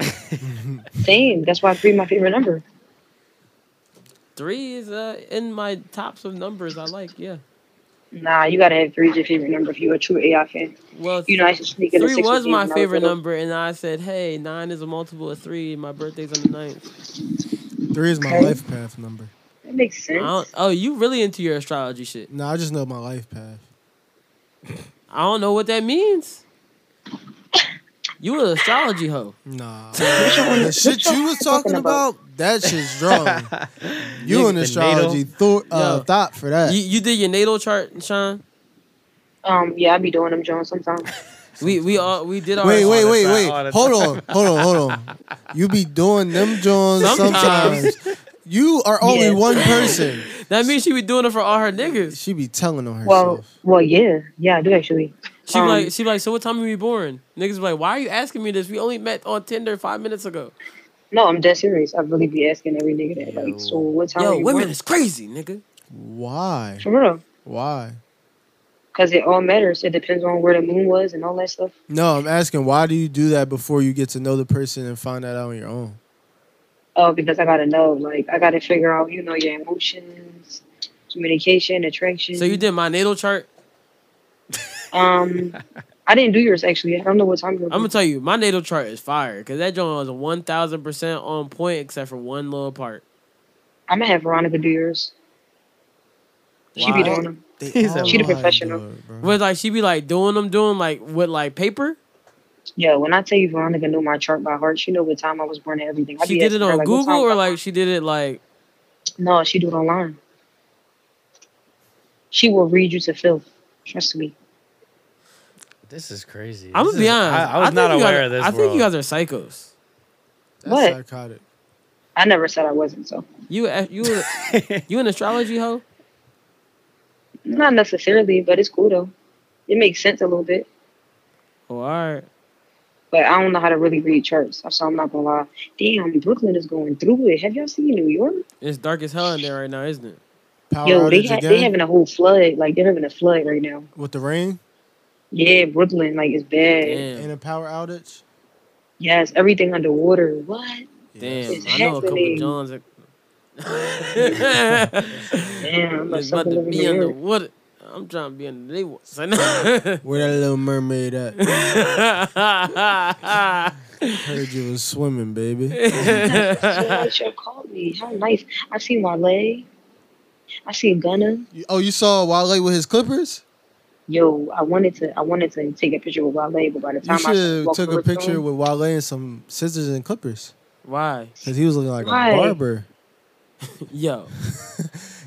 Speaker 8: Same. That's why three my favorite number.
Speaker 1: Three is uh, in my tops of numbers. I like. Yeah.
Speaker 8: Nah, you gotta have three as your favorite number if you're a true AI fan.
Speaker 1: Well,
Speaker 8: You know, I used to sneak in a
Speaker 1: three
Speaker 8: six.
Speaker 1: was
Speaker 8: with me
Speaker 1: my
Speaker 8: when I
Speaker 1: favorite
Speaker 8: little.
Speaker 1: number, and I said, "Hey, nine is a multiple of three. My birthday's on the ninth.
Speaker 4: Three is my
Speaker 8: Okay.
Speaker 4: life path number.
Speaker 8: That makes
Speaker 1: I
Speaker 8: sense.
Speaker 1: don't, oh, you really into your astrology shit?
Speaker 4: No, I just know my life path.
Speaker 1: I don't know what that means. You an astrology hoe?
Speaker 4: Nah, the shit you was talking
Speaker 8: talking about?
Speaker 4: about, that shit's wrong. you
Speaker 2: Nigga,
Speaker 4: an
Speaker 2: the
Speaker 4: astrology thought uh,
Speaker 1: Yo.
Speaker 4: thought for that.
Speaker 1: You you did your natal chart, Sean?
Speaker 8: Um, yeah, I be doing them Jones sometimes.
Speaker 1: We we all we did our
Speaker 4: Wait, wait,
Speaker 2: the
Speaker 4: wait,
Speaker 2: time,
Speaker 4: wait.
Speaker 2: all the
Speaker 4: Hold on, hold on, hold on. You be doing them Jones
Speaker 1: Sometimes.
Speaker 4: sometimes. You are only
Speaker 8: Yeah.
Speaker 4: one person.
Speaker 1: That means she be doing it for all her niggas.
Speaker 4: She be telling on herself.
Speaker 8: Well, well, yeah, yeah, I do actually.
Speaker 1: She
Speaker 8: Um,
Speaker 1: like, she like, so what time are we born? Niggas be like, why are you asking me this? We only met on Tinder five minutes ago.
Speaker 8: No, I'm dead serious. I really be asking every nigga that. Like, so what time?
Speaker 1: Yo,
Speaker 8: are you
Speaker 1: women
Speaker 8: born?
Speaker 1: is crazy, nigga.
Speaker 4: Why?
Speaker 8: for real,
Speaker 4: Why?
Speaker 8: because it all matters. It depends on where the moon was and all that stuff.
Speaker 4: No, I'm asking why do you do that before you get to know the person and find that out on your own?
Speaker 8: Oh, because I gotta know. Like, I gotta figure out, you know, your emotions, communication, attraction.
Speaker 1: So you did my natal chart.
Speaker 8: Um, I didn't do yours actually. I don't know what time you.
Speaker 1: I'm gonna tell you, my natal chart is fire because that joint was one thousand percent on point except for one little part.
Speaker 8: I'm gonna have Veronica do yours. She
Speaker 1: Why?
Speaker 8: be doing them.
Speaker 4: They
Speaker 2: He's a-
Speaker 4: all
Speaker 8: She the
Speaker 4: lie,
Speaker 8: professional.
Speaker 4: dog, bro.
Speaker 1: Where like she be like doing them, doing like with like paper.
Speaker 8: Yeah, when I tell you Veronica knew my chart by heart, she know what time I was born and everything. I
Speaker 1: She
Speaker 8: be
Speaker 1: did it
Speaker 8: asking her,
Speaker 1: on
Speaker 8: like, what
Speaker 1: Google
Speaker 8: time-
Speaker 1: or like she did it like
Speaker 8: No, she do it online. She will read you to filth. Trust me.
Speaker 2: This is crazy.
Speaker 1: I'm
Speaker 2: This
Speaker 1: gonna be
Speaker 2: is-
Speaker 1: honest.
Speaker 2: I, I was
Speaker 1: think
Speaker 2: not
Speaker 1: you guys-
Speaker 2: aware of this.
Speaker 1: I think you
Speaker 2: world.
Speaker 1: guys are psychos.
Speaker 4: That's
Speaker 8: What?
Speaker 4: psychotic.
Speaker 8: I never said I wasn't. So
Speaker 1: You a- you a- you an astrology hoe?
Speaker 8: not necessarily, but it's cool though. It makes sense a little bit.
Speaker 1: Oh, all right.
Speaker 8: But I don't know how to really read charts, so I'm not gonna lie. Damn, Brooklyn is going through it. Have y'all seen New York?
Speaker 1: It's dark as hell in there right now, isn't it?
Speaker 4: Power
Speaker 8: Yo, they
Speaker 4: outage
Speaker 8: ha-
Speaker 4: again
Speaker 8: they having a whole flood. Like they're having a flood right now.
Speaker 4: with the rain
Speaker 8: Yeah, Brooklyn, like it's bad.
Speaker 1: Damn,
Speaker 4: and a power outage.
Speaker 8: Yes, everything underwater. What?
Speaker 1: damn.
Speaker 8: It's
Speaker 1: I know a couple
Speaker 8: happening.
Speaker 1: Johns. That-
Speaker 8: Damn, I'm
Speaker 1: It's
Speaker 8: like
Speaker 1: about to
Speaker 8: something
Speaker 1: be
Speaker 8: in
Speaker 1: in
Speaker 8: New
Speaker 1: the
Speaker 8: York.
Speaker 1: wood. I'm trying to be in the day.
Speaker 4: Where that little mermaid at? Heard you was swimming, baby.
Speaker 8: Somebody should call me. How nice. I seen Wale. I seen Gunna.
Speaker 4: You- Oh, you saw Wale with his clippers?
Speaker 8: Yo, I wanted to I wanted to take a picture with Wale, but by the
Speaker 4: You
Speaker 8: time
Speaker 4: should
Speaker 8: I
Speaker 4: have
Speaker 8: walked
Speaker 4: took
Speaker 8: over
Speaker 4: a
Speaker 8: to
Speaker 4: picture
Speaker 8: him-
Speaker 4: with Wale and some scissors and clippers.
Speaker 1: Why?
Speaker 4: Cause he was looking like
Speaker 8: Why?
Speaker 4: a barber.
Speaker 1: Yo,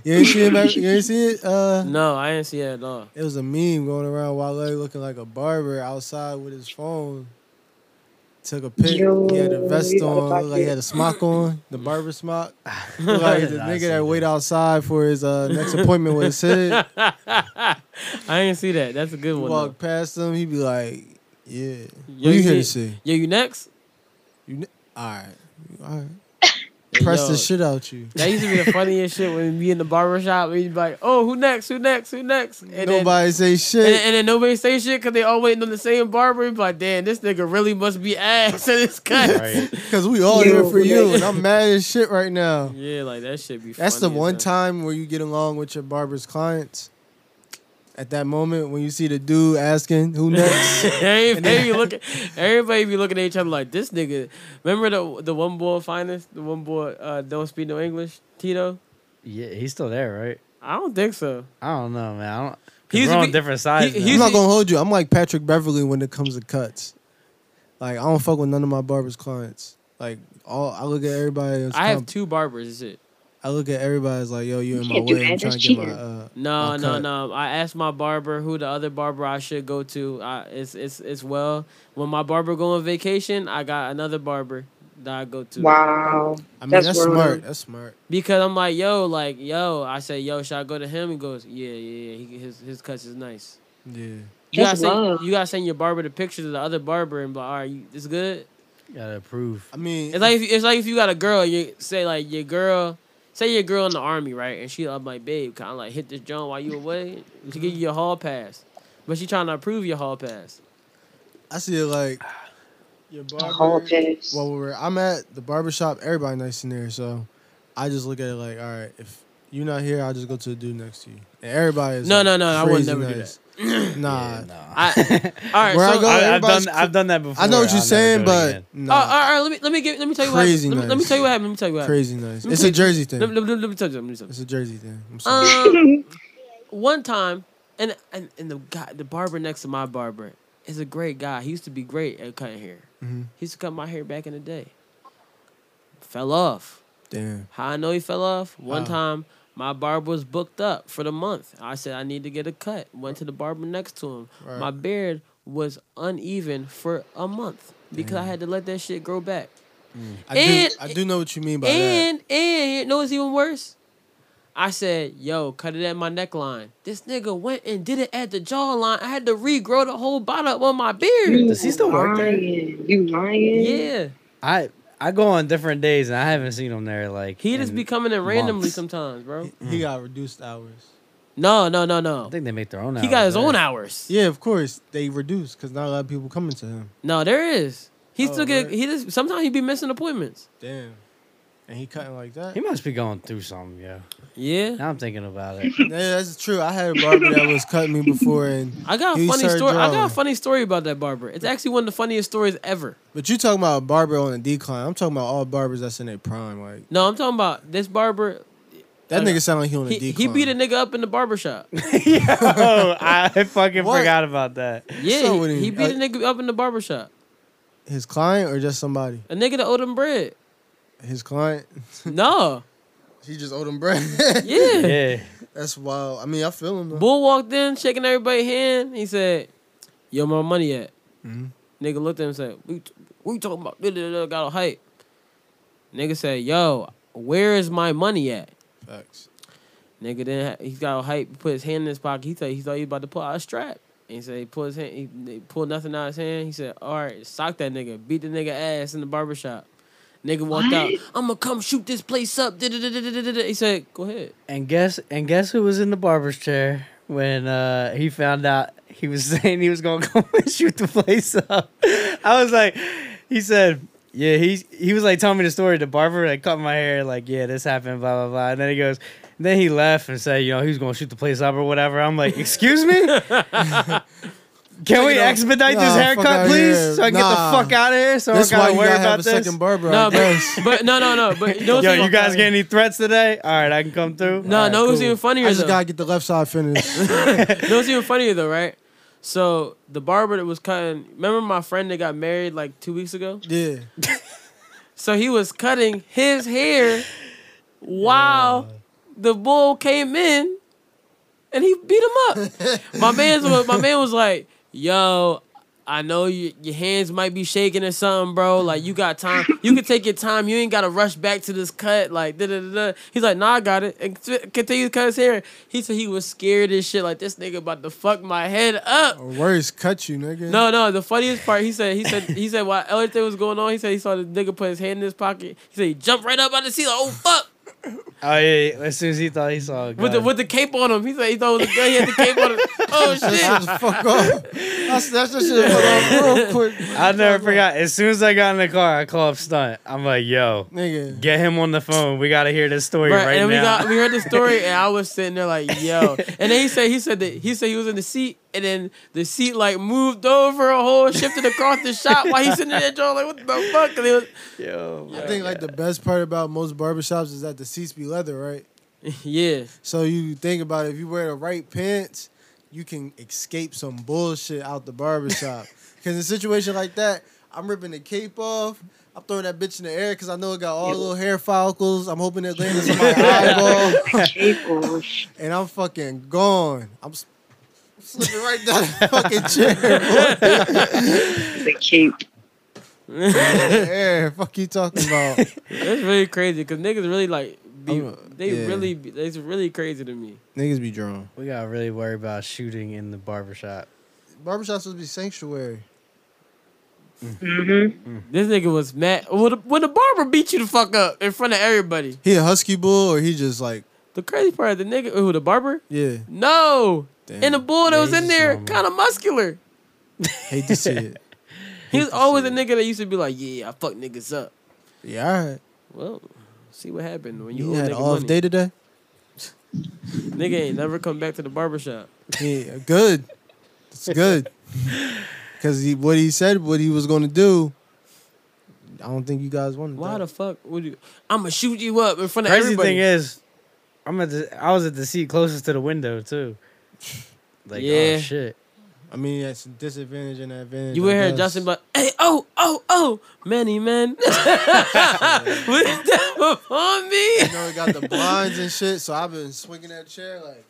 Speaker 4: You ain't see him? at- You ain't see it? Uh,
Speaker 1: no, I didn't see that at all.
Speaker 4: it was a meme going around. Wale looking like a barber outside with his phone. Took a pic.
Speaker 8: Yo,
Speaker 4: he had a vest
Speaker 8: you
Speaker 4: on.
Speaker 8: gotta
Speaker 4: looked Like he
Speaker 8: talk
Speaker 4: had a smock on. The barber smock. Looked like the
Speaker 2: Nah, I
Speaker 4: nigga
Speaker 2: see
Speaker 4: that
Speaker 2: that.
Speaker 4: wait outside for his uh, next appointment with his head.
Speaker 1: I didn't see that. That's a good one. though.
Speaker 4: Walk past him. He be like, "Yeah,
Speaker 1: Yo,
Speaker 4: what you
Speaker 1: you
Speaker 4: here to
Speaker 1: did-
Speaker 4: see?
Speaker 1: Yo, you next?
Speaker 4: You kn- all right, all right."
Speaker 1: Hey,
Speaker 4: Press
Speaker 1: yo,
Speaker 4: the shit out you.
Speaker 1: That used to be the funniest shit when we in the barber shop. We'd be like, "Oh, who next? Who next? Who next?" And then-
Speaker 4: Nobody say
Speaker 1: and,
Speaker 4: shit.
Speaker 1: then, and then nobody say shit because they all waiting on the same barber. We'd be like, "Damn, this nigga really must be ass in this cut."
Speaker 2: Right.
Speaker 4: Cause we all here for you, and I'm mad as shit right now.
Speaker 1: Yeah, like that should be.
Speaker 4: That's the
Speaker 1: funny as
Speaker 4: one
Speaker 1: hell.
Speaker 4: time where you get along with your barber's clients. at that moment when you see the dude asking who next.
Speaker 1: everybody be looking, everybody be looking at each other like this nigga. Remember the the one boy finest, the one boy uh, don't speak no English, Tito.
Speaker 2: Yeah, he's still there, right?
Speaker 1: I don't think so.
Speaker 2: I don't know, man. I don't.
Speaker 1: He used
Speaker 2: He's
Speaker 1: to
Speaker 2: on
Speaker 1: be-
Speaker 2: different sides.
Speaker 1: he-
Speaker 2: now.
Speaker 1: he-
Speaker 4: I'm not gonna hold you. I'm like Patrick Beverly when it comes to cuts. Like I don't fuck with none of my barber's clients. Like all I look at everybody. As
Speaker 1: I have
Speaker 4: comp-
Speaker 1: two barbers. Is it?
Speaker 4: I look at everybody as like, yo, you in my
Speaker 8: can't do
Speaker 4: way. I'm
Speaker 8: that.
Speaker 4: trying
Speaker 8: That's
Speaker 4: to get my.
Speaker 8: cheating.
Speaker 4: Uh,
Speaker 1: No,
Speaker 4: my
Speaker 1: no,
Speaker 4: cut.
Speaker 1: no. I asked my barber who the other barber I should go to. I, it's it's it's well. When my barber go on vacation, I got another barber that I go to.
Speaker 8: Wow.
Speaker 4: I mean,
Speaker 8: That's
Speaker 4: that's,
Speaker 8: rude.
Speaker 4: smart. That's smart.
Speaker 1: Because I'm like, yo, like, yo. I say, yo, should I go to him? He goes, yeah, yeah, yeah. He, his his cuts is nice.
Speaker 4: Yeah.
Speaker 1: You gotta,
Speaker 8: That's
Speaker 1: send,
Speaker 8: love.
Speaker 1: you gotta send your barber the pictures of the other barber and be like, all right, you, this good.
Speaker 2: Gotta approve.
Speaker 4: I mean,
Speaker 1: It's like if, it's like if you got a girl, you say like your girl, say your girl in the army, right? And she I'm like, babe, kind of like hit this joint while you away. She give you your hall pass, but she trying to approve your hall pass.
Speaker 4: I see it like your
Speaker 8: A hall
Speaker 4: barber.
Speaker 8: pass.
Speaker 4: Well, where I'm at the barber shop, everybody nice in there. So I just look at it like, all right, if you're not here, I'll just go to the dude next to you. And everybody is
Speaker 1: No,
Speaker 4: like,
Speaker 1: no, no, I would
Speaker 4: crazy
Speaker 1: never do
Speaker 4: nice. do that. nah.
Speaker 1: I, all right,
Speaker 4: Where I
Speaker 1: so,
Speaker 4: go,
Speaker 1: all right,
Speaker 2: I, I've
Speaker 4: everybody's
Speaker 2: done.
Speaker 4: cr-
Speaker 2: I've done that before.
Speaker 4: I know what
Speaker 2: I'll
Speaker 4: you're
Speaker 2: never do
Speaker 4: saying,
Speaker 2: it
Speaker 4: but
Speaker 2: again.
Speaker 1: Uh, all
Speaker 4: nah,
Speaker 1: right, let me let me give let me tell you
Speaker 4: Crazy
Speaker 1: what happened. Let me, let me
Speaker 4: nice.
Speaker 1: tell you what happened. Let me tell you what happened.
Speaker 4: crazy nice.
Speaker 1: me
Speaker 4: It's
Speaker 1: tell
Speaker 4: a
Speaker 1: you-
Speaker 4: Jersey thing.
Speaker 1: Let, let- let- let me tell you. something, Let me tell you.
Speaker 4: It's a Jersey thing. I'm sorry.
Speaker 1: something. Um, one time, and and, and the guy, the barber next to my barber is a great guy. He used to be great at cutting hair.
Speaker 4: Mhm.
Speaker 1: He used to cut my hair back in the day. Fell off.
Speaker 4: Damn.
Speaker 1: How I know he fell off? One
Speaker 4: How?
Speaker 1: time, my barber was booked up for the month. I said I need to get a cut. Went to the barber next to him.
Speaker 4: Right.
Speaker 1: My beard was uneven for a month because I had to let that shit grow back.
Speaker 4: I
Speaker 1: Um, And-
Speaker 4: do, I do know what you mean by that.
Speaker 1: and and you know what's even worse? I said, "Yo, cut it at my neckline." This nigga went and did it at the jawline. I had to regrow the whole bottom on my beard.
Speaker 2: Does he still work there?
Speaker 8: lying. You lying?
Speaker 1: Yeah,
Speaker 2: I I go on different days and I haven't seen him there. Like
Speaker 1: he just
Speaker 2: in-
Speaker 1: be coming in randomly
Speaker 2: months.
Speaker 1: sometimes, bro.
Speaker 4: He got reduced hours.
Speaker 1: No, no, no, no.
Speaker 2: I think they make their own.
Speaker 1: He got his own
Speaker 2: out.
Speaker 1: hours.
Speaker 4: Yeah, of course they reduced because not a lot of people coming to him.
Speaker 1: No, there is. He
Speaker 4: Oh,
Speaker 1: still get.
Speaker 4: word.
Speaker 1: He just sometimes he be missing appointments.
Speaker 4: Damn. And he cutting like that.
Speaker 2: He must be going through something, yo.
Speaker 1: Yeah,
Speaker 2: Now I'm thinking about it.
Speaker 4: Yeah, that's true. I had a barber that was cutting me before, and
Speaker 1: I got a
Speaker 4: He
Speaker 1: funny
Speaker 4: started
Speaker 1: story. I got a
Speaker 4: drawing.
Speaker 1: funny story about that barber. It's actually one of the funniest stories ever.
Speaker 4: but you talking about a barber on a decline. I'm talking about all barbers that's in their prime. Like
Speaker 1: No, I'm talking about this barber.
Speaker 4: that
Speaker 1: I know.
Speaker 4: nigga sound like he on a
Speaker 1: He,
Speaker 4: decline.
Speaker 1: he beat a nigga up in the barber shop.
Speaker 2: oh, I fucking
Speaker 4: What?
Speaker 2: forgot about that.
Speaker 1: Yeah,
Speaker 4: So what do
Speaker 1: he,
Speaker 4: you-
Speaker 1: he beat a nigga up in the barbershop.
Speaker 4: his client or just somebody.
Speaker 1: A nigga that owed him bread.
Speaker 4: His client.
Speaker 1: No.
Speaker 4: He just owed him bread.
Speaker 1: Yeah.
Speaker 2: Yeah,
Speaker 4: that's wild. I mean, I feel him. Though.
Speaker 1: Bull walked in, shaking everybody's hand. He said, Yo, my money at? Nigga looked at him and said, We we talking about Da, da, da, da, got a hype. Nigga said, Yo, where is my money at?
Speaker 4: Facts.
Speaker 1: Nigga then ha- he got a hype, put his hand in his pocket. He thought he thought he about to pull out a strap. And he said he pulled his hand, he, he pulled nothing out of his hand. He said, All right, sock that nigga, beat the nigga ass in the barbershop. Nigga walked out, I'ma come shoot this place up. Da, da, da, da, da, da, da. He said, Go ahead.
Speaker 2: and guess and guess who was in the barber's chair when uh, he found out he was saying he was gonna come and shoot the place up. I was like, he said. Yeah, he he was like telling me the story. The barber like cut my hair, like yeah, this happened, blah blah blah. And then he goes, then he left and said, you know, he was gonna shoot the place up or whatever. I'm like, excuse me, can we
Speaker 4: it off.
Speaker 2: expedite this
Speaker 4: Nah, fuck
Speaker 2: haircut,
Speaker 4: outta
Speaker 2: please,
Speaker 4: here.
Speaker 2: so I can get
Speaker 4: Nah.
Speaker 2: the fuck out of here, so
Speaker 4: That's
Speaker 2: I don't
Speaker 4: why
Speaker 2: gotta
Speaker 4: you
Speaker 2: worry
Speaker 4: gotta
Speaker 2: about
Speaker 4: have a
Speaker 2: this.
Speaker 4: second barber.
Speaker 1: No,
Speaker 4: I
Speaker 1: but,
Speaker 4: guess.
Speaker 1: but no, no, no. But no,
Speaker 2: Yo, you guys get any threats today? All right, I can come through.
Speaker 1: No,
Speaker 2: All right,
Speaker 1: no, it was
Speaker 2: cool.
Speaker 1: even funnier
Speaker 4: I just
Speaker 1: though.
Speaker 4: gotta get the left side finished.
Speaker 1: No, it's even funnier though, right? So the barber that was cutting. Remember my friend that got married like two weeks ago?
Speaker 4: yeah.
Speaker 1: So he was cutting his hair while the bull came in, and he beat him up. my man's was, my man was like, "Yo." I know you, your hands might be shaking or something, bro. Like you got time. You can take your time. You ain't gotta rush back to this cut. Like da da da. da." He's like, nah, I got it. And t- continue to cut his hair. He said he was scared as shit. Like this nigga about to fuck my head up.
Speaker 4: Or worse, cut you, nigga.
Speaker 1: No, no. The funniest part, he said, he said, he said, while everything was going on, he said he saw the nigga put his hand in his pocket. He said he jumped right up out of the seat, like, oh fuck.
Speaker 2: Oh yeah, yeah, as soon as he thought he saw a gun.
Speaker 1: With the with the cape on him, he thought he thought it was a gun. He had the cape on him. Oh
Speaker 4: That's
Speaker 1: shit!
Speaker 4: just fuck off. That's that's just shit fuck off real quick.
Speaker 2: I never forgot. As soon as I got in the car, I called up Stunt. I'm like, yo,
Speaker 4: Nigga.
Speaker 2: get him on the phone. We gotta hear this story
Speaker 1: Bruh,
Speaker 2: right,
Speaker 1: and
Speaker 2: now.
Speaker 1: we got we heard the story, and I was sitting there like, yo. And then he said he said that he said he was in the seat, and then the seat like moved over a whole, shifted across the shop while he's sitting in that joint like, what the fuck? And he was,
Speaker 2: yo,
Speaker 4: I think like the best part about most barbershops is that the seats be leather, right?
Speaker 1: yeah,
Speaker 4: So you think about it, if you wear the right pants, you can escape some bullshit out the barbershop. Because in a situation like that, I'm ripping the cape off. I'm throwing that bitch in the air because I know it got all little hair follicles. I'm hoping it lands on my eyeball,
Speaker 8: Capable.
Speaker 4: and I'm fucking gone. I'm s- slipping right down the fucking chair. boy.
Speaker 8: The cape.
Speaker 4: Air, fuck you talking about?
Speaker 1: that's really crazy because niggas really like be,
Speaker 4: I'm a-
Speaker 1: they
Speaker 4: yeah.
Speaker 1: really be, it's really crazy to me.
Speaker 4: Niggas be drawn.
Speaker 2: we gotta really worry about shooting in the barbershop.
Speaker 4: Barbershops supposed to be sanctuary.
Speaker 8: Mm-hmm.
Speaker 1: This nigga was mad. When the, when the barber beat you the fuck up in front of everybody.
Speaker 4: He a husky bull or he just like
Speaker 1: The crazy part of the nigga who the barber?
Speaker 4: yeah.
Speaker 1: No,
Speaker 4: Damn.
Speaker 1: and the bull that was
Speaker 2: he's
Speaker 1: in
Speaker 2: just
Speaker 1: there
Speaker 2: normal.
Speaker 1: kind of muscular.
Speaker 4: Hate to see it.
Speaker 1: He was always a nigga that used to be like, yeah, I fuck niggas up.
Speaker 4: Yeah, all right.
Speaker 1: Well, see what happened when you
Speaker 4: You
Speaker 1: owe
Speaker 4: had
Speaker 1: nigga
Speaker 4: an off
Speaker 1: money.
Speaker 4: day today.
Speaker 1: Nigga ain't never come back to the barbershop.
Speaker 4: Yeah, uh, good. It's good. Because he, what he said, what he was going to do, I don't think you guys wanted
Speaker 1: Why
Speaker 4: that.
Speaker 1: the fuck would you? I'ma shoot you up in front of
Speaker 2: Crazy
Speaker 1: everybody.
Speaker 2: thing is, I'm at the, I was at the seat closest to the window too. Like,
Speaker 1: Yeah.
Speaker 2: oh shit.
Speaker 4: I mean, that's a disadvantage and an advantage.
Speaker 1: you would
Speaker 4: I
Speaker 1: hear
Speaker 4: guess.
Speaker 1: Justin but hey, oh, oh, oh, many men. With that upon
Speaker 4: You
Speaker 1: me.
Speaker 4: know, we got the blinds and shit, so I've been swinging that chair like.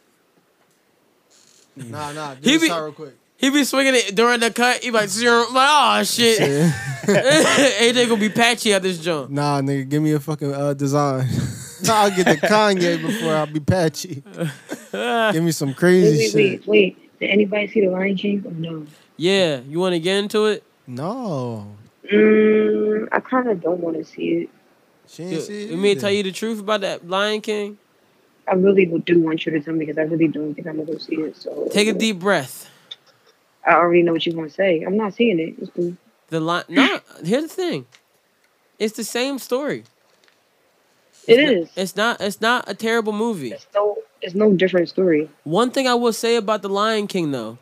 Speaker 4: Nah, nah, do
Speaker 1: He
Speaker 4: this
Speaker 1: be-
Speaker 4: out real quick.
Speaker 1: He be swinging it during the cut. He like, zero, like oh shit. AJ gonna be patchy at this jump.
Speaker 4: nah, nigga, give me a fucking uh, design. I'll get the Kanye before I'll be patchy. give me some crazy
Speaker 8: Wait, wait,
Speaker 4: shit.
Speaker 8: wait, wait. Did anybody see the Lion King? Oh, no.
Speaker 1: Yeah, you want to get into it?
Speaker 4: No,
Speaker 8: Mm, I kind of don't want to see it.
Speaker 4: she
Speaker 1: You
Speaker 4: ain't see it.
Speaker 1: you mean
Speaker 4: either.
Speaker 1: to tell you the truth about that Lion King?
Speaker 8: I really would- do want you to tell me because I really don't think I'm gonna go see it. So
Speaker 1: Take a deep breath.
Speaker 8: I already know what you're gonna say. I'm not seeing it. It's cool.
Speaker 1: The lion. No, here's the thing. It's the same story.
Speaker 8: It is.
Speaker 1: It's not. It's not a terrible movie.
Speaker 8: It's no. It's no different story.
Speaker 1: One thing I will say about the Lion King though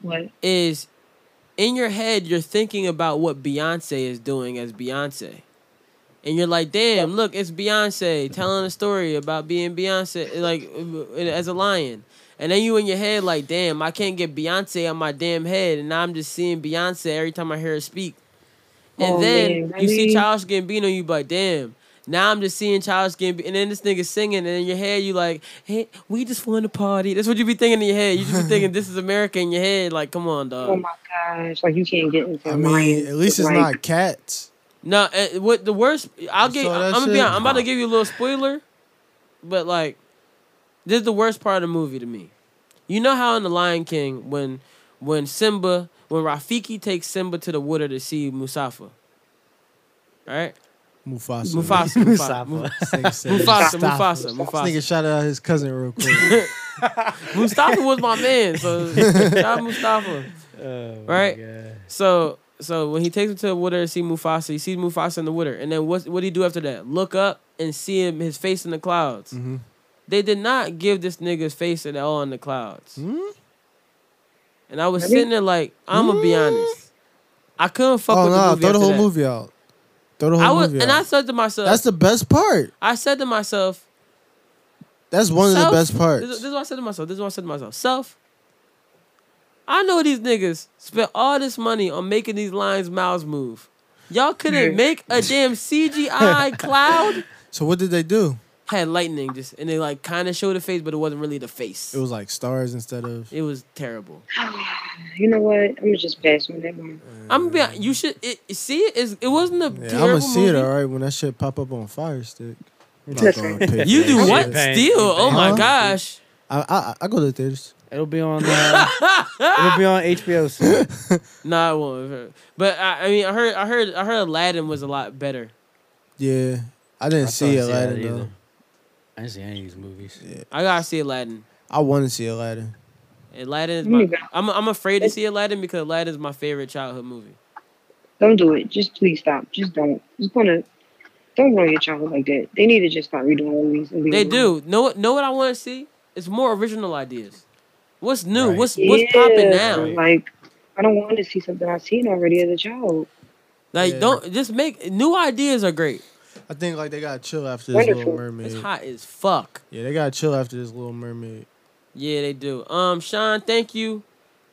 Speaker 8: What?
Speaker 1: is, in your head you're thinking about what Beyonce is doing as Beyonce, and you're like, damn, look, it's Beyonce telling a story about being Beyonce like as a lion. And then you in your head like, damn, I can't get Beyonce on my damn head, and now I'm just seeing Beyonce every time I hear her speak. And
Speaker 8: Oh,
Speaker 1: then
Speaker 8: man,
Speaker 1: you see
Speaker 8: really?
Speaker 1: Childish Gambino, you be like, damn. Now I'm just seeing Childish Gambino, and then this nigga singing, and in your head you like, hey, we just want to party. That's what you be thinking in your head. You just be thinking this is America in your head. Like, come on,
Speaker 8: Oh
Speaker 1: dog.
Speaker 8: my gosh! Like you can't get into.
Speaker 4: I mean, at least it's not cats.
Speaker 1: No, eh, what the worst? I'll
Speaker 4: You
Speaker 1: get.
Speaker 4: saw
Speaker 1: I'm
Speaker 4: that
Speaker 1: gonna be.
Speaker 4: shit?
Speaker 1: Honest, I'm about to give you a little spoiler, but like, this is the worst part of the movie to me. You know how in the Lion King when when Simba when Rafiki takes Simba to the water to see Musafa, right?
Speaker 4: Mufasa.
Speaker 1: Mufasa. Mufasa. Mufasa. Mufasa, Mufasa, Mufasa.
Speaker 4: This nigga shout out his cousin real quick.
Speaker 1: Mustafa was my man, so shout out Mustafa.
Speaker 2: Oh, my
Speaker 1: Right?
Speaker 2: God.
Speaker 1: So so when he takes him to the water to see Mufasa, he sees Mufasa in the water, and then what what do he do after that? Look up and see him his face in the clouds.
Speaker 4: Mm-hmm.
Speaker 1: They did not give this nigga's face at all in the clouds.
Speaker 4: Hmm?
Speaker 1: And I was sitting there like, I'm gonna be honest, I couldn't fuck
Speaker 4: Hmm? oh
Speaker 1: with
Speaker 4: no,
Speaker 1: the movie.
Speaker 4: throw the
Speaker 1: after
Speaker 4: whole
Speaker 1: that.
Speaker 4: movie out. Throw the whole
Speaker 1: I was,
Speaker 4: movie
Speaker 1: and I
Speaker 4: out.
Speaker 1: said to myself,
Speaker 4: That's the best part.
Speaker 1: I said to myself,
Speaker 4: That's one of the
Speaker 1: Self-
Speaker 4: best parts.
Speaker 1: This, this is what I said to myself. This is what I said to myself. Self. I know these niggas spent all this money on making these lions' mouths move. Y'all couldn't make a damn CGI cloud.
Speaker 4: so what did they do?
Speaker 1: Had lightning just and they like kind of showed the face, but it wasn't really the face.
Speaker 4: It was like stars instead of.
Speaker 1: It was terrible.
Speaker 8: You know what? I'm gonna just pass on that one.
Speaker 1: I'm be you should it, it- see it is it wasn't a
Speaker 4: Yeah,
Speaker 1: terrible
Speaker 4: I'm gonna see
Speaker 1: movie.
Speaker 4: it all right when that shit pop up on Fire Stick. I'm not
Speaker 8: Listen.
Speaker 4: gonna pay
Speaker 1: You
Speaker 4: for
Speaker 1: do
Speaker 4: that
Speaker 1: what?
Speaker 4: shit.
Speaker 2: Bang,
Speaker 1: Still, oh my
Speaker 4: bang.
Speaker 1: gosh.
Speaker 4: I, I I go to the theaters.
Speaker 2: It'll be on. Uh, it'll be on HBO. Soon.
Speaker 1: Nah, I won't. But I, I mean, I heard, I heard, I heard Aladdin was a lot better.
Speaker 4: Yeah, I didn't
Speaker 2: I
Speaker 4: see
Speaker 2: saw- I see that
Speaker 4: Aladdin
Speaker 2: either.
Speaker 4: though.
Speaker 2: I didn't see any of these movies.
Speaker 1: I gotta see Aladdin.
Speaker 4: I want to see Aladdin.
Speaker 1: Aladdin is
Speaker 8: There
Speaker 1: my.
Speaker 8: you go.
Speaker 1: I'm I'm afraid to see Aladdin because Aladdin is my favorite childhood movie.
Speaker 8: Mm-hmm. Don't do it. Just please stop. Just don't. Just gonna don't ruin your childhood like that. They need to just stop redoing movies. and be
Speaker 1: They
Speaker 8: alone.
Speaker 1: do. Know what? Know what I want to see? It's more original ideas. What's new?
Speaker 2: Right.
Speaker 1: What's what's popping now?
Speaker 2: Right.
Speaker 8: Like I don't want to see something I've seen already as a child.
Speaker 1: Like
Speaker 4: Yeah.
Speaker 1: don't just make new ideas are great.
Speaker 4: I think like they gotta chill after this
Speaker 8: Wonderful.
Speaker 4: Little
Speaker 1: It's
Speaker 4: Mermaid.
Speaker 1: hot as fuck.
Speaker 4: Yeah, they gotta chill after this Little Mermaid.
Speaker 1: Yeah, they do. Um, Sean, thank you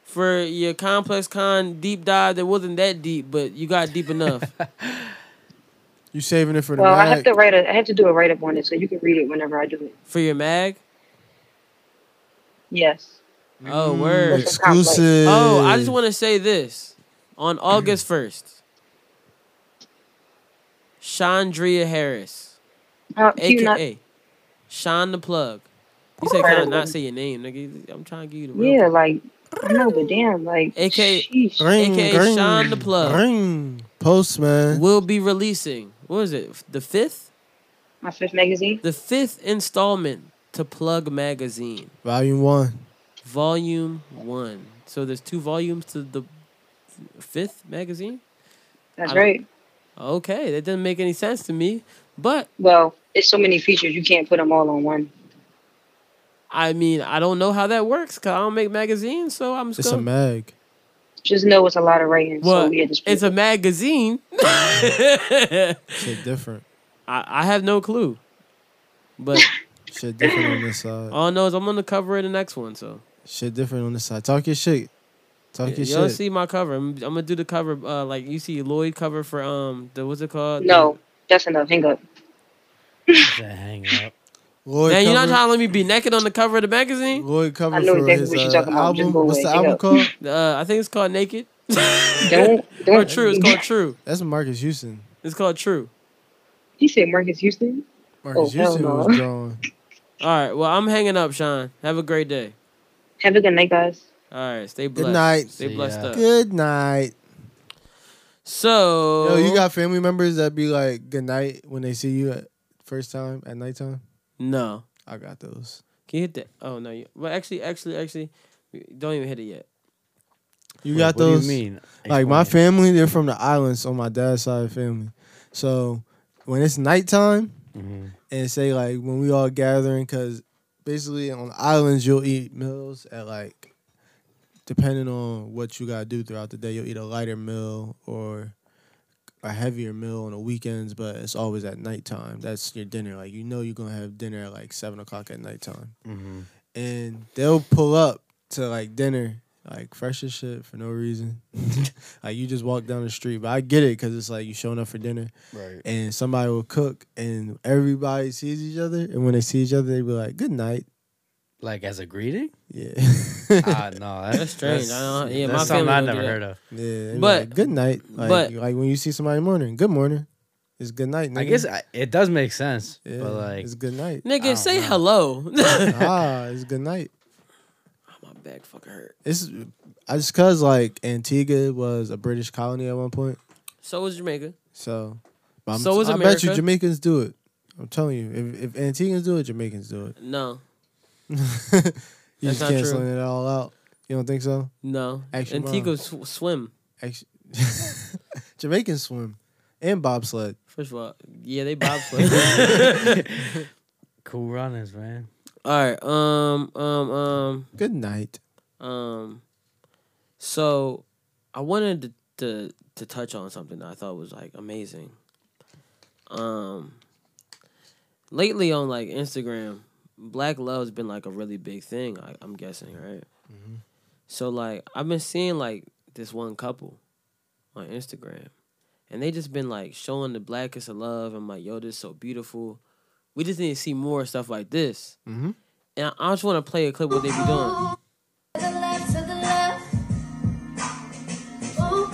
Speaker 1: for your complex con deep dive. That wasn't that deep, but you got deep enough.
Speaker 4: You saving it for the
Speaker 8: Well, I
Speaker 4: mag?
Speaker 8: have to write a I have to do a write up on it so you can read it whenever I do it.
Speaker 1: for your mag.
Speaker 8: Yes.
Speaker 1: Oh
Speaker 8: Mm.
Speaker 1: word.
Speaker 4: Mm, Exclusive.
Speaker 1: Oh, I just want to say this. On August 1st, Chandria Harris,
Speaker 8: How, Uh, do you not,
Speaker 1: aka Sean the Plug. You said kind of not say your name, nigga. I'm trying to give you the real.
Speaker 8: yeah, like I know, but damn, like
Speaker 1: AKA
Speaker 8: sheesh.
Speaker 4: Ring,
Speaker 1: AKA
Speaker 4: ring,
Speaker 1: Shine the Plug.
Speaker 4: Ring. Postman.
Speaker 1: Will be releasing. What is it? The fifth,
Speaker 8: my fifth magazine.
Speaker 1: the fifth installment to Plug Magazine,
Speaker 4: Volume one.
Speaker 1: Volume One. So there's two volumes to the fifth magazine. I
Speaker 8: That's
Speaker 1: don't-
Speaker 8: right.
Speaker 1: Okay, that doesn't make any sense to me, but
Speaker 8: Well, it's so many features you can't put them all on one.
Speaker 1: I mean, I don't know how that works because I don't make magazines, so I'm
Speaker 4: It's
Speaker 1: still.
Speaker 4: a mag.
Speaker 8: Just know it's a lot of writing.
Speaker 1: well,
Speaker 8: so we had to
Speaker 1: it's a magazine. I,
Speaker 4: Shit different.
Speaker 1: I have no clue, but
Speaker 4: Shit different on this side.
Speaker 1: all I know is I'm on the cover of the next one. So
Speaker 4: Shit different on this side. Talk your shit. Talk your
Speaker 1: y'all
Speaker 4: shit.
Speaker 1: see my cover. I'm, I'm gonna do the cover uh, like you see Lloyd cover for um the what's it called?
Speaker 8: no. That's enough. Hang up.
Speaker 2: Just hang up.
Speaker 4: Lloyd
Speaker 1: Man, you're not
Speaker 4: cover-
Speaker 1: trying to let me be naked on the cover of the magazine.
Speaker 4: Lloyd cover
Speaker 8: I know
Speaker 4: for
Speaker 8: exactly
Speaker 4: his
Speaker 8: what you're
Speaker 4: uh,
Speaker 8: talking about. Just
Speaker 4: album.
Speaker 8: go
Speaker 4: What's
Speaker 8: away.
Speaker 4: the
Speaker 8: Dig
Speaker 4: album
Speaker 8: up.
Speaker 4: called?
Speaker 1: Uh, I think it's called Naked.
Speaker 8: Don't
Speaker 1: or
Speaker 8: don't.
Speaker 1: True. It's called True.
Speaker 4: That's Marcus Houston.
Speaker 1: It's called True.
Speaker 8: He said Marcus Houston.
Speaker 4: Marcus
Speaker 8: Oh, hell
Speaker 4: Houston
Speaker 8: no.
Speaker 4: was drawing.
Speaker 1: All right. Well, I'm hanging up, Sean. Have a great day.
Speaker 8: Have a good night, guys.
Speaker 1: All right. Stay
Speaker 4: Good
Speaker 1: blessed.
Speaker 4: night.
Speaker 1: Stay
Speaker 2: See
Speaker 1: blessed
Speaker 2: ya.
Speaker 1: up.
Speaker 4: Good night.
Speaker 1: So
Speaker 4: Yo, you got family members that be like good night when they see you at first time at nighttime.
Speaker 1: no.
Speaker 4: I got those.
Speaker 1: Can you hit that? Oh no. You, well, actually, actually, actually, don't even hit it yet.
Speaker 4: You
Speaker 2: Wait,
Speaker 4: got
Speaker 2: what
Speaker 4: those.
Speaker 2: Do you mean?
Speaker 4: Like my
Speaker 2: Explain.
Speaker 4: family, they're from the islands on my dad's side of family. So when it's nighttime
Speaker 2: Mhm.
Speaker 4: and say like when we all gathering, because basically on the islands you'll eat meals at like depending on what you gotta do throughout the day, you'll eat a lighter meal or a heavier meal on the weekends, but it's always at nighttime. That's your dinner. Like you know you're gonna have dinner at like seven o'clock at nighttime
Speaker 2: Mhm.
Speaker 4: and they'll pull up to like dinner, like fresh as shit for no reason. like you just walk down the street, but I get it because it's like you showing up for dinner,
Speaker 2: Right.
Speaker 4: and somebody will cook, and everybody sees each other, and when they see each other, they be like, "Good night."
Speaker 2: Like as a greeting?
Speaker 4: Yeah,
Speaker 2: Ah, no, that's,
Speaker 1: That's strange. I don't- yeah,
Speaker 2: that's
Speaker 1: my
Speaker 2: something
Speaker 1: family
Speaker 2: I
Speaker 1: don't do
Speaker 2: never
Speaker 1: that.
Speaker 2: heard of.
Speaker 4: yeah. they be
Speaker 1: But-
Speaker 4: like, good night. Like,
Speaker 1: but-
Speaker 4: like when you see somebody in the morning, good morning. It's good night. Nigga.
Speaker 2: I guess I, it does make sense,
Speaker 4: yeah,
Speaker 2: but like,
Speaker 4: it's good night.
Speaker 2: I
Speaker 1: Nigga,
Speaker 2: don't
Speaker 1: say
Speaker 2: know.
Speaker 1: hello. My
Speaker 4: ah, it's good night.
Speaker 1: back fucking hurt.
Speaker 4: It's I just cause like Antigua was a British colony at one point.
Speaker 1: So was Jamaica.
Speaker 4: So, but I'm-
Speaker 1: So is
Speaker 4: I bet you
Speaker 1: America.
Speaker 4: Jamaicans do it. I'm telling you, if, if Antiguans do it, Jamaicans do it.
Speaker 1: No,
Speaker 4: you just
Speaker 1: not
Speaker 4: canceling
Speaker 1: true.
Speaker 4: it all out. You don't think so?
Speaker 1: no.
Speaker 4: Actually,
Speaker 1: Antigua sw- swim.
Speaker 4: Actually, Jamaicans swim and bobsled.
Speaker 1: First of all, yeah, they bobsled.
Speaker 2: cool runnings, man.
Speaker 1: all right. Um. Um. Um.
Speaker 4: Good night.
Speaker 1: Um, so I wanted to, to to touch on something that I thought was like amazing. Um, lately on like Instagram, Black Love's been like a really big thing. I, I'm guessing, right? So like I've been seeing like this one couple on Instagram, and they just been like showing the blackest of love. I'm like, yo, this is so beautiful. We just need to see more stuff like this.
Speaker 4: Mhm.
Speaker 1: And I, I just want to play a clip what they be doing.
Speaker 7: To the left, to the left. Ooh, ooh.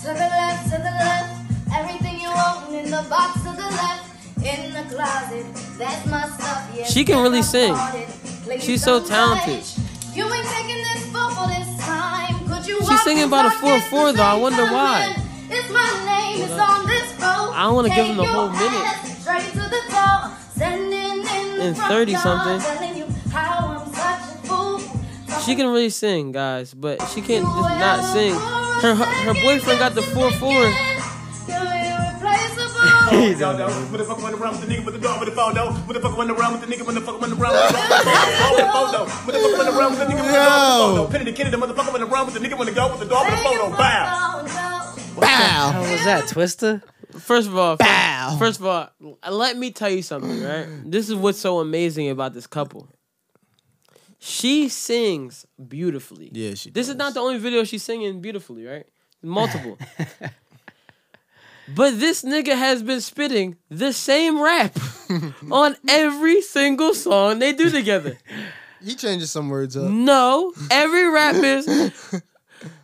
Speaker 7: To the left, to the left. Everything you want in the box to the left. In the closet, that's my stuff. Yeah,
Speaker 1: She can really sing. She's so talented.
Speaker 7: You ain't taking this fool for this time. Could you
Speaker 1: She's
Speaker 7: walk
Speaker 1: singing
Speaker 7: and
Speaker 1: about a
Speaker 7: talk
Speaker 1: 4-4
Speaker 7: at the
Speaker 1: though. I
Speaker 7: same
Speaker 1: wonder
Speaker 7: time?
Speaker 1: why.
Speaker 7: It's my name, it's on this road.
Speaker 1: I don't wanna give him the
Speaker 7: Take
Speaker 1: whole
Speaker 7: your
Speaker 1: minute.
Speaker 7: ass Straight to the door. Standing in the
Speaker 1: In
Speaker 7: front
Speaker 1: 30
Speaker 7: yard,
Speaker 1: something.
Speaker 7: telling you how I'm such a fool.
Speaker 1: She can really sing, guys, but she can't just not sing. Her her boyfriend got the four four. Oh,
Speaker 7: Irreplaceable.
Speaker 6: Yo, though. Motherfucker went around with the nigga with the dog with the phone, though. Motherfucker went around with the nigga, motherfucker went around with the dog with the phone, with the phone, though. Motherfucker went around with the nigga with the dog with the phone, though. Penny the kid, the motherfucker went around with the nigga with the dog with the dog with the phone, though. Bow.
Speaker 2: How was that, Twista?
Speaker 1: First of all, first, first of all, let me tell you something, right? This is what's so amazing about this couple. She sings beautifully.
Speaker 4: Yeah, she.
Speaker 1: This is not the only video she's singing beautifully, right? Multiple. but this nigga has been spitting the same rap on every single song they do together.
Speaker 4: He changes some words up.
Speaker 1: No, every rap is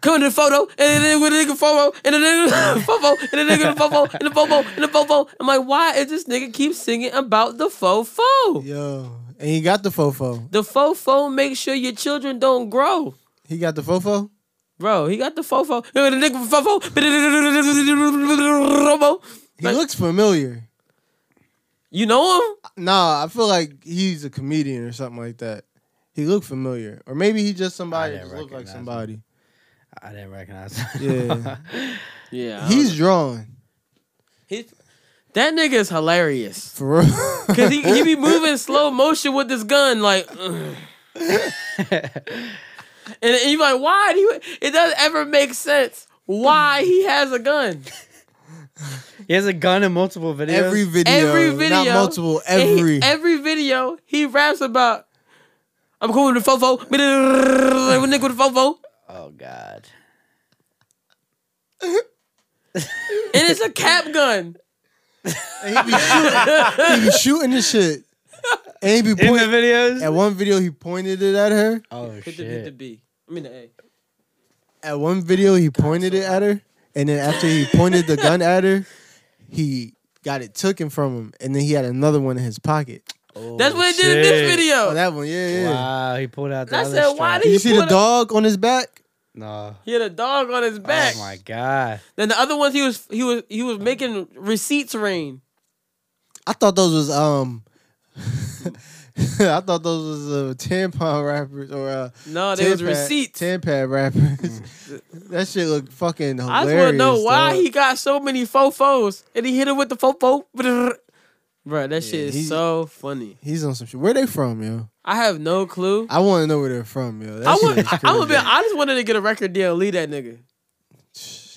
Speaker 1: come to the photo and then with a nigga photo and a nigga photo and a nigga photo and a photo and a photo. I'm like, why is this nigga keep singing about the fofo?
Speaker 4: Yo, and he got the fofo.
Speaker 1: The fofo makes sure your children don't grow.
Speaker 4: He got the fofo.
Speaker 1: Bro, he got the fofo. The nigga fofo.
Speaker 4: He
Speaker 1: Like-
Speaker 4: looks familiar.
Speaker 1: You know him?
Speaker 4: Nah, I feel like he's a comedian or something like that. He looked familiar, or maybe he just somebody
Speaker 2: I
Speaker 4: that
Speaker 2: didn't
Speaker 4: just looked like
Speaker 2: recognize him.
Speaker 4: somebody.
Speaker 2: I didn't recognize.
Speaker 4: Yeah.
Speaker 1: Yeah.
Speaker 4: He's drawn
Speaker 1: he's that nigga is hilarious.
Speaker 4: for real.
Speaker 1: Cause he, he be moving slow motion with this gun, like ugh. and, and you like, why do you it doesn't ever make sense why he has a gun.
Speaker 2: he has a gun in multiple videos.
Speaker 4: every video,
Speaker 1: Every video
Speaker 4: not multiple.
Speaker 1: And he-
Speaker 4: Every
Speaker 1: every video he raps about I'm cool with the fofo. with nigga with the fofo.
Speaker 2: oh God.
Speaker 1: And it's a cap gun.
Speaker 4: And he, be shooting, he be shooting this shit. And he be
Speaker 2: In the
Speaker 4: pointing.
Speaker 2: videos.
Speaker 4: At one video, he pointed it at her.
Speaker 2: oh
Speaker 1: Hit the, hit the
Speaker 2: shit.
Speaker 1: B. I mean the A.
Speaker 4: At one video, he pointed it at her. And then after he pointed the gun at her, he got it taken from him. And then he had another one in his pocket.
Speaker 1: That's what it did in this
Speaker 2: Oh, shit.
Speaker 1: video.
Speaker 4: Oh, that one, yeah, yeah.
Speaker 2: Wow, he pulled out the
Speaker 1: I
Speaker 2: other
Speaker 1: said, why
Speaker 2: strap.
Speaker 1: did
Speaker 4: You
Speaker 1: he
Speaker 4: see the
Speaker 1: put a-
Speaker 4: dog on his back?
Speaker 2: No.
Speaker 1: he had a dog on his back.
Speaker 2: Oh my God.
Speaker 1: Then the other ones he was he was he was making receipts rain.
Speaker 4: I thought those was um. I thought those was uh, tampon wrappers or uh,
Speaker 1: No, they was
Speaker 4: tampad-
Speaker 1: receipts.
Speaker 4: tampad wrappers. that shit looked fucking hilarious.
Speaker 1: I just want to know why
Speaker 4: dog.
Speaker 1: he got so many fofos and he hit him with the fofo. Bro, that shit is
Speaker 4: he-
Speaker 1: so funny.
Speaker 4: He's on some shit. Where they from, yo?
Speaker 1: I have no clue. I,
Speaker 4: I want to know where they're from, yo. That shit
Speaker 1: would.
Speaker 4: is
Speaker 1: I, I would be.
Speaker 4: crazy.
Speaker 1: I just wanted to get a record deal. Leave that nigga.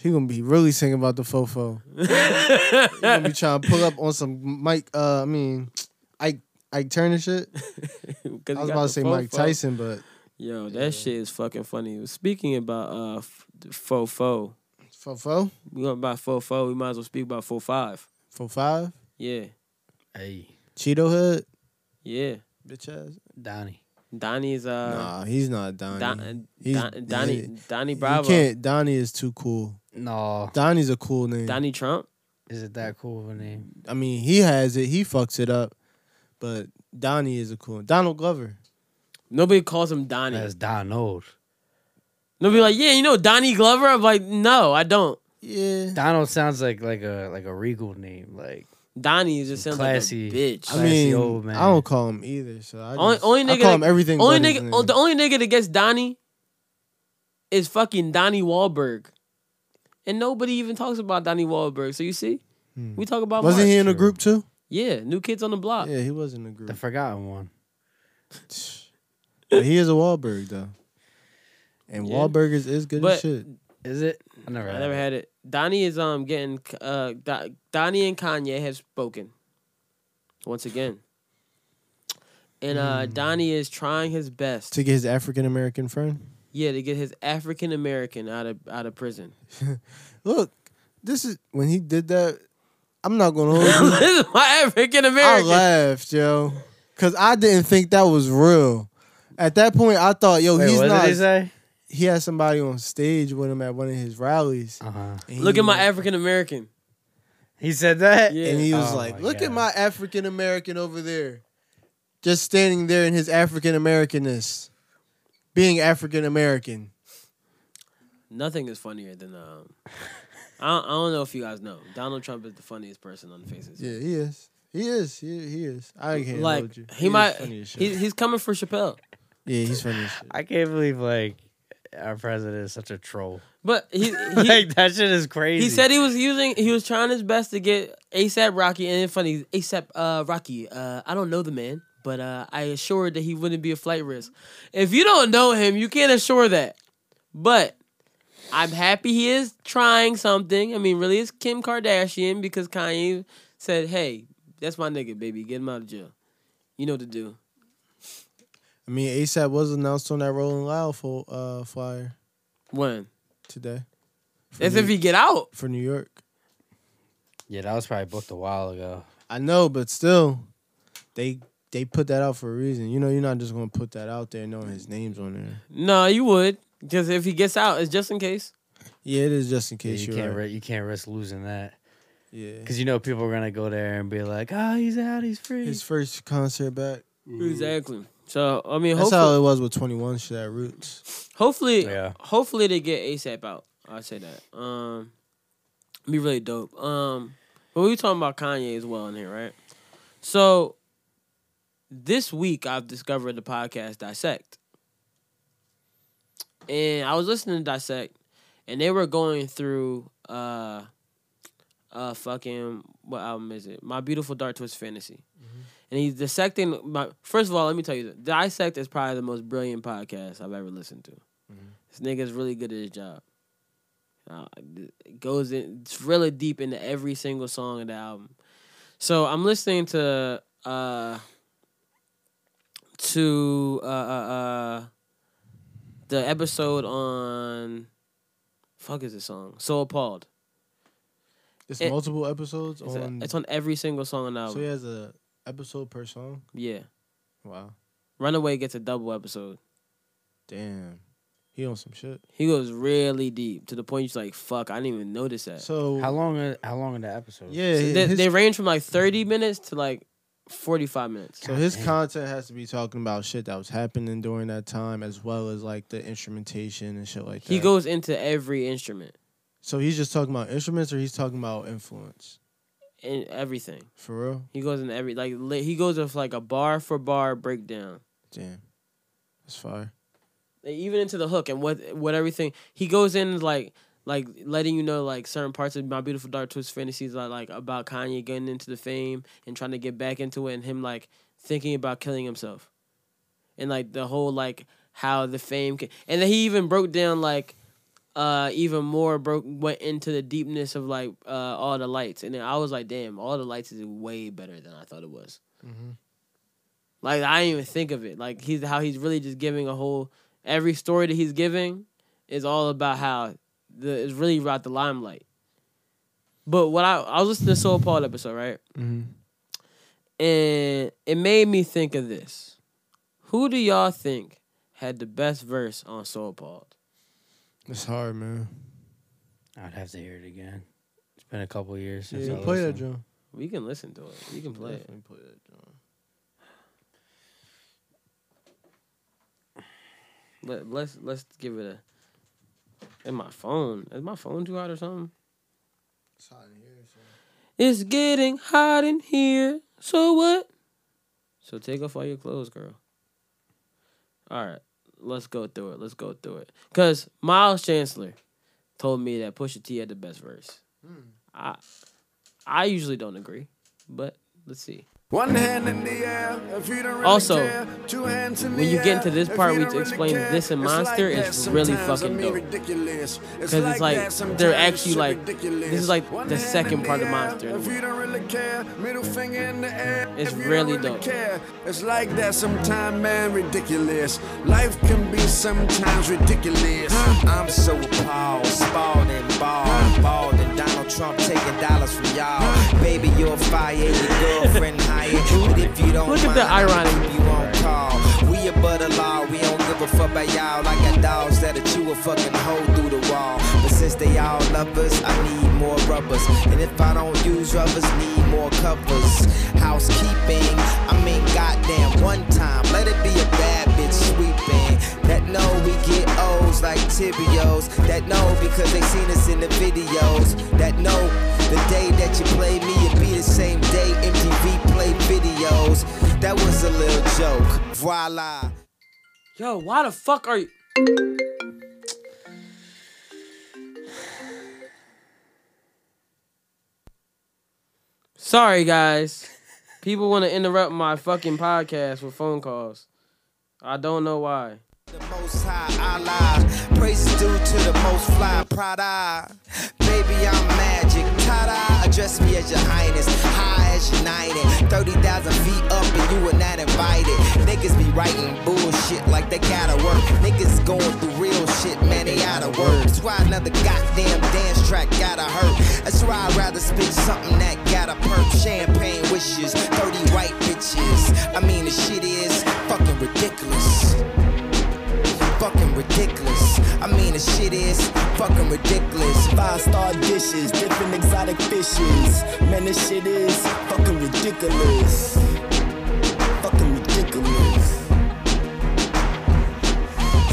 Speaker 4: He gonna be really singing about the fofo. he gonna be trying to pull up on some Mike. Uh, I mean, Ike Ike Turner shit.
Speaker 1: 'Cause
Speaker 4: I
Speaker 1: he
Speaker 4: was
Speaker 1: got
Speaker 4: about to
Speaker 1: the
Speaker 4: say Mike
Speaker 1: fofo.
Speaker 4: Tyson, but
Speaker 1: Yo, that shit is fucking funny. Speaking about uh f- fofo,
Speaker 4: fofo
Speaker 1: we going about fofo. We might as well speak about four five.
Speaker 4: for five
Speaker 1: Yeah,
Speaker 2: Hey,
Speaker 4: Cheeto Hood
Speaker 1: yeah.
Speaker 4: bitch ass.
Speaker 2: Donnie.
Speaker 1: Donnie's uh.
Speaker 4: nah, he's not Donnie.
Speaker 1: Don, uh,
Speaker 4: He's-
Speaker 1: Don, Donnie,
Speaker 4: he-
Speaker 1: Donnie
Speaker 4: You
Speaker 1: Bravo,
Speaker 4: can't. Donnie is too cool.
Speaker 2: No.
Speaker 4: Donnie's a cool name.
Speaker 1: Donnie Trump.
Speaker 2: Is it that cool of a name?
Speaker 4: I mean, he has it. He fucks it up, but Donnie is a cool. Donald Glover.
Speaker 1: Nobody calls him Donnie.
Speaker 2: That's Donald.
Speaker 1: Nobody like, yeah, you know Donnie Glover. I'm like, no, I don't.
Speaker 4: Yeah.
Speaker 2: Donald sounds like like a like a regal name. Like
Speaker 1: Donnie just sounds
Speaker 2: Classy.
Speaker 1: like a bitch.
Speaker 4: I
Speaker 2: Classy
Speaker 4: mean,
Speaker 2: old man.
Speaker 4: I don't call him either. So I, just,
Speaker 1: Only- only
Speaker 4: I
Speaker 1: nigga
Speaker 4: call
Speaker 1: that-
Speaker 4: him everything.
Speaker 1: only
Speaker 4: but his
Speaker 1: nigga,
Speaker 4: name.
Speaker 1: oh, the only nigga that gets Donnie is fucking Donnie Wahlberg, and nobody even talks about Donnie Wahlberg. So you see, we talk about
Speaker 4: Hmm. Wasn't
Speaker 1: Mark.
Speaker 4: he in a
Speaker 2: True.
Speaker 4: group too?
Speaker 1: Yeah, New Kids on the Block.
Speaker 4: Yeah, he was in a
Speaker 2: the
Speaker 4: group.
Speaker 2: forgotten one.
Speaker 4: But he is a Wahlberg though, and
Speaker 1: Yeah.
Speaker 4: Wahlberg is, is good
Speaker 1: But-
Speaker 4: as shit.
Speaker 2: Is it? I never.
Speaker 1: I never had it. Donnie is um getting uh Do- Donnie and Kanye have spoken once again, and uh
Speaker 2: Hmm.
Speaker 1: Donnie is trying his best
Speaker 4: To get his African American friend.
Speaker 1: Yeah, to get his African American out of out of prison.
Speaker 4: Look, this is when he did that. I'm not gonna hold you.
Speaker 1: this is my African
Speaker 4: I
Speaker 1: American.
Speaker 4: laughed, yo, because I didn't think that was real. At that point, I thought, yo,
Speaker 2: Wait,
Speaker 4: he's
Speaker 2: what
Speaker 4: not.
Speaker 2: did he say?
Speaker 4: He had somebody on stage with him at one of his rallies.
Speaker 2: Uh huh.
Speaker 4: and
Speaker 1: Uh-huh. Look
Speaker 4: he
Speaker 1: at my
Speaker 4: was-
Speaker 1: African American.
Speaker 2: He said that.
Speaker 1: Yeah.
Speaker 4: And he was
Speaker 2: Oh
Speaker 4: like,
Speaker 2: my
Speaker 4: look at
Speaker 2: God.
Speaker 4: my African American over there. Just standing there in his African Americanness. Being African American.
Speaker 1: Nothing is funnier than um. I don't, I don't know if you guys know. Donald Trump is the funniest person on the face of this.
Speaker 4: Yeah, he is. He is. He, he is. I can't
Speaker 1: like
Speaker 4: hold you.
Speaker 1: he
Speaker 4: is
Speaker 1: might.
Speaker 4: funny as shit.
Speaker 1: He's, he's coming for Chappelle,
Speaker 4: yeah, he's funny as shit.
Speaker 2: I can't believe like our president is such a troll.
Speaker 1: but he he,
Speaker 2: like that shit is crazy.
Speaker 1: he said he was using. He was trying his best to get ASAP Rocky, and it's funny ASAP uh, Rocky. Uh, I don't know the man, but uh, I assured that he wouldn't be a flight risk. If you don't know him, you can't assure that. But I'm happy he is trying something. I mean, really, it's Kim Kardashian because Kanye said, "Hey, that's my nigga, baby. Get him out of jail. You know what to do."
Speaker 4: I mean, ASAP was announced on that Rolling Loud full, uh, flyer
Speaker 1: When?
Speaker 4: today. For
Speaker 1: That's
Speaker 4: New,
Speaker 1: if he get out.
Speaker 4: for New York.
Speaker 2: yeah, that was probably booked a while ago.
Speaker 4: I know, but still, they they put that out for a reason. You know, you're not just gonna put that out there knowing his name's on there.
Speaker 1: No, you would. Because if he gets out, it's just in case.
Speaker 4: Yeah, it is just in
Speaker 2: Yeah,
Speaker 4: case
Speaker 2: you
Speaker 4: you
Speaker 2: can't
Speaker 4: are.
Speaker 2: ri- you can't risk losing that
Speaker 4: yeah,
Speaker 2: because you know people are gonna go there and be like, oh, he's out, he's free.
Speaker 4: his first concert back.
Speaker 1: Mm-hmm. Exactly. So I mean,
Speaker 4: That's
Speaker 1: hopefully,
Speaker 4: how it was with 21 shit at Roots.
Speaker 1: hopefully,
Speaker 2: Yeah.
Speaker 1: hopefully they get ASAP out. I say that. Um, be really dope. Um, but we were talking about Kanye as well in here, right? So this week I've discovered the podcast Dissect, and I was listening to Dissect, and they were going through uh, uh, fucking what album is it? My Beautiful Dark Twist Fantasy. and he's dissecting my first of all let me tell you this. dissect is probably the most brilliant podcast i've ever listened to
Speaker 2: Mm-hmm.
Speaker 1: this nigga's really good at his job uh, it goes in it's really deep into every single song of the album so i'm listening to uh to uh uh, uh the episode on fuck is this song so appalled
Speaker 4: It's
Speaker 1: It-
Speaker 4: multiple episodes
Speaker 1: it's,
Speaker 4: on.
Speaker 1: it's on every single song on the
Speaker 4: so he
Speaker 1: album
Speaker 4: has a episode per song.
Speaker 1: yeah
Speaker 4: Wow,
Speaker 1: runaway gets a double episode
Speaker 4: damn, he on some shit.
Speaker 1: He goes really deep to the point you're like, fuck, I didn't even notice that. So
Speaker 4: So
Speaker 2: how long? Are, how long in the episode?
Speaker 4: Yeah,
Speaker 1: they,
Speaker 4: his-
Speaker 1: they range from like 30 minutes to like 45 minutes.
Speaker 4: So his content has to be talking about shit that was happening during that time, as well as like the instrumentation and shit like that.
Speaker 1: He goes into every instrument
Speaker 4: So he's just talking about instruments, or he's talking about influence
Speaker 1: and everything.
Speaker 4: for real.
Speaker 1: He goes into every, like, li- he goes with like a bar for bar breakdown.
Speaker 4: Damn, that's fire.
Speaker 1: even into the hook and what what everything he goes in like like letting you know like certain parts of my beautiful dark twist fantasies are like about Kanye getting into the fame and trying to get back into it and him like thinking about killing himself and like the whole like how the fame can, and then he even broke down like uh even more broke went into the deepness of like uh all the lights and then I was like damn all the lights is way better than I thought it was like I didn't even think of it like he's how he's really just giving a whole every story that he's giving is all about how the it's really about the limelight. But what I I was listening to Soul Paul episode right, and it made me think of this: Who do y'all think had the best verse on Soul Paul?
Speaker 4: It's hard, man.
Speaker 2: I'd have to hear it again. It's been a couple years since
Speaker 4: Yeah,
Speaker 2: I
Speaker 4: play that
Speaker 2: listened.
Speaker 4: drum.
Speaker 1: We can listen to it. We can play it.
Speaker 4: Definitely play that drum.
Speaker 1: Let, let's let's give it a. In my phone, is my phone too hot or something?
Speaker 4: It's hot in here. So.
Speaker 1: It's getting hot in here. So what? So take off all your clothes, girl. All right, let's go through it. Let's go through it. Cause Miles Chancellor told me that Pusha T had the best verse.
Speaker 4: Hmm.
Speaker 1: I I usually don't agree, but let's see.
Speaker 9: One hand in the air if you don't really
Speaker 1: Also,
Speaker 9: care. Two hands in
Speaker 1: when
Speaker 9: the
Speaker 1: you get
Speaker 9: air
Speaker 1: into this
Speaker 9: if
Speaker 1: part,
Speaker 9: you
Speaker 1: we
Speaker 9: don't really
Speaker 1: explain
Speaker 9: care.
Speaker 1: this and Monster,
Speaker 9: like
Speaker 1: it's
Speaker 9: that
Speaker 1: really
Speaker 9: sometimes,
Speaker 1: fucking
Speaker 9: I mean
Speaker 1: dope.
Speaker 9: ridiculous. It's
Speaker 1: 'Cause it's like,
Speaker 9: that sometimes,
Speaker 1: they're actually
Speaker 9: shit
Speaker 1: like-
Speaker 9: ridiculous.
Speaker 1: this is like
Speaker 9: One
Speaker 1: the
Speaker 9: hand
Speaker 1: second
Speaker 9: in
Speaker 1: part
Speaker 9: the
Speaker 1: of Monster
Speaker 9: air,
Speaker 1: in a
Speaker 9: If
Speaker 1: way.
Speaker 9: you don't really care, middle finger in the air.
Speaker 1: It's
Speaker 9: if you don't
Speaker 1: really
Speaker 9: really
Speaker 1: dope.
Speaker 9: Care. It's like that sometimes, man, ridiculous. Life can be sometimes ridiculous.
Speaker 10: I'm so appalled, spawning and bald, bald and Donald Trump taking dollars from y'all. Baby, you're fired, your girlfriend hired. But if you don't
Speaker 1: Look at
Speaker 10: mind,
Speaker 1: the irony.
Speaker 10: you on call. We above the law, we don't give a fuck about y'all. I got dogs that'll chew a fucking hole through the wall. But since they all lovers, I need more rubbers. And if I don't use rubbers, need more covers. Housekeeping, I mean, goddamn, one time, let it be a bad bitch sweeping. That know we get O's like tibios. That know because they seen us in the videos. That know the day that you play me, it be the same day MTV shows. That was a little joke. Voila.
Speaker 1: Yo, why the fuck are you? Sorry, guys. People want to interrupt my fucking podcast with phone calls. I don't know why.
Speaker 10: Most high Allah, praise is due to the most fly Prada. Baby, I'm magic. Ta-da, address me as your highness, high as united. 30,000 feet up and you were not invited. Niggas be writing bullshit like they gotta work. Niggas going through real shit, man, they out of work. That's why another goddamn dance track gotta hurt. That's why I'd rather spit something that gotta perk. Champagne wishes, 30 white bitches. I mean, the shit is fucking ridiculous fucking ridiculous. I mean, the shit is fucking ridiculous.
Speaker 11: Five star dishes, different exotic fishes. Man, this shit is fucking ridiculous. Fucking ridiculous.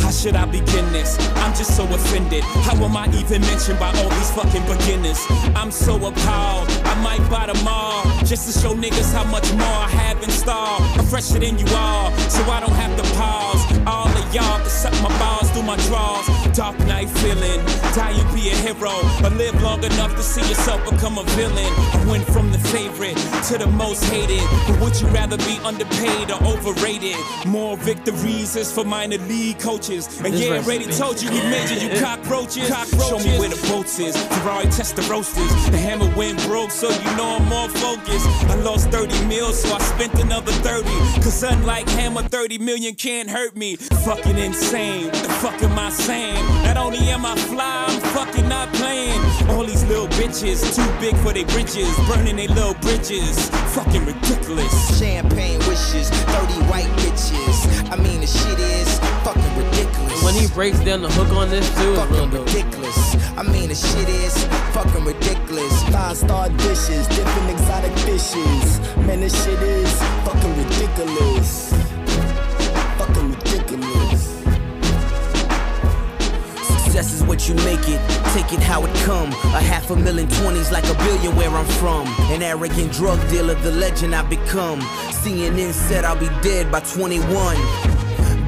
Speaker 12: How should I begin this? I'm just so offended. How am I even mentioned by all these fucking beginners? I'm so appalled. I might buy them all just to show niggas how much more I have in store. I'm fresher than you all, so I don't have to pause. All of y'all to suck my balls through my drawers. Dark night feeling. Die and be a hero. Or live long enough to see yourself become a villain. I went from the favorite to the most hated. But would you rather be underpaid or overrated? More victories is for minor league coaches. And
Speaker 13: This
Speaker 12: yeah,
Speaker 13: verse
Speaker 12: Brady
Speaker 13: is
Speaker 12: told you you
Speaker 13: basic.
Speaker 12: major, you cockroaches. Show me where the boats is. Ferrari test the roasters. The hammer went broke, so you know I'm more focused. I lost 30 mil, so I spent another 30. Cause unlike hammer, 30 million can't hurt me. Fucking insane. The fuck am I saying? Not only am I fly, I'm fucking not playing. All these little bitches, too big for their britches. Burning their little bridges. Fucking ridiculous.
Speaker 10: Champagne wishes, 30 white bitches. I mean, the shit is fucking ridiculous.
Speaker 1: When he breaks down the hook on this too, it's real dope.
Speaker 10: Ridiculous. I mean, the shit is fucking ridiculous.
Speaker 11: Five star dishes, different exotic fishes. Man, this shit is fucking ridiculous. Fucking ridiculous.
Speaker 13: Success is what you make it, take it how it come. A half a million twenties like a billion where I'm from. An arrogant drug dealer, the legend I become. CNN said I'll be dead by 21.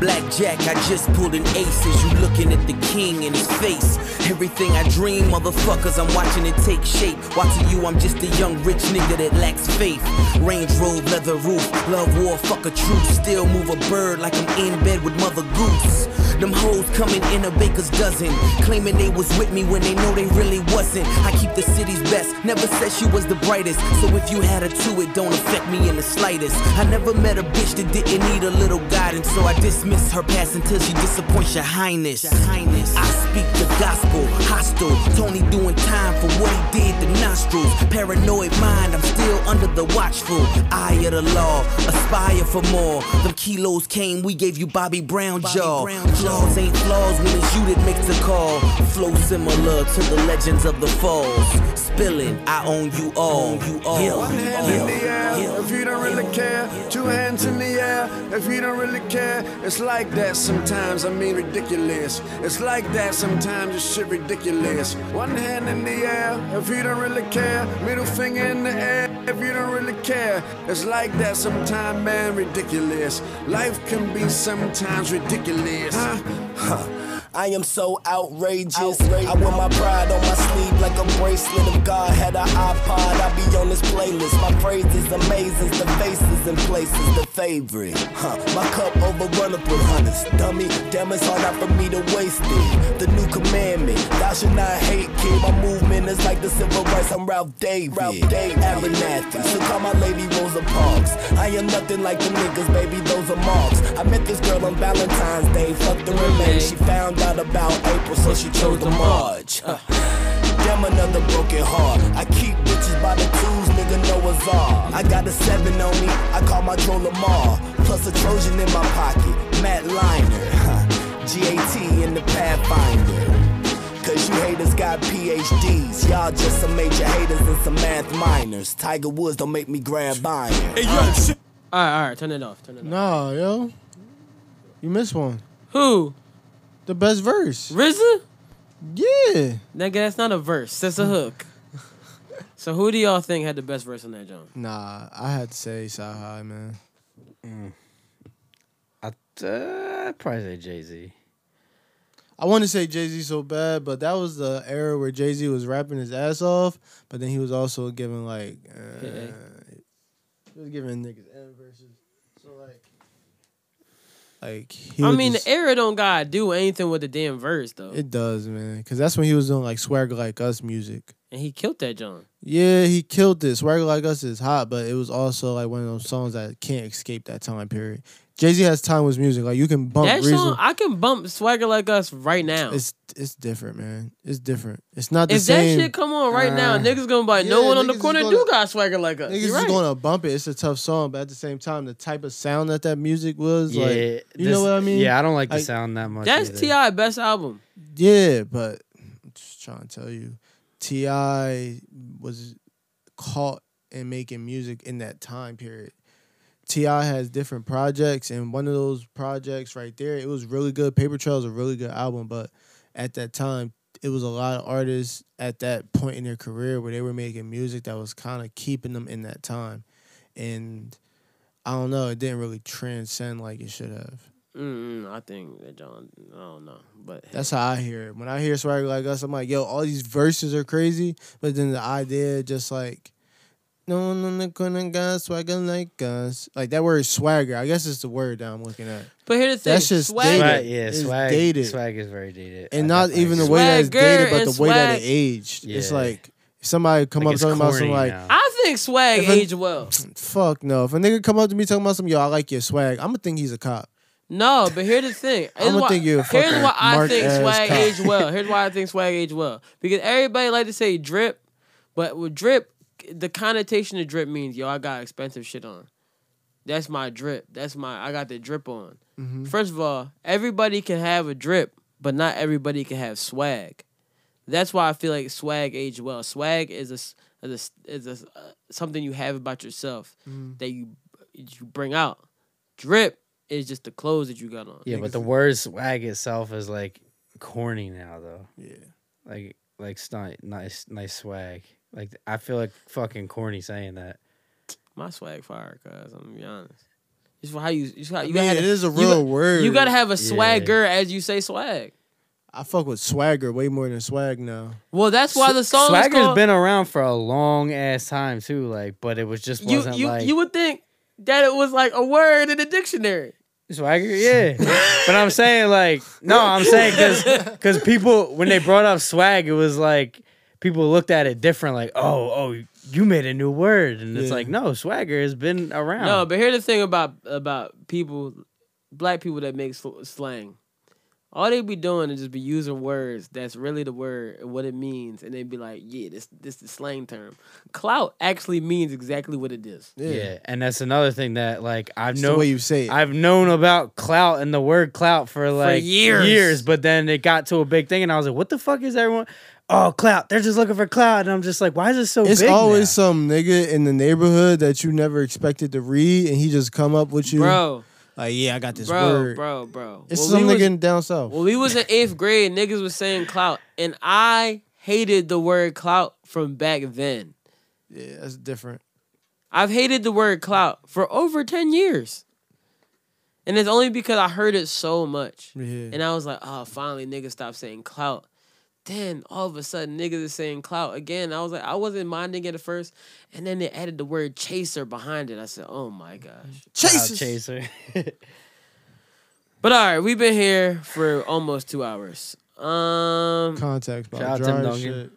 Speaker 13: Blackjack, I just pulled an ace as you looking at the king in his face. Everything I dream, motherfuckers, I'm watching it take shape. Watching you, I'm just a young rich nigga that lacks faith. Range road, leather roof, love war, fuck a truce. Still move a bird like I'm in bed with mother goose. Them hoes coming in a baker's dozen, claiming they was with me when they know they really wasn't. I keep the city's best, never said she was the brightest. So if you had a two, it don't affect me in the slightest. I never met a bitch that didn't need a little guidance, so I dismiss her past until she disappoints your highness. Your highness. I speak the gospel, hostile. Tony doing time for what he did to nostrils. Paranoid mind, I'm still under the watchful eye of the law. Aspire for more. Them kilos came, we gave you Bobby Brown jaw. Flaws ain't flaws when it's you that makes the call. Flow similar to the legends of the falls. Spilling, I own you all. you all.
Speaker 9: Oh, One hand in the air if you don't really care. Two hands in the air if you don't really care. It's like that sometimes. I mean ridiculous. It's like that sometimes. It's shit ridiculous. One hand in the air if you don't really care. Middle finger in the air if you don't really care. It's like that sometimes, man. Ridiculous. Life can be sometimes ridiculous.
Speaker 11: I am so outrageous. I wear my pride on my sleeve like a bracelet. If God had an iPod, I'd be on this playlist. My phrases amazes, the faces and places the favorite. Huh. My cup overrun up with hundreds. Dummy, damn it's hard not for me to waste it. The new commandment, thou should not hate, kid. My movement is like the civil rights. I'm Ralph David. Ralph David. Abernathy. So call my lady Rosa Parks. I am nothing like the niggas, baby. Those are marks. I met this girl on Valentine's Day. Fucked her in May. She found out about April, so she chose the March. Huh. Damn another broken heart. I keep bitches by the twos, nigga know it's all. I got a seven on me, I call my Joe Lamar. Plus a Trojan in my pocket, Matt Liner. huh. GAT in the Pathfinder. Cause you haters got PhDs. Y'all just some major haters and some math minors. Tiger Woods don't make me grab iron.
Speaker 1: All right, all right, turn it off. Turn it off.
Speaker 4: Nah, yo. You missed one.
Speaker 1: Who?
Speaker 4: The best verse.
Speaker 1: RZA?
Speaker 4: Yeah.
Speaker 1: Nigga, that's not a verse. That's a hook. So who do y'all think had the best verse on that joint?
Speaker 4: Nah, I had to say Sci High, man.
Speaker 2: Mm. I uh, I'd probably say Jay Z.
Speaker 4: I want to say Jay Z so bad, but that was the era where Jay Z was rapping his ass off, but then he was also giving like, uh,
Speaker 1: Yeah.
Speaker 4: he was giving niggas M verses. So like, like he.
Speaker 1: I
Speaker 4: would
Speaker 1: mean,
Speaker 4: just-
Speaker 1: the era don't gotta do anything with the damn verse though,
Speaker 4: it does, man, because that's when he was doing like swag like us music.
Speaker 1: and he killed that joint.
Speaker 4: Yeah, he killed this. Swagger Like Us is hot, but it was also like one of those songs that can't escape that time period. Jay Z has time with music. Like you can bump
Speaker 1: that
Speaker 4: reason.
Speaker 1: song, I can bump Swagger Like Us right now.
Speaker 4: It's it's different, man. It's different. It's not the
Speaker 1: if
Speaker 4: same.
Speaker 1: that shit come on right now,
Speaker 4: Uh,
Speaker 1: niggas gonna buy
Speaker 4: yeah,
Speaker 1: no one on
Speaker 4: niggas
Speaker 1: the
Speaker 4: is
Speaker 1: corner
Speaker 4: gonna-
Speaker 1: do got swagger like us.
Speaker 4: Niggas
Speaker 1: You
Speaker 4: is
Speaker 1: right.
Speaker 4: gonna bump it. It's a tough song, but at the same time, the type of sound that that music was, like, you
Speaker 2: this-
Speaker 4: know what I mean?
Speaker 2: Yeah, I don't like the sound that much.
Speaker 1: That's
Speaker 2: either.
Speaker 1: Ti best album.
Speaker 4: Yeah, but I'm just trying to tell you, Ti was caught in making music in that time period. Ti has different projects, and one of those projects right there, it was really good. Paper Trail is a really good album, but at that time, it was a lot of artists at that point in their career where they were making music that was kind of keeping them in that time, and I don't know, it didn't really transcend like it should have.
Speaker 1: Mm-mm, I think that John. I don't know, but
Speaker 4: That's how I hear it. When I hear Swagger Like Us, I'm like, yo, all these verses are crazy. But then the idea just like, no one on the corner got swagger like us. Like that word swagger, I guess it's the word that I'm looking at.
Speaker 1: But here's the thing,
Speaker 4: That's just
Speaker 1: swagger-
Speaker 4: dated.
Speaker 2: Yeah,
Speaker 4: It's
Speaker 2: swag.
Speaker 4: dated.
Speaker 2: Swag is very dated.
Speaker 4: And not even the
Speaker 2: agree.
Speaker 4: way that it's
Speaker 1: Swagger
Speaker 4: dated, but
Speaker 1: and
Speaker 4: the way that it
Speaker 1: swag-
Speaker 4: aged. It's
Speaker 2: Yeah.
Speaker 4: like, if somebody come
Speaker 2: Like,
Speaker 4: up
Speaker 2: it's
Speaker 4: talking about some
Speaker 2: corny
Speaker 4: like,
Speaker 2: now.
Speaker 1: I think swag
Speaker 4: If a-
Speaker 1: aged well.
Speaker 4: fuck no. If a nigga come up to me talking about some, yo, I like your swag, I'm gonna think he's a cop.
Speaker 1: No, but here's the thing.
Speaker 4: I'ma
Speaker 1: Here's why-
Speaker 4: think you a
Speaker 1: Here's
Speaker 4: fucking
Speaker 1: why I
Speaker 4: marked
Speaker 1: think
Speaker 4: ass
Speaker 1: swag
Speaker 4: cop.
Speaker 1: aged well. Here's why I think swag aged well because everybody like to say drip, but with drip, the connotation of drip means yo, I got expensive shit on. That's my drip. That's my I got the drip on.
Speaker 4: Mm-hmm.
Speaker 1: First of all, everybody can have a drip, but not everybody can have swag. That's why I feel like swag aged well. Swag is a s- is a s- is a s- uh, something you have about yourself
Speaker 4: Mm.
Speaker 1: that you you bring out. Drip is just the clothes that you got on.
Speaker 2: Yeah, but the word swag itself is like corny now, though. Yeah. Like, like it's not nice, nice swag. Like, I feel like fucking corny saying that.
Speaker 1: my swag fire, cause I'm gonna be honest. Just for how you, just how,
Speaker 4: I
Speaker 1: you
Speaker 4: mean,
Speaker 1: gotta,
Speaker 4: it is a
Speaker 1: you
Speaker 4: real
Speaker 1: got-
Speaker 4: word.
Speaker 1: You gotta have a
Speaker 4: Yeah.
Speaker 1: swagger as you say swag.
Speaker 4: I fuck with swagger way more than swag now.
Speaker 1: Well, that's why the song
Speaker 2: Swagger's
Speaker 1: is called.
Speaker 2: been around for a long ass time too. Like, but it was just
Speaker 1: you
Speaker 2: wasn't
Speaker 1: you
Speaker 2: like
Speaker 1: you would think that it was like a word in the dictionary.
Speaker 2: swagger. Yeah, but I'm saying like no, I'm saying because because people when they brought up swag, it was like people looked at it different. Like, oh, oh, you made a new word, and it's
Speaker 1: Yeah.
Speaker 2: like no, swagger has been around.
Speaker 1: No, but here's the thing about about people, black people that make sl- slang. All they be doing is just be using words that's really the word and what it means, and they be like, "Yeah, this this the slang term." Clout actually means exactly what it is.
Speaker 2: Yeah. and that's another thing that like I've
Speaker 1: It's the
Speaker 2: known
Speaker 1: way
Speaker 4: you say it.
Speaker 2: I've known about clout and the word clout for like
Speaker 1: years.
Speaker 2: but then it got to a big thing, and I was like, "What the fuck is everyone? Oh, clout! They're just looking for clout." And I'm just like, "Why is it so
Speaker 4: It's
Speaker 2: big?" now?
Speaker 4: always some nigga in the neighborhood that you never expected to read, and he just come up with you,
Speaker 1: Bro.
Speaker 4: Like, yeah, I got this
Speaker 1: bro,
Speaker 4: word,
Speaker 1: bro, bro.
Speaker 4: It's
Speaker 1: When
Speaker 4: some
Speaker 1: we
Speaker 4: nigga
Speaker 1: was-
Speaker 4: in down south.
Speaker 1: When we was in eighth grade, niggas was saying clout, and I hated the word clout from back then.
Speaker 4: Yeah, that's different.
Speaker 1: I've hated the word clout for over ten years, and it's only because I heard it so much,
Speaker 4: Yeah.
Speaker 1: and I was like, oh, finally, niggas stop saying clout. Then all of a sudden, niggas is saying clout again. I was like, I wasn't minding it at first, and then they added the word chaser behind it. I said, oh my gosh,
Speaker 2: Clout chaser.
Speaker 1: But all right, we've been here for almost two hours. Um,
Speaker 4: Contacts, Bob.
Speaker 2: Shout out
Speaker 4: Dry
Speaker 2: Tim
Speaker 4: as
Speaker 2: Duncan.
Speaker 4: shit.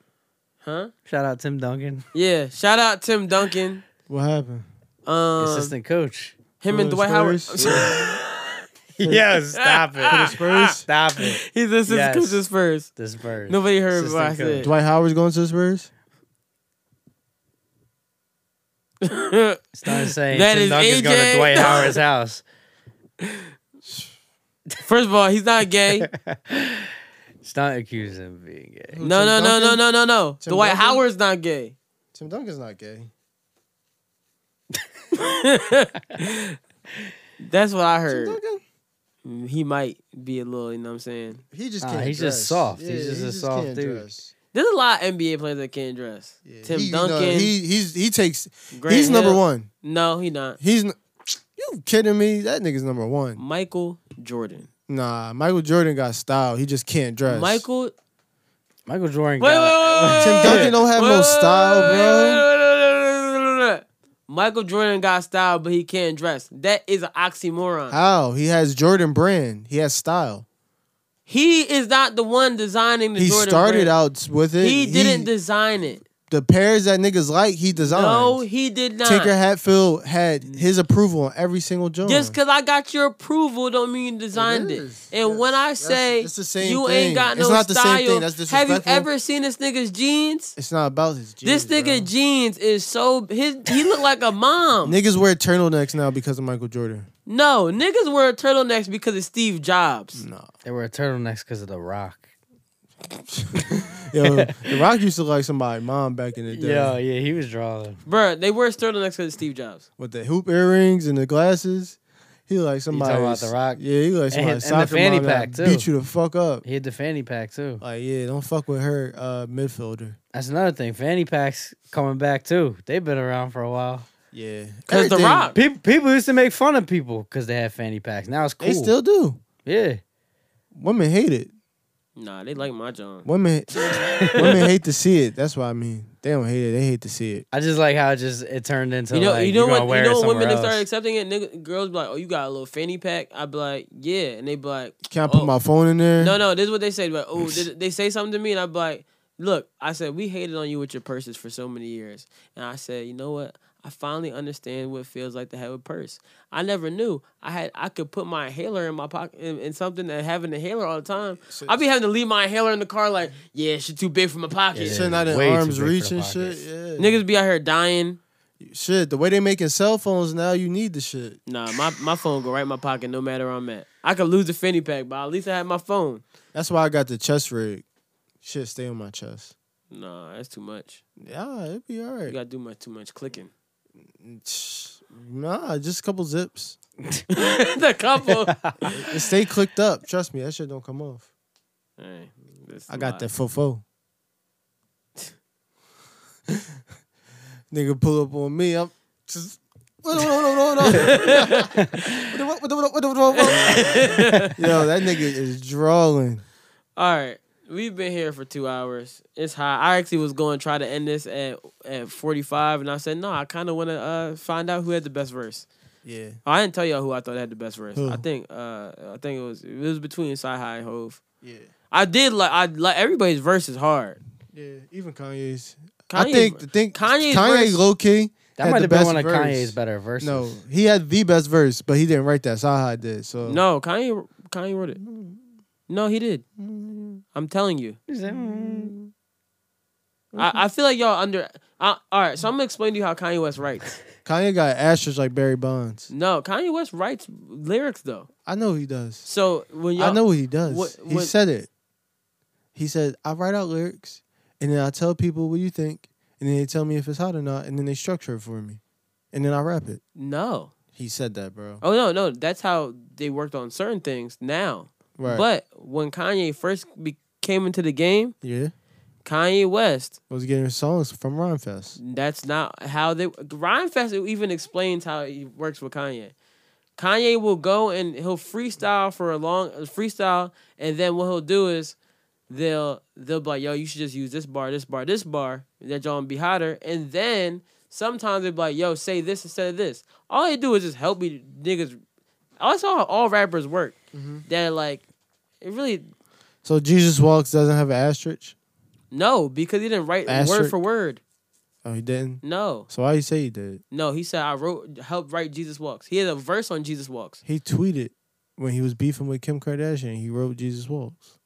Speaker 1: Huh?
Speaker 2: Shout out Tim Duncan,
Speaker 1: Yeah, shout out Tim Duncan,
Speaker 4: What happened?
Speaker 1: um,
Speaker 2: assistant coach.
Speaker 1: Him and
Speaker 4: For the
Speaker 1: Dwight Howard.
Speaker 4: Spurs?
Speaker 2: yeah, stop it.
Speaker 1: For the Spurs?
Speaker 2: Stop it.
Speaker 1: He's the assistant coach of the Spurs.
Speaker 2: The Spurs.
Speaker 1: Nobody heard
Speaker 2: Assistant
Speaker 1: what I
Speaker 2: coach.
Speaker 1: said.
Speaker 4: Dwight Howard's going to the Spurs.
Speaker 2: Start saying
Speaker 1: That
Speaker 2: Tim
Speaker 1: is
Speaker 2: Duncan's going
Speaker 1: AJ.
Speaker 2: to Dwight Howard's house.
Speaker 1: First of all, he's not gay.
Speaker 2: Stop accusing him of being gay.
Speaker 1: No, no, no, no, no, no, no.
Speaker 4: Tim
Speaker 1: Dwight
Speaker 4: Duncan?
Speaker 1: Howard's not gay.
Speaker 4: Tim Duncan's not gay.
Speaker 1: That's what I heard. He might be a little, you know what I'm saying?
Speaker 4: He just
Speaker 2: Nah,
Speaker 4: can't.
Speaker 2: he's
Speaker 4: dress.
Speaker 2: just soft.
Speaker 4: Yeah,
Speaker 2: he's just
Speaker 4: he
Speaker 2: a soft
Speaker 4: can't
Speaker 2: dude.
Speaker 4: dress.
Speaker 1: There's a lot of NBA players that can't dress. Tim
Speaker 4: He- you know,
Speaker 1: Duncan.
Speaker 4: he he's he takes.
Speaker 1: Grant
Speaker 4: he's number
Speaker 1: Hill.
Speaker 4: one.
Speaker 1: No, he not.
Speaker 4: He's n- you kidding me? That nigga's number one.
Speaker 1: Michael Jordan.
Speaker 4: Nah, Michael Jordan got style. He just can't dress.
Speaker 1: Michael.
Speaker 2: Michael Jordan.
Speaker 1: Wait, wait, wait, wait,
Speaker 4: Tim
Speaker 1: wait,
Speaker 4: Duncan
Speaker 1: wait.
Speaker 4: don't have
Speaker 1: Wait,
Speaker 4: no
Speaker 1: wait,
Speaker 4: style,
Speaker 1: wait,
Speaker 4: bro.
Speaker 1: wait, wait, wait, wait, wait, wait. Michael Jordan got style, but he can't dress. That is an oxymoron.
Speaker 4: How he has Jordan Brand. He has style.
Speaker 1: He is not the one designing the
Speaker 4: he
Speaker 1: Jordan.
Speaker 4: started
Speaker 1: brand.
Speaker 4: out with it.
Speaker 1: He didn't design it.
Speaker 4: the pairs that niggas like, he designed.
Speaker 1: No, he did not.
Speaker 4: Tinker Hatfield had his approval on every single joint.
Speaker 1: Just because I got your approval don't mean you designed it. And when I say
Speaker 4: it's the same
Speaker 1: you
Speaker 4: thing.
Speaker 1: ain't got
Speaker 4: It's
Speaker 1: no
Speaker 4: not the
Speaker 1: style,
Speaker 4: same thing. That's
Speaker 1: have you
Speaker 4: disrespectful.
Speaker 1: ever seen this nigga's jeans?
Speaker 4: it's not about his
Speaker 1: this
Speaker 4: jeans.
Speaker 1: nigga jeans is so his. He look like a mom.
Speaker 4: Niggas wear turtlenecks now because of Michael Jordan.
Speaker 1: No, niggas wear turtlenecks because of Steve Jobs.
Speaker 4: No.
Speaker 2: They were turtlenecks because of The Rock.
Speaker 4: Yo, The Rock used to like somebody mom back in the day.
Speaker 2: Yo, yeah, he was drawing.
Speaker 1: Bruh, they wear turtlenecks because of Steve Jobs.
Speaker 4: With the hoop earrings and the glasses. He like somebody.
Speaker 2: about The Rock?
Speaker 4: Yeah, he
Speaker 2: And
Speaker 4: like somebody.
Speaker 2: his- and the fanny pack, too.
Speaker 4: Beat you the fuck up.
Speaker 2: He had the fanny pack too.
Speaker 4: Like, yeah, don't fuck with her uh, midfielder.
Speaker 2: That's another thing. Fanny packs coming back too. They've been around for a while.
Speaker 4: Yeah,
Speaker 1: 'Cause The Rock.
Speaker 2: People, people used to make fun of people because they had fanny packs. Now it's cool.
Speaker 4: They still do.
Speaker 2: Yeah.
Speaker 4: Women hate it.
Speaker 1: Nah, they like my John.
Speaker 4: Women, women hate to see it. That's what I mean. They don't hate it. They hate to see it.
Speaker 2: I just like how it just it turned into
Speaker 1: You know,
Speaker 2: like
Speaker 1: you know
Speaker 2: are
Speaker 1: what?
Speaker 2: Wear
Speaker 1: You
Speaker 2: it
Speaker 1: know when
Speaker 2: somewhere
Speaker 1: women they
Speaker 2: else.
Speaker 1: started accepting it. Nigga, girls be like, "Oh, you got a little fanny pack." I be like, "Yeah," and they be like,
Speaker 4: Can I put
Speaker 1: oh.
Speaker 4: my phone in there?
Speaker 1: No, no, this is what they say. But oh, did- they say something to me, and I'm like, look, I said we hated on you with your purses for so many years, and I said, you know what? I finally understand what it feels like to have a purse. I never knew I had I could put my inhaler in my pocket in, in something and having an inhaler all the time. I'd be having to leave my inhaler in the car, like, yeah, shit too big for my pocket.
Speaker 4: Shit not in
Speaker 2: way too big
Speaker 4: arms
Speaker 2: for
Speaker 4: reach
Speaker 2: the
Speaker 4: and
Speaker 2: pocket.
Speaker 4: shit. Yeah.
Speaker 1: Niggas be out here dying.
Speaker 4: Shit, the way they making cell phones now, you need the shit.
Speaker 1: Nah, my, my phone go right in my pocket no matter where I'm at. I could lose the fanny pack, but at least I have my phone.
Speaker 4: That's why I got the chest rig. Shit, stay on my chest.
Speaker 1: Nah, that's too much.
Speaker 4: Yeah, it'd be all
Speaker 1: You
Speaker 4: right. Mm,
Speaker 1: gotta do much too much clicking.
Speaker 4: Nah, just a couple zips.
Speaker 1: the couple.
Speaker 4: It stay clicked up. Trust me, that shit don't come off.
Speaker 1: Hey, this
Speaker 4: I got
Speaker 1: lie.
Speaker 4: that fofo. Nigga pull up on me. I'm just. Yo, that nigga is drawing.
Speaker 1: All right, we've been here for two hours. It's high. I actually was going to try to end this at at forty five, and I said no. I kind of want to uh, find out who had the best verse.
Speaker 4: Yeah.
Speaker 1: Oh, I didn't tell y'all who I thought had the best verse.
Speaker 4: Who?
Speaker 1: I think uh, I think it was it was between Sci High and Hove.
Speaker 4: Yeah.
Speaker 1: I did like I like everybody's verse is hard.
Speaker 4: Yeah, even Kanye's. I
Speaker 1: Kanye's-
Speaker 4: think the thing
Speaker 1: Kanye's
Speaker 4: Kanye
Speaker 1: verse-
Speaker 4: low key.
Speaker 2: That
Speaker 4: had
Speaker 2: might
Speaker 4: the
Speaker 2: have been
Speaker 4: best
Speaker 2: one of
Speaker 4: verse.
Speaker 2: Kanye's better verses.
Speaker 4: No, he had the best verse, but he didn't write that. Saha did. So
Speaker 1: No, Kanye Kanye wrote it. No, he did. I'm telling you.
Speaker 2: "Mm."
Speaker 1: I, I feel like y'all under. I, all right, so I'm gonna explain to you how Kanye West writes.
Speaker 4: Kanye got ashes like Barry Bonds.
Speaker 1: No, Kanye West writes lyrics though.
Speaker 4: I know he does.
Speaker 1: So when y'all,
Speaker 4: I know what he does.
Speaker 1: What-
Speaker 4: he
Speaker 1: what-
Speaker 4: said it. He said, I write out lyrics and then I tell people what you think and then they tell me if it's hot or not and then they structure it for me. And then I rap it.
Speaker 1: No.
Speaker 4: He said that, bro.
Speaker 1: Oh no, no. That's how they worked on certain things now.
Speaker 4: Right.
Speaker 1: But when Kanye first be- came into the game,
Speaker 4: Yeah.
Speaker 1: Kanye West,
Speaker 4: Was getting songs from Rhyme Fest.
Speaker 1: that's not how they. Rhyme Fest even explains how he works with Kanye. Kanye will go and he'll freestyle for a long freestyle, and then what he'll do is they'll they'll be like, yo, you should just use this bar, this bar, this bar, and that y'all be hotter. And then sometimes they'll be like, yo, say this instead of this. All they do is just help me niggas. That's how all rappers work. That like it really
Speaker 4: So Jesus Walks doesn't have an asterisk?
Speaker 1: no, because he didn't write word
Speaker 4: Asterisk.
Speaker 1: for word.
Speaker 4: Oh, he didn't?
Speaker 1: No.
Speaker 4: So why you say he did?
Speaker 1: No, he said I wrote helped write Jesus Walks. He had a verse on Jesus Walks.
Speaker 4: He tweeted when he was beefing with Kim Kardashian, he wrote Jesus Walks.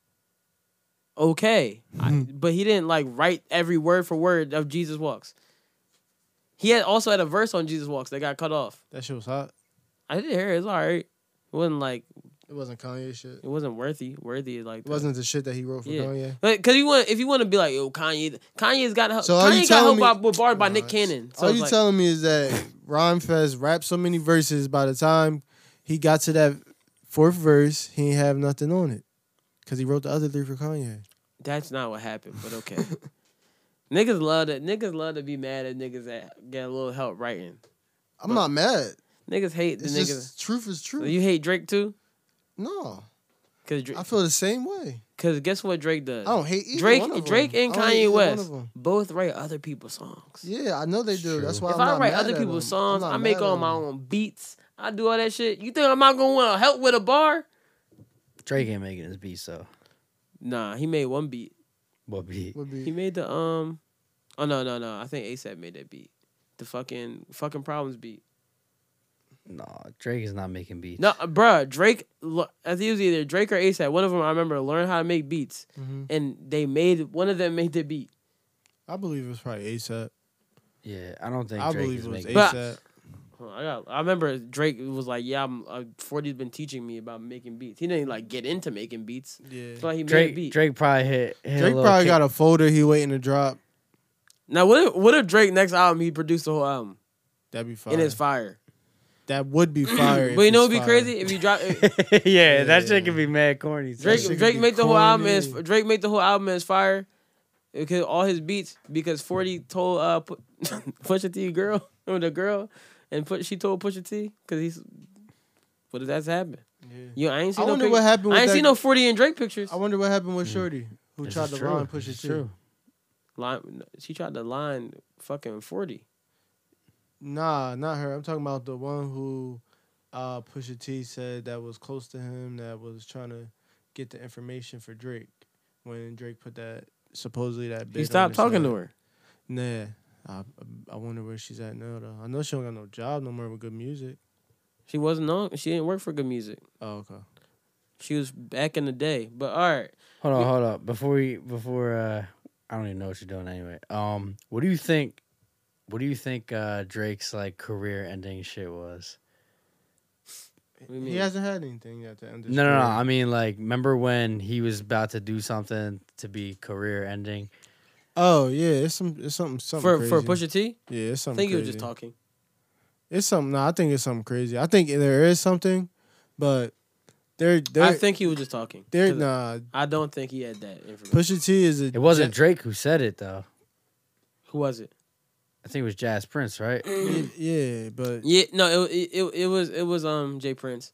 Speaker 1: okay. I-
Speaker 4: Mm-hmm.
Speaker 1: but he didn't like write every word for word of Jesus Walks. He had also had a verse on Jesus Walks that got cut off.
Speaker 4: That shit was hot.
Speaker 1: I did hear it. It's all right. It wasn't like
Speaker 4: It wasn't Kanye shit.
Speaker 1: it wasn't worthy. Worthy like
Speaker 4: It wasn't the shit that he wrote for
Speaker 1: Yeah.
Speaker 4: Kanye.
Speaker 1: because you want if you want to be like yo Kanye Kanye's got help.
Speaker 4: So are you
Speaker 1: Kanye got help
Speaker 4: telling
Speaker 1: by,
Speaker 4: me-
Speaker 1: with barred by Nick Cannon. So
Speaker 4: All
Speaker 1: it's
Speaker 4: you
Speaker 1: like,
Speaker 4: telling me is that Rhyme Fest rapped so many verses by the time he got to that fourth verse, he ain't have nothing on it. Cause he wrote the other three for Kanye.
Speaker 1: That's not what happened, but okay. niggas love to niggas love to be mad at niggas that get a little help writing.
Speaker 14: I'm not mad.
Speaker 1: Niggas hate the
Speaker 14: It's
Speaker 1: niggas.
Speaker 14: just truth is
Speaker 1: So
Speaker 14: truth.
Speaker 1: you hate Drake too?
Speaker 14: No.
Speaker 1: Cause Drake,
Speaker 14: I feel the same way.
Speaker 1: Cause guess what Drake does?
Speaker 14: I don't hate either
Speaker 1: Drake.
Speaker 14: one of 'em.
Speaker 1: Drake and
Speaker 14: I don't hate either
Speaker 1: Kanye
Speaker 14: one
Speaker 1: West
Speaker 14: of 'em.
Speaker 1: both write other people's songs.
Speaker 14: Yeah, I know they do. That's why
Speaker 1: if
Speaker 14: I'm
Speaker 1: I
Speaker 14: not
Speaker 1: write
Speaker 14: mad
Speaker 1: other
Speaker 14: at
Speaker 1: people's
Speaker 14: 'em. I'm
Speaker 1: songs,
Speaker 14: not
Speaker 1: I make
Speaker 14: mad
Speaker 1: all
Speaker 14: at
Speaker 1: my own beats. I do all that shit. You think I'm not gonna want to help with a bar?
Speaker 2: Drake ain't making his beats though.
Speaker 1: Nah, he made one beat.
Speaker 2: What beat?
Speaker 1: He made the um. Oh no no no! I think ASAP made that beat. The fucking fucking problems beat.
Speaker 2: No, Drake is not making beats.
Speaker 1: No, uh, bruh, Drake. lo- I think it was either Drake or ASAP. One of them I remember learned how to make beats,
Speaker 4: Mhm.
Speaker 1: and they made one of them made the beat.
Speaker 4: I believe it's probably ASAP.
Speaker 2: Yeah, I don't think
Speaker 4: I
Speaker 2: Drake
Speaker 4: believe
Speaker 2: is
Speaker 4: it was
Speaker 2: making-
Speaker 1: But-
Speaker 4: ASAP.
Speaker 1: Hold on, I got. I remember Drake was like, "Yeah, I'm. Uh, Forty's been teaching me about making beats. He didn't like get into making beats. Yeah, but he made a
Speaker 2: Drake
Speaker 1: beat.
Speaker 2: Drake probably hit. hit a
Speaker 4: Drake
Speaker 2: little
Speaker 4: probably
Speaker 2: kick-
Speaker 4: got a folder he waiting to drop.
Speaker 1: Now, what if what if Drake next album he produced the whole album?
Speaker 4: That'd be fire.
Speaker 1: And it's fire.
Speaker 4: That would be fire.
Speaker 1: but
Speaker 4: if
Speaker 1: you know what'd
Speaker 4: it's
Speaker 1: be
Speaker 4: fire.
Speaker 1: crazy if you drop
Speaker 2: yeah, that shit can be mad corny. too.
Speaker 1: Drake. Drake make the whole album is Drake make the whole album is fire. Because all his beats because Forty told uh Pu- Pusha T girl or the girl, and put she told Pusha T because he's what if that's happened? Yeah, you, I ain't
Speaker 4: I
Speaker 1: seen no.
Speaker 4: wonder
Speaker 1: pic-
Speaker 4: what happened. With
Speaker 1: I ain't
Speaker 4: that...
Speaker 1: seen no Forty and Drake pictures.
Speaker 4: I wonder what happened with Shorty who
Speaker 1: Mm. This
Speaker 4: tried
Speaker 1: is
Speaker 4: to
Speaker 1: true.
Speaker 4: line push
Speaker 1: This
Speaker 4: it
Speaker 1: is
Speaker 4: too.
Speaker 1: true. Line, she tried to line fucking forty.
Speaker 4: Nah, not her. I'm talking about the one who uh, Pusha T said that was close to him that was trying to get the information for Drake when Drake put that supposedly that. bid on
Speaker 1: stopped
Speaker 4: his
Speaker 1: talking to
Speaker 4: side.
Speaker 1: her.
Speaker 4: Nah, I I wonder where she's at now though. I know she don't got no job no more with good music.
Speaker 1: She wasn't on. She didn't work for Good Music.
Speaker 4: Oh, okay.
Speaker 1: She was back in the day, but all right.
Speaker 2: Hold on, hold up. Before we, before uh, I don't even know what you're doing anyway. Um, what do you think? What do you think uh Drake's like career-ending shit was?
Speaker 4: He hasn't had anything yet to end. his
Speaker 2: No, no, no.
Speaker 4: career.
Speaker 2: I mean, like, remember when he was about to do something to be career-ending?
Speaker 4: Oh yeah, it's some it's something something
Speaker 1: For- for
Speaker 4: crazy.
Speaker 1: Pusha T?
Speaker 4: Yeah, it's
Speaker 1: I
Speaker 4: something.
Speaker 1: think he was
Speaker 4: crazy.
Speaker 1: just talking.
Speaker 4: It's something. No, I think it's something crazy. I think there is something, but there, there.
Speaker 1: I think he was just talking.
Speaker 4: There,
Speaker 1: 'Cause
Speaker 4: nah.
Speaker 1: I don't think he had that information.
Speaker 4: Pusha T is a.
Speaker 2: It wasn't Drake who said it though.
Speaker 1: Who was it?
Speaker 2: I think it was Jazz Prince, right?
Speaker 4: yeah, but
Speaker 1: Yeah, no, it, it it it was it was um Jay Prince,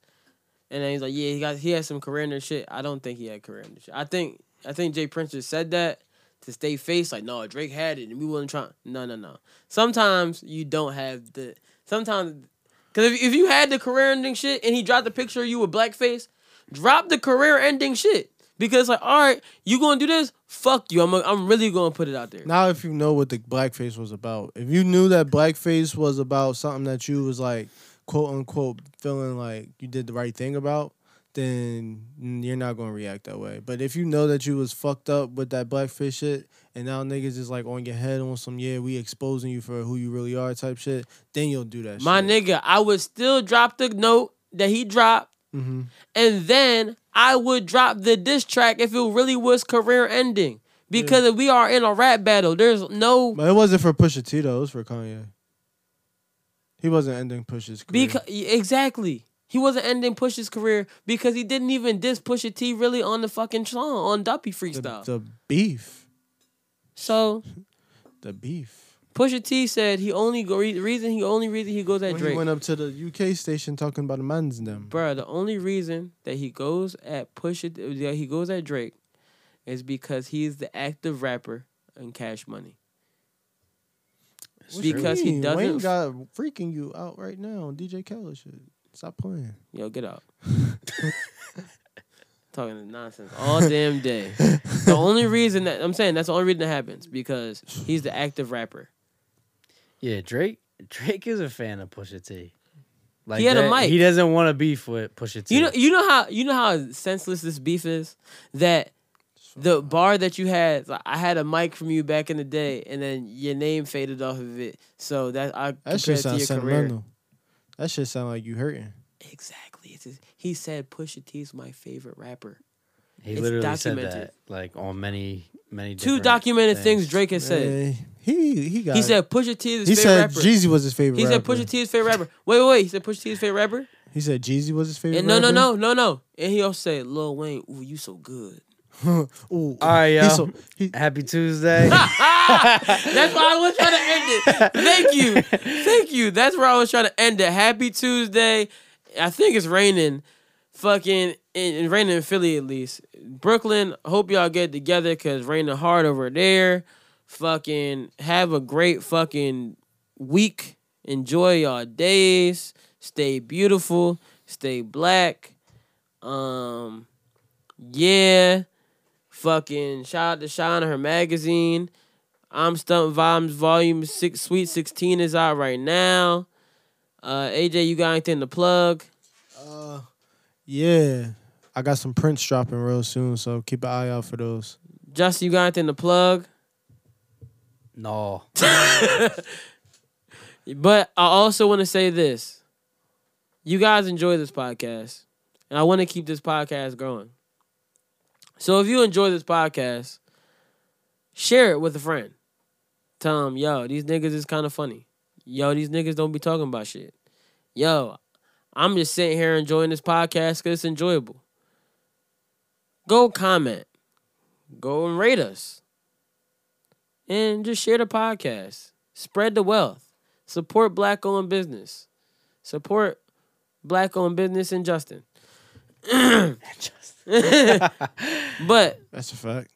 Speaker 1: and then he's like, yeah, he got he had some career in their shit. I don't think he had career in their shit. I think I think Jay Prince just said that to stay face. Like, no, Drake had it, and we wasn't trying. No, no, no. Sometimes you don't have the sometimes because if if you had the career ending shit and he dropped the picture of you with blackface, drop the career ending shit because like, all right, you gonna do this? Fuck you. I'm i I'm really gonna put it out there.
Speaker 4: Now, if you know what the blackface was about, if you knew that blackface was about something that you was like, quote unquote, feeling like you did the right thing about, then you're not gonna react that way. But if you know that you was fucked up with that blackface shit, and now niggas is like on your head on some yeah, we exposing you for who you really are type shit, then you'll do that.
Speaker 1: My nigga, I would still drop the note that he dropped.
Speaker 4: Mm-hmm.
Speaker 1: and then I would drop the diss track if it really was career ending. Because we are in a rap battle. There's no
Speaker 4: But it wasn't for Pusha T though. It was for Kanye. He wasn't ending Pusha's career.
Speaker 1: because exactly. He wasn't ending Push's career because he didn't even diss Pusha T really on the fucking song on Duppy Freestyle.
Speaker 4: the beef,
Speaker 1: so
Speaker 4: the beef.
Speaker 1: Pusha T said he only go re- reason he only reason he goes at
Speaker 4: When
Speaker 1: Drake.
Speaker 4: he went up to the UK station talking about the man's them.
Speaker 1: Bruh, the only reason that he goes at Pusha that he goes at Drake is because he's the active rapper in Cash Money.
Speaker 4: What you
Speaker 1: because he
Speaker 4: mean?
Speaker 1: doesn't
Speaker 4: Wayne got freaking you out right now on DJ Khaled shit. Stop playing.
Speaker 1: Yo, get out. Talking this nonsense all damn day. the only reason that I'm saying that's the only reason that happens because he's the active rapper.
Speaker 2: Yeah, Drake. Drake is a fan of Pusha T. Like
Speaker 1: He had a
Speaker 2: that-
Speaker 1: mic.
Speaker 2: He doesn't want to beef with Pusha T.
Speaker 1: You know, you know how you know how senseless this beef is. That the bar that you had, like, I had a mic from you back in the day, and then your name faded off of it. So that I
Speaker 4: That
Speaker 1: compare
Speaker 4: shit
Speaker 1: it to
Speaker 4: sounds
Speaker 1: your career.
Speaker 4: sentimental. That shit sound like you hurting.
Speaker 1: Exactly. It's just- he said Pusha T is my favorite rapper.
Speaker 2: he
Speaker 1: It's
Speaker 2: literally
Speaker 1: documented.
Speaker 2: said that like on many many
Speaker 1: Two
Speaker 2: different
Speaker 1: documented things,
Speaker 2: things.
Speaker 1: Drake has said.
Speaker 4: Eh, he he got.
Speaker 1: He
Speaker 4: it.
Speaker 1: said Pusha T is his
Speaker 4: He
Speaker 1: favorite
Speaker 4: said
Speaker 1: rapper.
Speaker 4: Jeezy was his favorite
Speaker 1: He said
Speaker 4: rapper.
Speaker 1: Pusha T is his favorite rapper. Wait, wait, wait. He said Pusha T is his favorite rapper.
Speaker 4: He said Jeezy was his favorite.
Speaker 1: And no, no,
Speaker 4: rapper?
Speaker 1: no, no, no. And he also said Lil Wayne, ooh, you so good.
Speaker 14: Ooh,
Speaker 2: All right,
Speaker 14: He
Speaker 2: y'all.
Speaker 14: so-
Speaker 2: Happy Tuesday.
Speaker 1: That's why I was trying to end it. Thank you. Thank you. That's where I was trying to end it. Happy Tuesday. I think it's raining. Fucking and raining in Philly at least. Brooklyn, hope y'all get together because raining hard over there. Fucking have a great fucking week. Enjoy y'all days. Stay beautiful. Stay black. Um yeah. Fucking shout out to Shine her magazine. I'm Stunt Vibes Volume Six Sweet Sixteen is out right now. Uh AJ, you got anything to plug?
Speaker 4: Uh yeah. I got some prints dropping real soon, so keep an eye out for those.
Speaker 1: Justin, you got anything to plug?
Speaker 2: No.
Speaker 1: But I also want to say this. You guys enjoy this podcast, and I want to keep this podcast going. So if you enjoy this podcast, share it with a friend. Tell them, yo, these niggas is kind of funny. Yo, these niggas don't be talking about shit. Yo, I'm just sitting here enjoying this podcast because it's enjoyable. Go comment. Go and rate us. And just share the podcast. Spread the wealth support black owned business. Support black owned business and Justin. but
Speaker 4: that's a fact.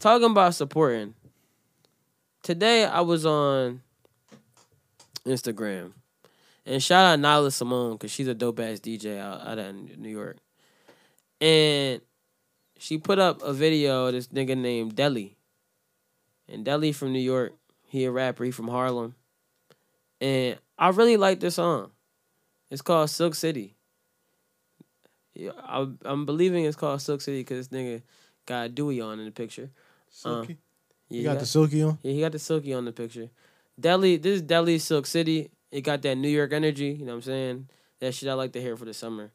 Speaker 1: Talking about supporting. Today I was on Instagram. And shout out Nyla Simone because she's a dope ass DJ out, out of New York. And she put up a video of this nigga named Deli. And Deli from New York. He a rapper. He from Harlem. And I really like this song. It's called Silk City. Yeah, I, I'm believing it's called Silk City because this nigga got Dewey on in the picture. Um,
Speaker 4: Silky?
Speaker 1: yeah,
Speaker 4: You got the silky on?
Speaker 1: Yeah, he got the silky on the picture. Delhi, this is Delhi Silk City. It got that New York energy. You know what I'm saying? That shit I like to hear for the summer.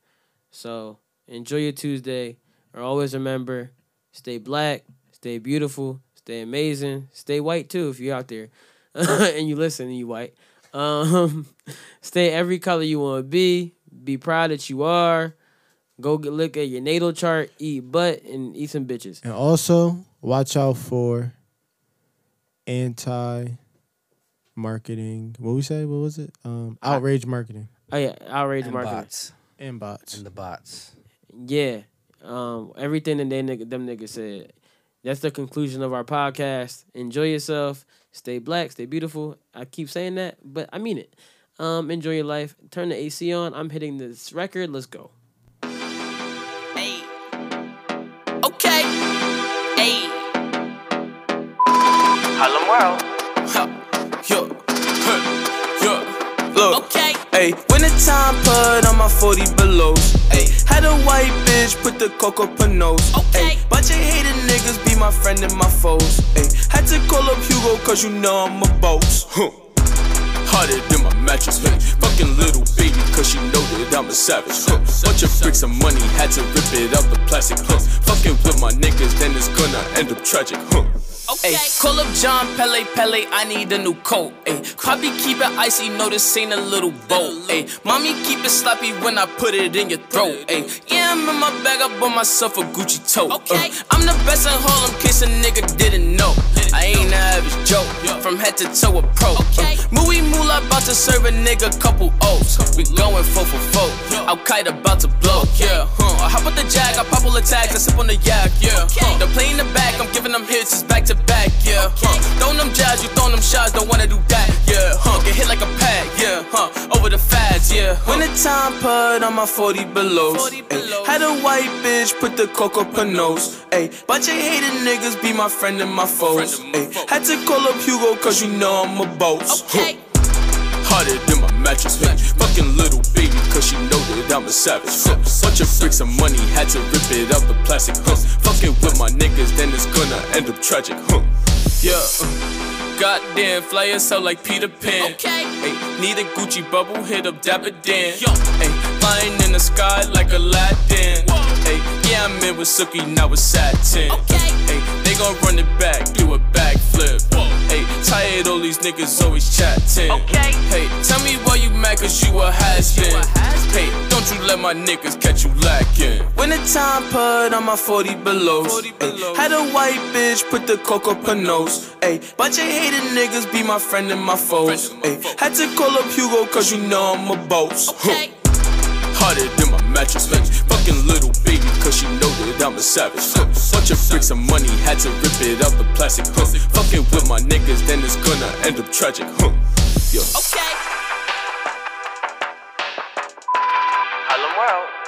Speaker 1: So enjoy your Tuesday. Or always remember, stay black, stay beautiful, stay amazing, stay white too if you're out there and you listen and you white. Um, stay every color you want to be. Be proud that you are. Go get, look at your natal chart, eat butt, and eat some bitches.
Speaker 4: And also watch out for anti marketing. What we say? What was it? Um outrage marketing.
Speaker 1: Oh yeah, outrage
Speaker 4: And
Speaker 1: marketing.
Speaker 2: bots.
Speaker 4: And bots.
Speaker 2: And the bots.
Speaker 1: Yeah. Um, everything that they nigga, them niggas said. That's the conclusion of our podcast. Enjoy yourself. Stay black. Stay beautiful. I keep saying that, but I mean it. Um, enjoy your life. Turn the AC on. I'm hitting this record. Let's go.
Speaker 15: Okay. Hey. Harlem World. Yo. Huh. Yo. Look. Okay. Hey. Wintertime put on my 40 below. Hey. Had a white bitch put the coke up her nose. Okay. Bunch of hated niggas be my friend and my foes. Hey. Had to call up Hugo cause you know I'm a boss. Huh. Harder than my mattress, hey. Fucking little baby, cause she know that I'm a savage. Huh. Bunch of bricks of money, had to rip it out the plastic. Huh. Fucking with my niggas, then it's gonna end up tragic. Huh.
Speaker 16: Okay. call up John Pele Pele, I need a new coat. Ay, probably keep it icy, no, this ain't a little boat. Ay, mommy keep it sloppy when I put it in your throat. Ay, yeah, I'm in my bag, I bought myself a Gucci tote. Okay. I'm the best in Harlem, case a nigga didn't know. I ain't an average Joe, from head to toe a pro. Okay. Mooey Moolah about to serve a nigga couple O's. We going four for four, Al Qaeda about to blow. Yeah, huh. I hop with the jag, I pop all the tags, I sip on the yak. Yeah, huh. the play in the back, I'm giving them hits, it's back to back. Yeah, huh. Throwing them jabs, you throwing them shots, don't wanna do that. Yeah, huh. Get hit like a pack. Yeah, huh. Over the fads. Yeah, huh.
Speaker 15: When the time put on my 40 below. Had a white bitch put the coke up her nose. Ayy, bunch of hated niggas be my friend and my foes. Ayy, had to call up Hugo cause you know I'm a boss. Okay. Harder than my mattress, hey. Fucking little baby, cause she know that I'm a savage. Huh. Bunch of bricks of money, had to rip it out the plastic. Huh. Fucking with my niggas, then it's gonna end up tragic. Huh.
Speaker 16: Yeah. uh, Goddamn, fly yourself like Peter Pan. Okay. need a Gucci bubble, hit up Dapper Dan. Yo. flying in the sky like Aladdin. Ay, yeah, I'm in with Sookie, now with Satin. Okay. they gon' run it back, do a backflip. Ay, tired, all these niggas always chatting. Okay. Hey, tell me why you mad, cause you a has been. Hey, don't you let my niggas catch you lacking.
Speaker 15: When the time put on my 40 below.
Speaker 16: Ayy, Had a white bitch put the coke up her nose. Ayy, bunch of hated niggas be my friend and my foes. Ayy, had to call up Hugo cause you know I'm a boss. Okay. Harder than my mattress, bitch. Fucking little baby, cause she know that I'm a savage. Huh. Bunch of bricks of money, had to rip it out the plastic. Huh. Fucking with my niggas, then it's gonna end up tragic. Huh. Yo.
Speaker 15: Okay.
Speaker 16: Hello, world.